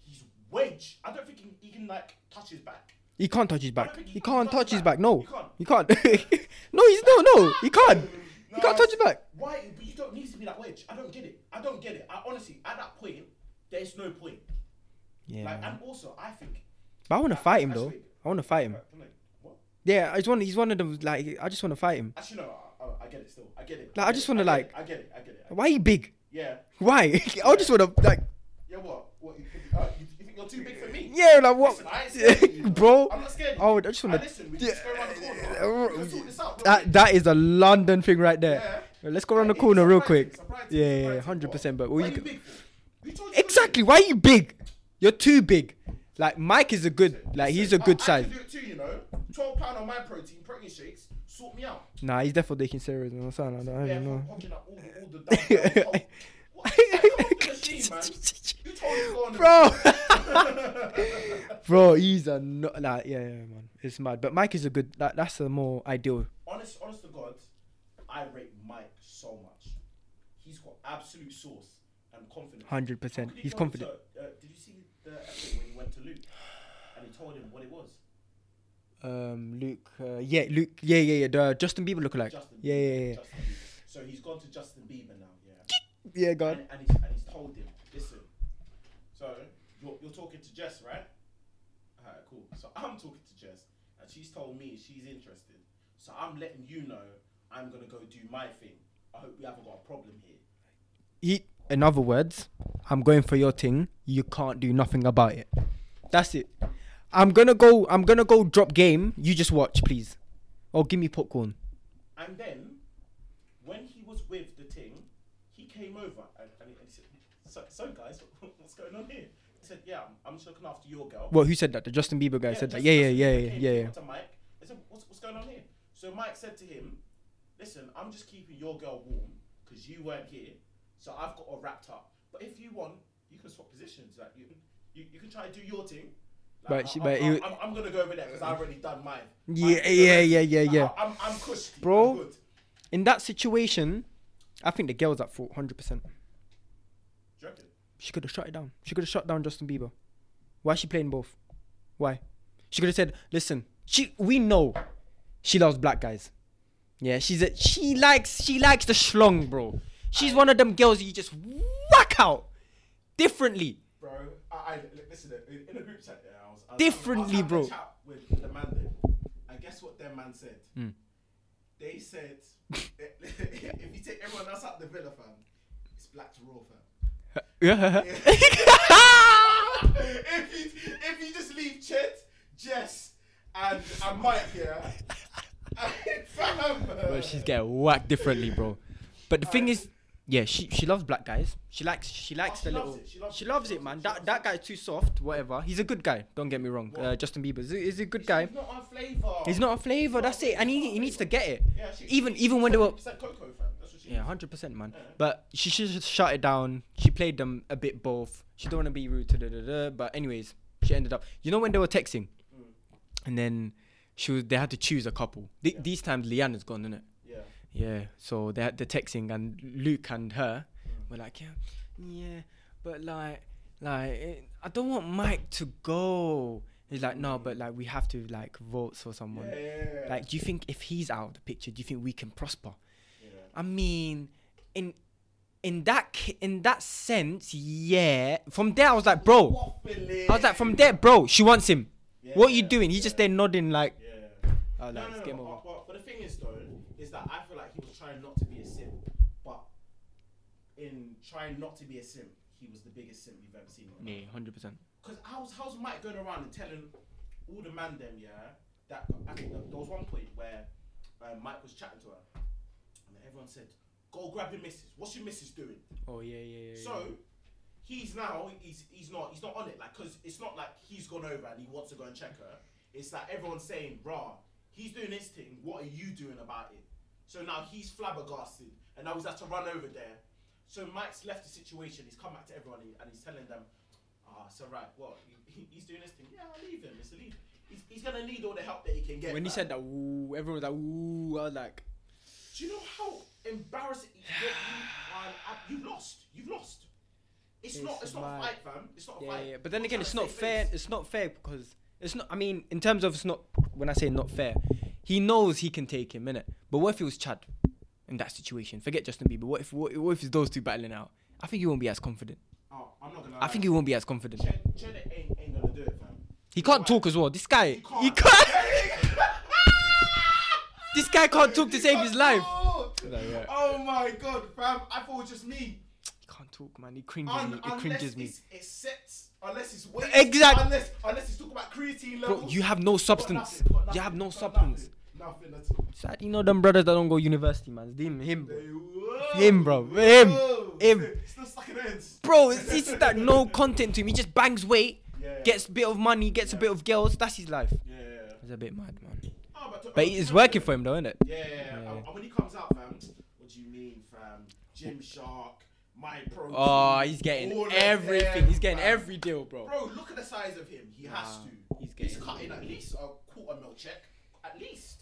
S1: He's wedge. I don't think he, can- he can like touch his back.
S2: He can't touch his back.
S1: don't think
S2: He can't touch his back. No, he
S1: You
S2: can't. [LAUGHS] no, he's no, no, he can't. He
S1: Nah,
S2: can't touch his back.
S1: Why? But you don't need to be that wedge. I don't get it. I don't get it. I honestly, at that point, there's no point.
S2: Yeah,
S1: Like,
S2: man.
S1: and also, I think.
S2: but I want to fight him
S1: That's
S2: though.
S1: big.
S2: I want to fight him.
S1: Like, what?
S2: Yeah, I just want. He's one of them. Like I just want to fight him.
S1: Actually, no. I- I, I get it still. I get it.
S2: Like, I
S1: get
S2: just
S1: it,
S2: wanna,
S1: get it,
S2: like-
S1: I get it. I get it. I-
S2: Why are you big?
S1: Yeah.
S2: Why? I just want to like.
S1: Yeah. What? What? You, uh, you, you think you're too big for me?
S2: Yeah, like what,
S1: Listen, I ain't scared of you,
S2: bro?
S1: I'm not scared. of you.
S2: Oh, I just
S1: Hey,
S2: want to.
S1: listen, we just go around the corner. We can sort this out.
S2: That that is a London thing right there.
S1: Yeah.
S2: Let's go around the
S1: Hey,
S2: corner real
S1: surprise
S2: quick.
S1: him, surprise him,
S2: Yeah, yeah,
S1: surprise him.
S2: hundred percent. But
S1: What
S2: all
S1: are
S2: you
S1: you
S2: can-
S1: big for? Who told you you're
S2: exactly. Why are you big? You're too big. Like Mike is a good. Like he's a
S1: I-
S2: good
S1: I
S2: size.
S1: can do it too, you know. Twelve pound on my protein protein shakes. Sort me out.
S2: Nah, he's definitely taking steroids or something. I don't, I
S1: Yeah,
S2: don't
S1: I'm
S2: know.
S1: hogging up all the all the dumbbells.
S2: [LAUGHS]
S1: Oh, what? Hey, come off the machine, man. You told me to go on the
S2: Bro. [LAUGHS]
S1: machine.
S2: Bro, he's a no. Like yeah, yeah, man, it's mad. But Mike is a good. That, that's a more ideal.
S1: honest, honest to God, I rate Mike so much. He's got absolute sauce and confidence.
S2: Hundred percent.
S1: How could he
S2: He's
S1: go
S2: confident.
S1: to- uh, did you see the episode when he went to Luke and he told him what it was?
S2: Um, Luke. Uh, yeah, Luke. Yeah, yeah, yeah. The Justin Bieber lookalike.
S1: Justin.
S2: Yeah, yeah, yeah.
S1: Justin Bieber. So he's gone to Justin Bieber now. Yeah.
S2: Yeah, God.
S1: And, and, he's, and he's told him, listen, so you're, you're talking to Jess, right? Alright, cool. So [LAUGHS] I'm talking to Jess, and she's told me she's interested. So I'm letting you know I'm going to go do my thing. I hope we haven't got a problem here.
S2: he in other words i'm going for your thing you can't do nothing about it that's it i'm gonna go i'm gonna go drop game you just watch please or give me popcorn
S1: And then, when he was with the ting, he came over and, and, he said, so, so guys, [LAUGHS] what's going on here? He said, yeah, I'm, I'm just looking after your girl.
S2: well who said that the justin bieber guy said that
S1: just-
S2: yeah yeah
S1: just
S2: yeah
S1: when
S2: yeah
S1: they
S2: yeah
S1: came
S2: yeah
S1: To Mike, I said, what's, what's going on here? So Mike said to him, listen, I'm just keeping your girl warm because you weren't here, so I've got her wrapped up. But if you want, you can swap positions. Like you, you, you can try to do your thing. Like,
S2: But she-
S1: I,
S2: but
S1: I,
S2: he-
S1: I, am I'm gonna go over there because I've already done mine.
S2: Yeah,
S1: Mine's the
S2: yeah,
S1: rest.
S2: yeah, yeah,
S1: Like,
S2: yeah.
S1: I, am I'm cushy. I'm
S2: Bro.
S1: good.
S2: in that situation i think the girl's at fault 100%
S1: Do you reckon?
S2: she could have shut it down she could have shut down justin bieber why is she playing both why she could have said listen she we know she loves black guys yeah she's a she likes she likes the schlong bro she's one of them girls you just whack out differently
S1: Bro, I, I li- listen in- in the group chat. Yeah, I was I was-
S2: Differently,
S1: I was having a
S2: bro.
S1: chat with the man there, and guess what their man said?
S2: Hmm.
S1: They
S2: [LAUGHS]
S1: said if you take everyone else out the villa, fam, it's black to raw,
S2: [LAUGHS]
S1: fam.
S2: yeah
S1: if you if you just leave Chet, Jess, and and Mike here, [LAUGHS] fam.
S2: but she's getting whacked differently bro but the thing is yeah she she loves black guys she likes she likes
S1: she
S2: the
S1: loves
S2: little
S1: it, she loves
S2: she
S1: it,
S2: loves
S1: she
S2: it
S1: loves
S2: man
S1: it, she
S2: that
S1: loves
S2: that guy's too soft whatever he's a good guy don't get me wrong uh, justin bieber is a, is a good guy
S1: He's not our flavour.
S2: He's not a flavour. That's it, and he, he needs to get it.
S1: Yeah, she-
S2: even
S1: she's
S2: even when they were
S1: 100% Coco, fam. That's what she
S2: yeah,
S1: is.
S2: hundred percent, man.
S1: Yeah.
S2: But she should just shut it down. She played them a bit both. She don't want to be rude to da da da. But anyways, she ended up. You know when they were texting,
S1: Mm.
S2: and then she was, they had to choose a couple. Th- These times Leanna's gone, innit?
S1: yeah.
S2: Yeah. So they had the texting, and Luke and her were like, yeah, yeah, but like, like, eh, I don't want Mike to go. He's like, no, but like we have to like vote for someone.
S1: Yeah, yeah, yeah.
S2: Like, do you think if he's out of the picture, do you think we can prosper?
S1: yeah.
S2: I mean, in in that ca- in that sense, yeah. From there, I was like, bro. I was like, from there, bro. She wants him. what are you
S1: Yeah,
S2: doing? He's just there nodding like.
S1: Yeah. No,
S2: Oh, like,
S1: no,
S2: it's
S1: no,
S2: game
S1: but,
S2: over.
S1: But, but the thing is, though, is that I feel like he was trying not to be a simp, but in trying not to be a simp, he was the biggest simp you've ever seen.
S2: Yeah, hundred percent.
S1: Because how's how's Mike going around and telling all the man them, yeah, that I think that there was one point where uh, Mike was chatting to her, and everyone said, "Go grab your missus. What's your missus doing?"
S2: Oh yeah, yeah, yeah.
S1: So he's now he's he's not he's not on it like because it's not like he's gone over and he wants to go and check her. It's that everyone's saying, "Rah, he's doing his thing. What are you doing about it?" So now he's flabbergasted, and now he's had to run over there. So Mike's left the situation. He's come back to everyone and- and he's telling them, "Ah, so right, what? He, he's doing his thing. Yeah, I'll leave him. It's a leave. He's, he's gonna need all the help that he can get."
S2: when he
S1: man.
S2: said that, ooh, everyone was like, ooh. I was like,
S1: Do you know how embarrassing you,
S2: [SIGHS]
S1: you, you lost? You've lost. It's,
S2: It's
S1: not. It's not a
S2: mad.
S1: fight, fam. It's not a
S2: yeah,
S1: fight.
S2: yeah. But then
S1: We're
S2: again,
S1: trying
S2: it's
S1: to
S2: not
S1: save
S2: fair.
S1: face.
S2: It's not fair because it's not. I mean, in terms of it's not. When I say not fair, he knows he can take him, innit? But what if it was Chad in that situation? Forget Justin Bieber. What if what, what if it's those two battling out? I think he won't be as confident.
S1: Oh, I'm not gonna.
S2: I think he won't be as confident.
S1: Ched, Ched ain't, ain't gonna do it, fam.
S2: He can't talk as well. This guy,
S1: [LAUGHS] He can't.
S2: [LAUGHS] he can't. This guy can't talk to save his life. Like, yeah.
S1: Oh my god, fam! I thought it was just me.
S2: He can't talk, man. He cringes
S1: Un-
S2: me. It
S1: unless
S2: cringes me.
S1: it's, it's sets, unless it's weight,
S2: Exact-
S1: Unless unless it's talking about creatine levels.
S2: Bro, you have no
S1: Got
S2: substance.
S1: nothing, got nothing,
S2: You have no
S1: got
S2: substance.
S1: Nothing, nothing at all.
S2: Sad, you know them brothers that don't go university, man. It's Him, him, bro.
S1: Hey, whoa,
S2: Him, bro. Him.
S1: whoa.
S2: Him.
S1: Still- Still stuck in the ends.
S2: Bro, it's, it's
S1: [LAUGHS]
S2: that no content to him. He just bangs weight,
S1: Yeah.
S2: gets a bit of money, gets a bit of girls. That's his life.
S1: Yeah.
S2: It's a bit mad, man.
S1: Oh, but,
S2: But it's working for him, though, isn't it?
S1: Yeah, yeah, yeah.
S2: Yeah.
S1: And- and when he comes out, fam, what do you mean, fam? Gym Shark, my pro.
S2: Oh, he's getting everything. He's getting every deal, bro.
S1: Bro, look at the size of him. He has
S2: Nah,
S1: to.
S2: he's
S1: He's,
S2: getting-
S1: cutting at least a quarter mil check. At least.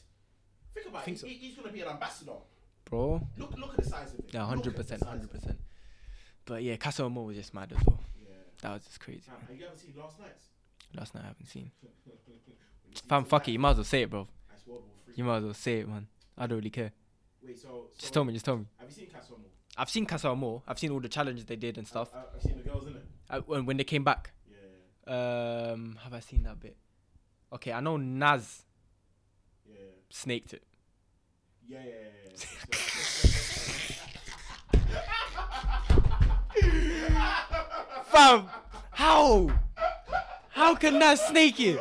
S1: Think about
S2: Think
S1: it.
S2: so.
S1: He, he's gonna be an ambassador.
S2: Bro.
S1: Look, look at the size of him.
S2: Yeah,
S1: Look at the
S2: hundred percent,
S1: size of
S2: hundred
S1: him.
S2: percent. But yeah, Casa Amor was just mad as well.
S1: Yeah.
S2: That was just crazy.
S1: Fam, have you ever seen last night's? [LAUGHS]
S2: Last night I haven't seen.
S1: When you see
S2: Fam, fuck
S1: tonight,
S2: it. You might as well say it, bro.
S1: that's World War Three.
S2: You might as well say it, man. I don't really care.
S1: Wait, so, so
S2: Just tell me. Just tell me.
S1: Have you seen Casamore?
S2: I've seen Casa Amor. I've seen all the challenges they did and stuff.
S1: I, I've Uh, seen the girls in it.
S2: I, when when they came back,
S1: Yeah.
S2: um, have I seen that bit? Okay, I know Naz
S1: Yeah.
S2: snaked it.
S1: Yeah. yeah, yeah, yeah.
S2: Fam, how? How can Naz snake it?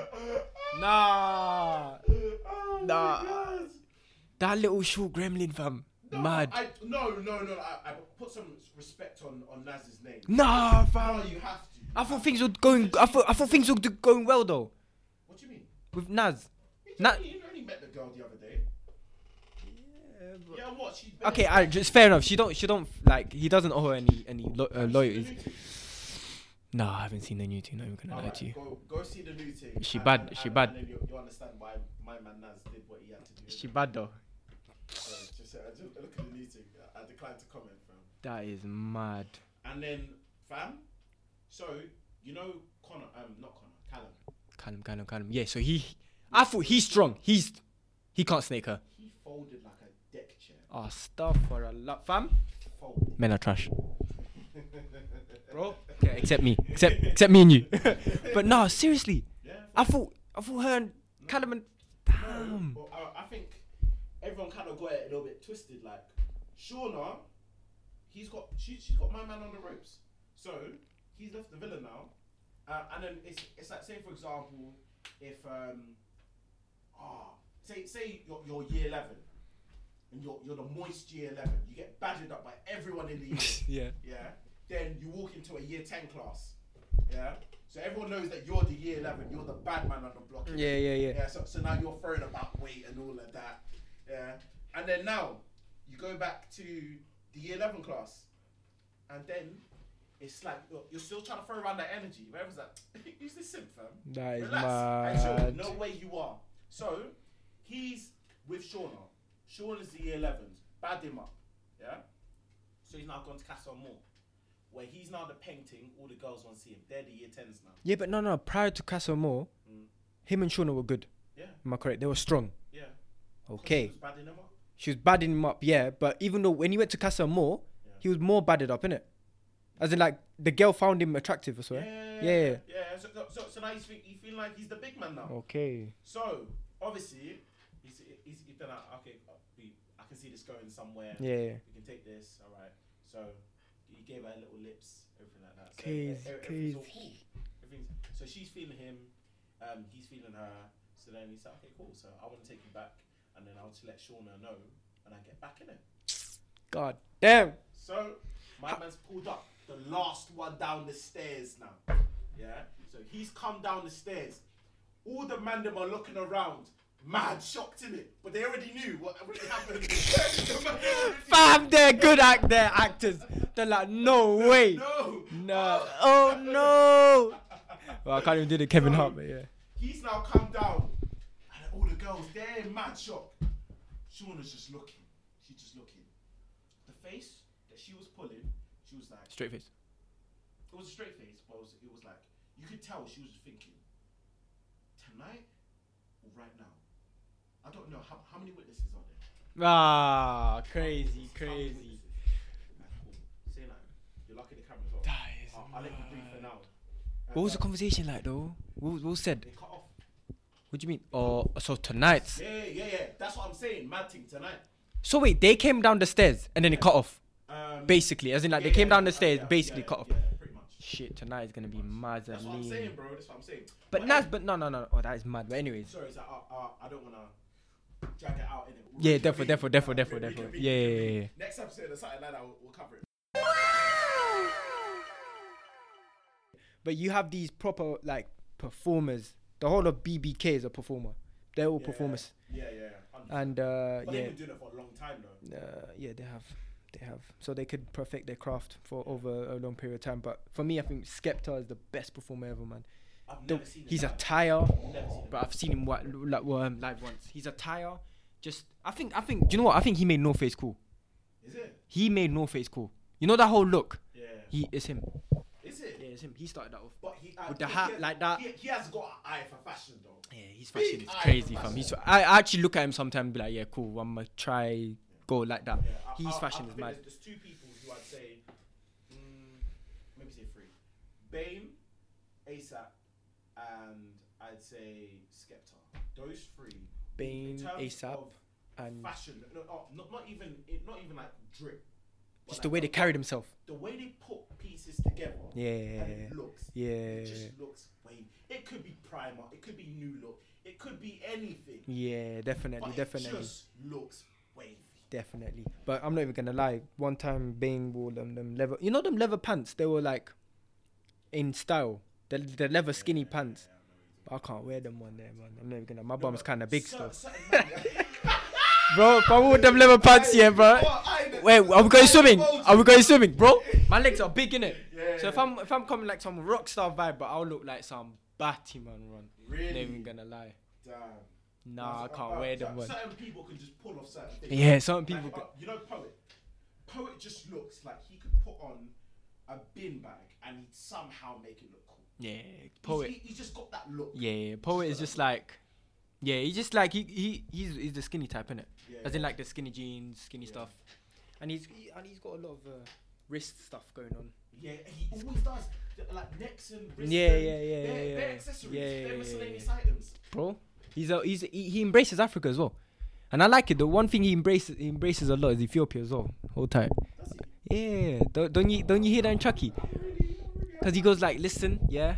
S2: Nah.
S1: Oh my
S2: Nah.
S1: God.
S2: That little short gremlin, fam.
S1: No,
S2: Mad.
S1: I, no, no, no. I, I put some respect on, on Naz's name.
S2: Nah, fam.
S1: No, you have to.
S2: I thought things were going. I thought I thought things were going well though
S1: What do you mean?
S2: with Naz.
S1: You,
S2: Na-
S1: only- you only met the girl the other day. Yeah, what? She's been
S2: Okay, I, just fair enough. She don't. She don't like. He doesn't owe her any any lo- uh,
S1: She's
S2: loyalties.
S1: the new team.
S2: No, I haven't seen the new two. No, I'm gonna lie
S1: Alright,
S2: to you.
S1: Go, go see the new team.
S2: She bad, she bad.
S1: And then you, you understand why my man Naz did what he had to do.
S2: She bad though.
S1: So, just, uh, just look at the new team. I, I declined to comment, fam.
S2: That is mad.
S1: And then, fam. So you know Connor, um, not Connor, Callum.
S2: Calm, calm, calm. Yeah. So he. I thought he's strong. He's. He can't snake her.
S1: He folded like a deck chair.
S2: Ah, stuff for a lot, fam.
S1: Folded.
S2: Men are trash, [LAUGHS] bro. Yeah, except me. Except except me and you. [LAUGHS] but no, seriously.
S1: yeah.
S2: I thought I thought her and Callum and. Damn.
S1: Well, I, I think everyone kind of got it a little bit twisted. Like Shauna, he's got she, she's got my man on the ropes, so he's left the villa now. Uh, and then it's it's like say for example, if um, ah, say say you're, you're year eleven, and you're you're the moist year eleven, you get badgered up by everyone in the year
S2: Yeah.
S1: yeah, then you walk into a year 10 class, yeah? So everyone knows that you're the year 11, you're the bad man on the block.
S2: Yeah, yeah, yeah.
S1: Yeah, so, so now you're thrown about weight and all of that, yeah? And then now you go back to the year 11 class, and then it's like you're, you're still trying to throw around that [LAUGHS] energy. But everyone's like, who's this simp, fam?
S2: That is
S1: Relax. And Shaun,
S2: mad.
S1: no way you are. So he's with Shauna. Shaun is the year 11s. Bad him up. Yeah? So he's now gone to Castle Moore, where he's now the painting all the girls want to see him. They're the year 10s now.
S2: Yeah, but no, no. Prior to Castle Moore, him and Shauna were good.
S1: Yeah,
S2: Am I correct? They were strong.
S1: yeah. 'Cause he
S2: Okay.
S1: was badding them up.
S2: She was badding him up, yeah. But even though when he went to Casa Moore,
S1: Yeah.
S2: he was more badded up, innit? As in, like, the girl found him attractive, I swear.
S1: Yeah,
S2: Yeah, yeah.
S1: yeah. So, so, so now he's fe- he feeling like he's the big man now.
S2: Okay.
S1: So obviously, he's, he's, he's been like, okay, we, I can see this going somewhere.
S2: Yeah, yeah.
S1: we can take this, all right. So he gave her little lips, everything like that. So e-
S2: Crazy,
S1: e- everything's all
S2: crazy.
S1: cool. Everything's, so she's feeling him, um, he's feeling her. So then he's like, okay, cool. So I want to take you back, and then I'll just let Shauna know, and I get back in it.
S2: God damn.
S1: So my man's pulled up, the last one down the stairs now. Yeah. So he's come down the stairs. All the mandem are looking around, mad, shocked in it, but they already knew what really happened. The man already-
S2: Fam, they're good act, they're actors. They're like, no way.
S1: No.
S2: No. Oh, no. Well, I can't even do the Kevin Hart, but yeah.
S1: He's now come down, and all the girls they're in mad shock. Shauna's just looking. She's just looking. The face that she was pulling, she was like,
S2: Straight face.
S1: it was a straight face, but it was, it was like you could tell she was thinking tonight or right now. I don't know how, how many witnesses are there.
S2: Ah, crazy,
S1: How many
S2: crazy.
S1: witnesses? Like, cool. Say that. You're lucky the camera's off.
S2: That is
S1: I'll, I'll let you breathe for now.
S2: What was the
S1: Uh,
S2: conversation like, though? What was, what was said?
S1: They cut off.
S2: What do you mean? Oh, so tonight,
S1: Yeah, yeah, yeah. That's what I'm saying. Mad thing tonight.
S2: So wait, they came down the stairs and then it cut off.
S1: Um,
S2: Basically, as in like
S1: yeah,
S2: they came
S1: yeah,
S2: down the
S1: yeah,
S2: stairs,
S1: yeah,
S2: basically
S1: yeah,
S2: cut off.
S1: Yeah, pretty much.
S2: Shit, tonight is gonna be mad
S1: That's
S2: and
S1: what I'm saying,
S2: lean.
S1: bro. That's what I'm saying.
S2: But
S1: But
S2: that's
S1: I-
S2: but no no no. no. Oh, that is mad. But anyways,
S1: Sorry, it's like, uh, uh, I don't wanna drag it out. Innit?
S2: Yeah, therefore,
S1: Reconvene.
S2: therefore, therefore,
S1: Uh, [LAUGHS]
S2: therefore,
S1: re-
S2: therefore.
S1: reconvene,
S2: Yeah, yeah,
S1: reconvene.
S2: yeah, yeah.
S1: Next episode of Saturday Night, Out, we'll, we'll cover it.
S2: but you have these proper like performers. The whole of BBK is a performer. They're all
S1: Yeah.
S2: performers,
S1: Yeah, yeah. yeah. Hundred percent.
S2: and uh,
S1: But
S2: yeah,
S1: they've been doing it for a long time though.
S2: uh, yeah, they have, they have. So they could perfect their craft for over a long period of time. But for me, I think Skepta is the best performer ever, man.
S1: I've
S2: The-
S1: never seen.
S2: he's a
S1: them live.
S2: tire,
S1: Never seen them
S2: but I've seen him wa- like well, um, live once. He's a tire. Just I think I think do you know what I think he made No Face cool.
S1: Is it?
S2: He made No Face cool. You know that whole look.
S1: Yeah.
S2: He it's him.
S1: Is it?
S2: Yeah, it's him. He started that off.
S1: But he uh,
S2: With the
S1: he-
S2: hat
S1: he-
S2: like that.
S1: He, he has got an eye for fashion though.
S2: Yeah, he's
S1: Big
S2: fashion. It's
S1: eye
S2: crazy,
S1: for
S2: fam.
S1: fashion.
S2: He's. I, I actually look at him sometimes and be like, yeah, cool. I'm gonna try go like that.
S1: Yeah, I-
S2: He's
S1: I- I
S2: fashion is
S1: think
S2: mad.
S1: There's, there's two people who I'd say, mm, maybe say three: Bane, ASAP, and I'd say Skepta. Those three.
S2: Bane,
S1: in terms
S2: ASAP,
S1: of
S2: and
S1: fashion. No, no, not not even it- not even like drip. but
S2: just
S1: like
S2: the way they carried himself.
S1: the way they put pieces together. And
S2: Yeah,
S1: it looks.
S2: yeah,
S1: It just looks way. It could be primer. It could be new look. It could be anything.
S2: yeah.
S1: but
S2: Definitely,
S1: it
S2: definitely,
S1: just looks wavy.
S2: definitely. But I'm not even gonna lie. One time, Bane wore them them leather. You know them leather pants. They were like in style. The the leather skinny pants. But I can't wear them on there, man. I'm not even gonna. My bum's kind of big
S1: Cer-
S2: still, [LAUGHS]
S1: certain man, yeah.
S2: bro. If I wore them leather pants,
S1: Hey,
S2: yeah, bro.
S1: oh, I-
S2: Wait, are we going
S1: I
S2: swimming?
S1: told you.
S2: Are we going swimming, bro? My legs are big innit?
S1: Yeah,
S2: so if
S1: yeah.
S2: I'm if I'm coming like some rock star vibe, but I'll look like some batty man run. Not even
S1: Really?
S2: gonna lie.
S1: Damn.
S2: Nah, I
S1: That's-
S2: can't
S1: uh,
S2: wear
S1: cer-
S2: them. Man.
S1: Certain people can just pull off certain things.
S2: Yeah, some
S1: Like,
S2: people.
S1: uh,
S2: Go-
S1: you know, poet. Poet just looks like he could put on a bin bag and he'd somehow make it look cool.
S2: yeah,
S1: He's-
S2: poet.
S1: He, he's just got that look.
S2: Yeah, yeah, poet is just like. Yeah, he's just like he he he's, he's the skinny type innit?
S1: Yeah,
S2: As
S1: yeah.
S2: in like the skinny jeans, skinny
S1: Yeah.
S2: stuff, and he's he, and he's got a lot of uh, wrist stuff going on.
S1: Yeah, he always does. Th- Like necks and wrists.
S2: Yeah,
S1: and
S2: yeah, yeah,
S1: They're,
S2: yeah,
S1: they're
S2: yeah.
S1: accessories.
S2: Yeah, yeah,
S1: they're
S2: yeah,
S1: miscellaneous
S2: yeah.
S1: items.
S2: bro. He's a, he's he, he embraces Africa as well, and I like it. The one thing he embraces he embraces a lot is Ethiopia as well. Whole time,
S1: Does he?
S2: yeah. Don't, don't you don't you hear that in Chucky? Cause he goes like, listen, yeah.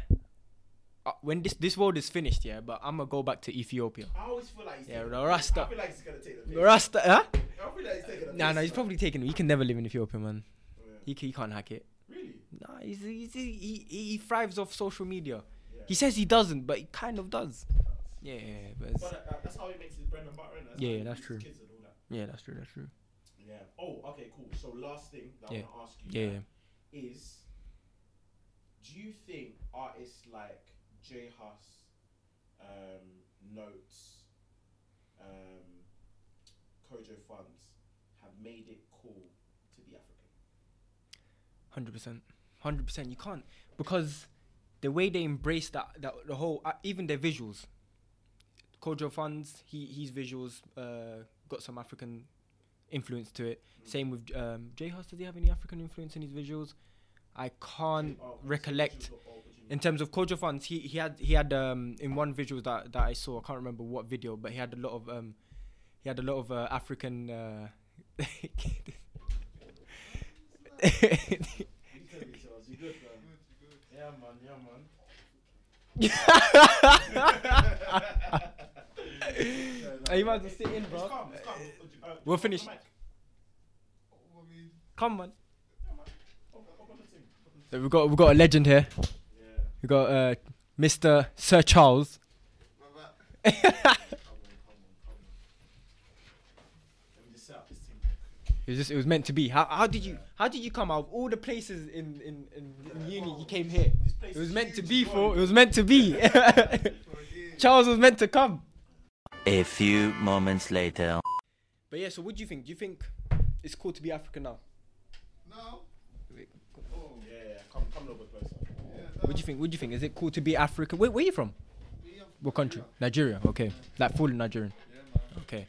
S2: Uh, when this this world is finished, yeah, but I'm gonna go back to Ethiopia.
S1: I always feel like he's
S2: Yeah,
S1: taking
S2: the
S1: piss.
S2: Rasta.
S1: I feel like he's gonna take the piss.
S2: Rasta, huh?
S1: I feel like he's taking the
S2: Nah,
S1: piss,
S2: nah, he's
S1: man.
S2: probably taking it. He can never live in Ethiopia, man.
S1: Yeah.
S2: He, c- he can't hack it.
S1: Really?
S2: Nah, he's, he's, he, he he thrives off social media.
S1: Yeah.
S2: He says he doesn't, but he kind of does. Yeah, but it's-
S1: But uh, that's how he makes his bread and butter, and that's
S2: Yeah,
S1: how he
S2: yeah, that's
S1: feeds his
S2: true.
S1: Kids and all that.
S2: yeah, that's true. That's true.
S1: Yeah. Oh, okay, cool. So last thing that
S2: Yeah.
S1: I want to ask you
S2: Yeah, yeah.
S1: yeah. is, do you think artists like J Hus, um, Notes, um, Kojo Funds have made it cool to be African?
S2: Hundred percent, hundred percent. You can't because the way they embrace that, that the whole, uh, even their visuals. Kojo funds, he his visuals uh, got some African influence to it. Same with um, J Hus. Does he have any African influence in his visuals? I can't
S1: Oh, so visuals
S2: recollect.
S1: or- or what do you
S2: In
S1: mean?
S2: terms of Kojo funds, he, he had he had um, in one visual that, that I saw. I can't remember what video, but he had a lot of um, he had a lot of uh, African. Uh, [LAUGHS]
S1: You tell me, Charles, you good, man? Yeah, man. Yeah, man. [LAUGHS]
S2: Hey, you might as well sit in, bro.
S1: It's calm, it's calm. Uh,
S2: We're
S1: open the
S2: finished.
S1: mic.
S2: Come on.
S1: Yeah, man. Open- open the thing. Open
S2: So we got we got a legend here.
S1: the- Yeah.
S2: We got uh, Mr. Sir Charles.
S1: Come on, come on, come on. Let me just set up this thing.
S2: It was just it was meant to be. How how did you how did you come out of all the places in in, in, in uni? You came here.
S1: This place
S2: It was
S1: is
S2: meant to
S1: huge,
S2: be
S1: bro.
S2: for. It was meant to
S1: [LAUGHS]
S2: be. Charles was meant to come.
S3: A few moments later.
S2: But yeah. So what do you think? Do you think it's cool to be African now?
S4: No.
S1: Oh, yeah, yeah. Come, come a little bit closer.
S2: What do you think? What do you think? Is it cool to be African? Where where you from? What country? Nigeria. Okay. Like full Nigerian. Okay.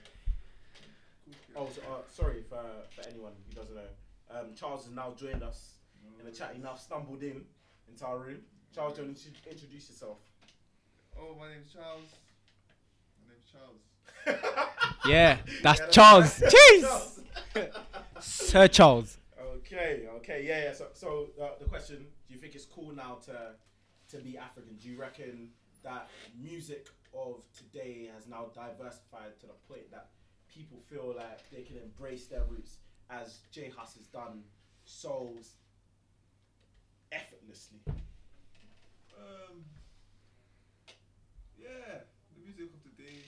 S1: Oh, so, uh, sorry for, for anyone who doesn't know. Um, Charles has now joined us in the chat. He now stumbled in into our room. Charles, do you want to introduce yourself?
S4: Oh, my name's Charles. My name's Charles.
S2: Yeah, that's
S1: Yeah, [LAUGHS]
S2: Charles. Jeez,
S1: Charles.
S2: Sir Charles.
S1: Okay, okay, yeah, yeah. So, so uh, the question: Do you think it's cool now to to be African? Do you reckon that music of today has now diversified to the point that people feel like they can embrace their roots, as J Huss has done so effortlessly?
S2: Hmm.
S4: Um, yeah, the music of the day,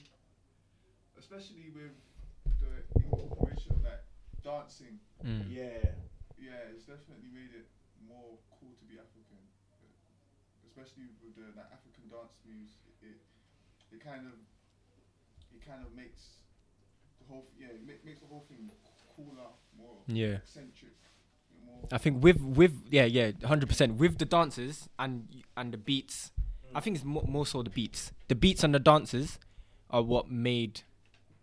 S4: especially with the incorporation of like dancing,
S2: Mm.
S1: Yeah,
S4: yeah, it's definitely made it more cool to be African. Especially with the like, African dance moves, it it kind of it kind of makes the whole yeah it ma- makes the whole thing cooler, more
S2: Yeah.
S4: eccentric, more.
S2: I think with with yeah yeah hundred percent with the dances and and the beats, I think it's mo- more so the beats. The beats and the dances are what made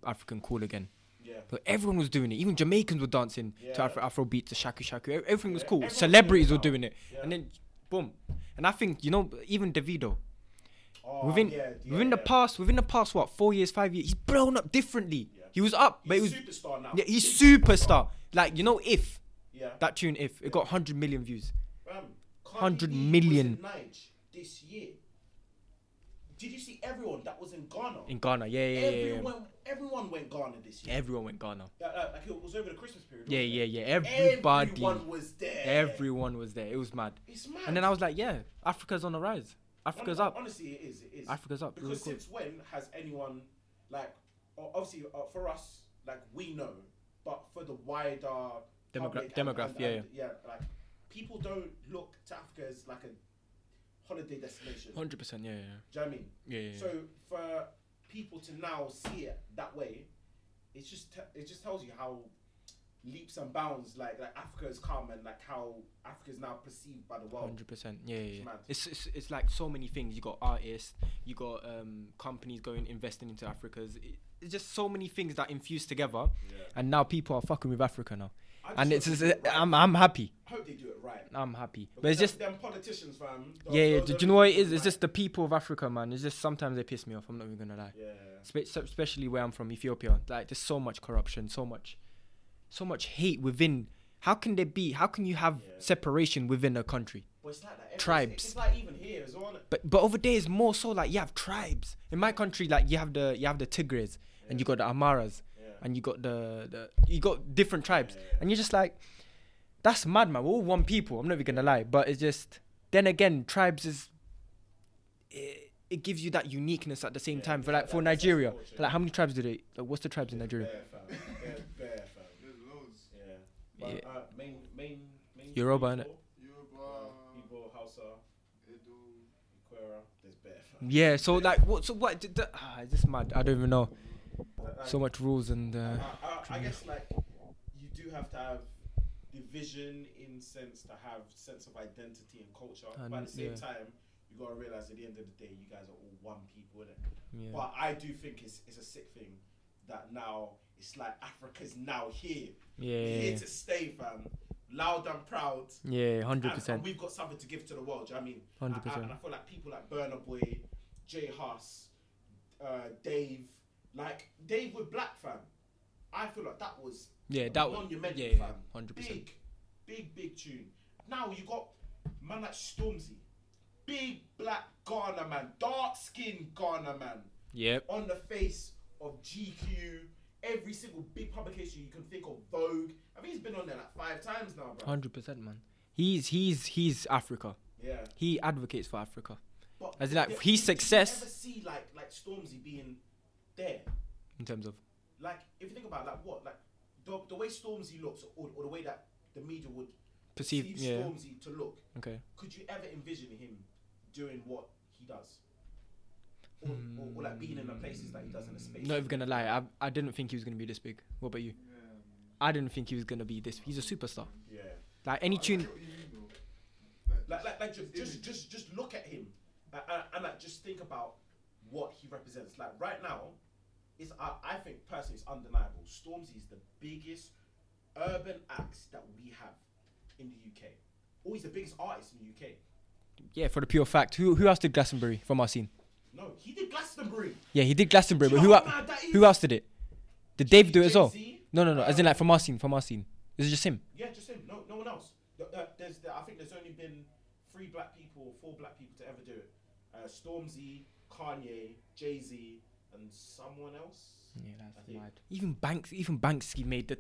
S2: African cool again.
S1: yeah.
S2: So everyone was doing it. Even Jamaicans were dancing to
S1: Yeah.
S2: Afro Afro beat to shaku shaku. E- Everything was
S1: Yeah, everyone was doing
S2: cool.
S1: it
S2: Celebrities were
S1: now.
S2: doing it,
S1: Yeah.
S2: and then boom. And I think you know even Davido
S1: Oh,
S2: within
S1: yeah, yeah,
S2: within the
S1: yeah.
S2: past within the past what four years five years he's blown up differently.
S1: Yeah.
S2: He was up, but
S1: He's
S2: he was
S1: superstar now.
S2: yeah he's superstar. Like you know if
S1: Yeah.
S2: that tune if it got hundred million views.
S1: Fam,
S2: 100
S1: Um, Cardi B
S2: million.
S1: was in Nige this year. Did you see everyone that was in Ghana?
S2: In Ghana, yeah, yeah, yeah, yeah.
S1: everyone, everyone went Ghana this year.
S2: Everyone went Ghana.
S1: Yeah, like, like it was over the Christmas period.
S2: Yeah,
S1: wasn't
S2: yeah,
S1: it?
S2: yeah. Everybody,
S1: Everyone was there.
S2: everyone was there. It was mad.
S1: It's mad.
S2: And then I was like, yeah, Africa's on the rise. Africa's
S1: Hon-
S2: up.
S1: Honestly, it is. It is.
S2: Africa's up, it
S1: Because
S2: was cool.
S1: since when has anyone, like, o- obviously uh, for us, like we know, but for the wider public and-
S2: demograph,
S1: and-
S2: yeah,
S1: and- yeah, like people don't look to Africa as like a holiday destination.
S2: Hundred percent, yeah, yeah,
S1: Do you know what I mean?
S2: yeah. yeah, yeah.
S1: So for people to now see it that way, it's just te- it just tells you how leaps and bounds like like Africa has come and like how Africa is now perceived by the world.
S2: Hundred percent, yeah, yeah. yeah.
S1: Oh. mad.
S2: It's, it's it's like so many things. You got artists, you got um, companies going investing into Africa's. It, it's just so many things that infuse together, and now people are fucking with Africa now.
S1: I
S2: And it's,
S1: just
S2: it's
S1: hope they do it right.
S2: I'm I'm happy.
S1: I hope they do it right.
S2: I'm happy. But
S1: Because
S2: it's just
S1: them them politicians, fam. those-
S2: yeah, yeah.
S1: those
S2: Do
S1: are
S2: you know what it
S1: people,
S2: is? It's
S1: like-
S2: just the people of Africa, man. It's just sometimes they piss me off. I'm not even gonna lie.
S1: yeah.
S2: Spe- so- especially where I'm from, Ethiopia. Like there's so much corruption, so much, so much hate within. How can there be? How can you have
S1: Yeah.
S2: separation within a country?
S1: But it's like that. everywhere. It's-
S2: Tribes.
S1: It's like even here as well. innit?
S2: But but over there it's more so like you have tribes. In my country, like you have the you have the Tigres and you got the Amaras
S1: Yeah.
S2: and you got the, the you got different tribes.
S1: Yeah, yeah, yeah.
S2: And you're just like, that's mad, man. We're all one people. I'm not even gonna lie, but it's just then again, tribes is it, it gives you that uniqueness at the same
S1: Yeah,
S2: time. For
S1: yeah,
S2: like for
S1: that- that's
S2: Nigeria,
S1: unfortunate.
S2: like how many tribes do they? Like, what's the tribes in Nigeria?
S1: Bare fam. Bare, bare fam.
S4: There's loads.
S1: Yeah. But,
S2: Yeah.
S1: Uh, main, main, main.
S2: Yoruba, innit?
S1: people,
S4: Yoruba,
S1: uh, Igbo, Hausa,
S4: Edo.
S1: Quera. There's bare fam.
S2: Yeah. So like what? So what? d- d- ah, it's just mad. I don't even know.
S1: Like,
S2: So much rules and uh,
S1: I, I, I guess like you do have to have division in sense to have sense of identity and culture, but
S2: And,
S1: at the same
S2: yeah.
S1: time, you gotta realize at the end of the day, you guys are all one people. Innit?
S2: yeah.
S1: But I do think it's it's a sick thing that now it's like Africa's now here,
S2: yeah,
S1: here to stay, fam, loud and proud.
S2: yeah, hundred
S1: And-
S2: percent.
S1: And we've got something to give to the world. Do you know what I mean? I- I-
S2: 100%.
S1: And I feel like people like Burner Boy, Jay Huss, uh, Dave, like Dave with Black Fam. I feel like that was
S2: Yeah, that was
S1: monumental,
S2: yeah,
S1: fam.
S2: yeah, hundred percent.
S1: Big, big, big tune. Now you got man like Stormzy, big black Ghana man, dark skinned Ghana man,
S2: Yep.
S1: on the face of GQ. Every single big publication you can think of, Vogue. I think he's been on there like five times now, bro.
S2: Hundred percent, man. He's he's he's Africa.
S1: Yeah.
S2: He advocates for Africa.
S1: But
S2: As in, like,
S1: did-
S2: his
S1: did you
S2: success-
S1: ever see like like Stormzy being there?
S2: In terms of
S1: Like if you think about it, like what like the, the way Stormzy looks or, or the way that the media would
S2: perceived,
S1: perceive
S2: yeah.
S1: Stormzy to look,
S2: Okay.
S1: could you ever envision him doing what he does? Or, or, or like being in the places that he does in the space.
S2: Not even gonna lie, I I didn't think he was gonna be this big. What about you?
S4: Yeah.
S2: I didn't think he was gonna be this. He's a superstar.
S1: Yeah.
S2: Like any
S4: I- I
S2: tune,
S4: get what you mean, though.
S1: Like like, like ju-
S4: his
S1: just
S4: image.
S1: just just look at him, and, and, and like just think about what he represents. Like right now, is I, I think personally it's undeniable. Stormzy is the biggest urban act that we have in the UK. Or he's the biggest artist in the UK.
S2: yeah. For the pure fact, who who else did Glastonbury from our scene?
S1: No, he did Glastonbury.
S2: Yeah, he did Glastonbury,
S1: Do
S2: but
S1: you
S2: who
S1: know
S2: el-
S1: how mad that
S2: who
S1: is?
S2: else did it? Did Dave do it as well?
S1: Jay-Z?
S2: No, no, no. As in like from our scene, from our scene. Is it just him?
S1: Yeah, just him. No, no one else. The- uh, there's, the, I think there's only been three black people or four black people to ever do it. Uh, Stormzy, Kanye, Jay Z, and someone else.
S2: Yeah, that's
S1: I think.
S2: Even Banks, even Banksy made the.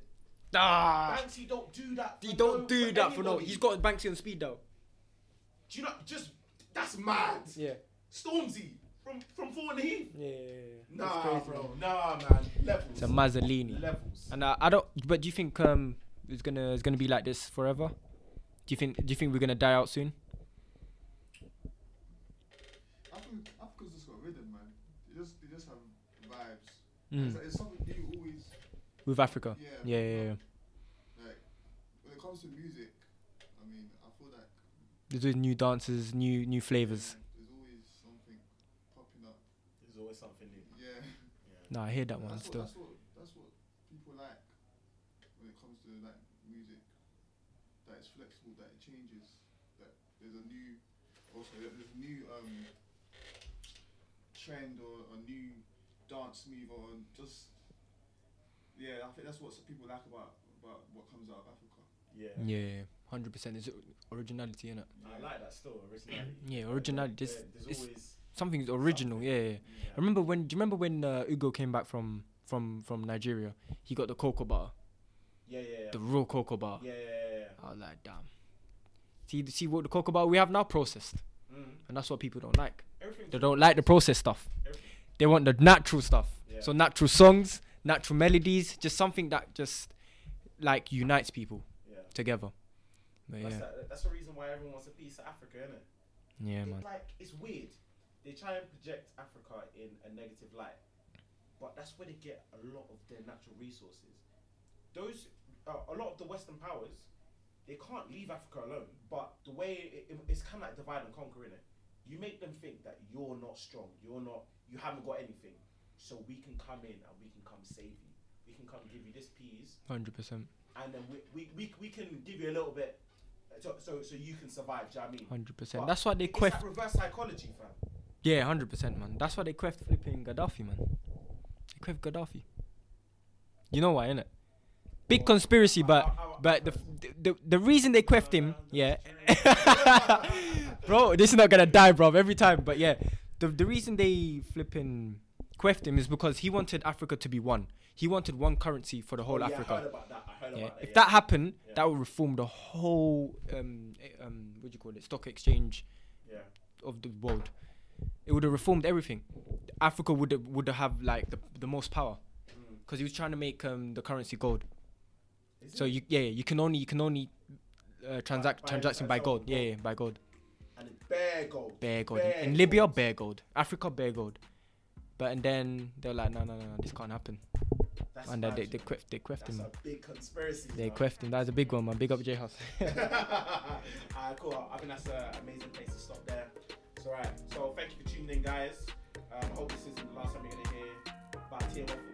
S2: Ah,
S1: Banksy don't do that.
S2: he
S1: for
S2: don't
S1: no-
S2: do that for no.
S1: anybody.
S2: He's got Banksy on speed though.
S1: Do you know? Just that's mad.
S2: Yeah,
S1: Stormzy from from Four and the Heath.
S2: yeah, yeah.
S1: Nah, bro. Nah, man. Levels.
S2: It's a Mazzolini.
S1: Levels.
S2: And uh, I don't. But do you think um it's gonna it's gonna be like this forever? Do you think Do you think we're gonna die out soon?
S4: Africa, Africa's just got rhythm, man. They just, they just have vibes.
S2: Mm.
S4: It's, like, it's something you always
S2: With Africa.
S4: Yeah.
S2: Yeah, yeah, yeah.
S4: like. When it comes to music, I mean, I feel like
S2: There's always new dances, new new flavors.
S4: there's always something popping up.
S1: There's always something new.
S4: Yeah.
S2: Nah, I hear that one
S4: that's
S2: still.
S4: What, [LAUGHS] that's what that's what people like when it comes to like music. That it's flexible, that it changes, that there's a new also that there's a new um trend or a new dance move or just yeah, I think that's what some people like about about what comes out of Africa.
S1: Yeah.
S2: Yeah, yeah, hundred percent. It's originality in it.
S1: I like that still originality.
S2: Yeah, originality. It's,
S1: Yeah,
S2: it's
S1: there's always.
S2: something's original. Yeah, yeah. I remember when. Do you remember when uh, Ugo came back from from from Nigeria? He got the cocoa bar,
S1: Yeah, yeah, yeah.
S2: the real cocoa bar.
S1: Yeah, yeah, yeah.
S2: I was like, damn. See, see what the cocoa bar we have now processed,
S1: yeah. Mm.
S2: and that's what people don't like.
S1: Everything.
S2: They don't like the processed stuff.
S1: everything.
S2: They want the natural stuff.
S1: Yeah.
S2: So natural songs, natural melodies, just something that just like unites people
S1: Yeah.
S2: together. But
S1: That's,
S2: yeah,
S1: that, that's the reason why everyone wants a piece of Africa, isn't it?
S2: yeah,
S1: It's
S2: man.
S1: like it's weird. They try and project Africa in a negative light, but that's where they get a lot of their natural resources. Those uh, a lot of the Western powers, they can't leave Africa alone. But the way it, it- it's kind of like divide and conquer in it. You make them think that you're not strong, you're not, you haven't got anything, so we can come in and we can come save you. We can come give you this peas,
S2: Hundred percent,
S1: and then we, we, we, we can give you a little bit, so so, so you can survive. Do you know what I mean?
S2: hundred
S1: But
S2: percent. That's why they
S1: it's
S2: quest.
S1: like reverse psychology, fam.
S2: Yeah, hundred percent, man. That's why they queft flipping Gaddafi, man. They queft Gaddafi. You know why, innit? Big conspiracy, but but the the, the reason they queft him, yeah. [LAUGHS] bro, this is not gonna die, bro. Every time, but yeah, the the reason they flipping queft him is because he wanted Africa to be one. He wanted one currency for the whole
S1: Oh, yeah, I
S2: Africa.
S1: heard about that. I heard
S2: Yeah.
S1: about that.
S2: If
S1: yeah.
S2: that happened, that would reform the whole um eh, um what do you call it stock exchange
S1: Yeah.
S2: of the world. It would have reformed everything. Africa would have, would have like the, the most power
S1: Mm.
S2: because he was trying to make um, the currency gold.
S1: Is
S2: So
S1: it?
S2: you yeah, yeah you can only you can only uh, transact
S1: by-
S2: transaction by
S1: by
S2: gold.
S1: gold.
S2: Yeah, yeah, by gold.
S1: and it's bare gold.
S2: Bare gold. In-
S1: Bare
S2: in Libya,
S1: gold.
S2: bare gold. Africa, bare gold. But and then they're like, no, no, no, no, this can't happen.
S1: That's
S2: And then they
S1: magic.
S2: they queft they queft
S1: That's
S2: him.
S1: a big conspiracy.
S2: They
S1: fam.
S2: queft him. That's a big one, man. Big up J House.
S1: [LAUGHS] Alright, cool. I think that's an amazing place to stop there. It's alright. So thank you for tuning in, guys. Um, I hope this isn't the last time you're gonna hear about TMF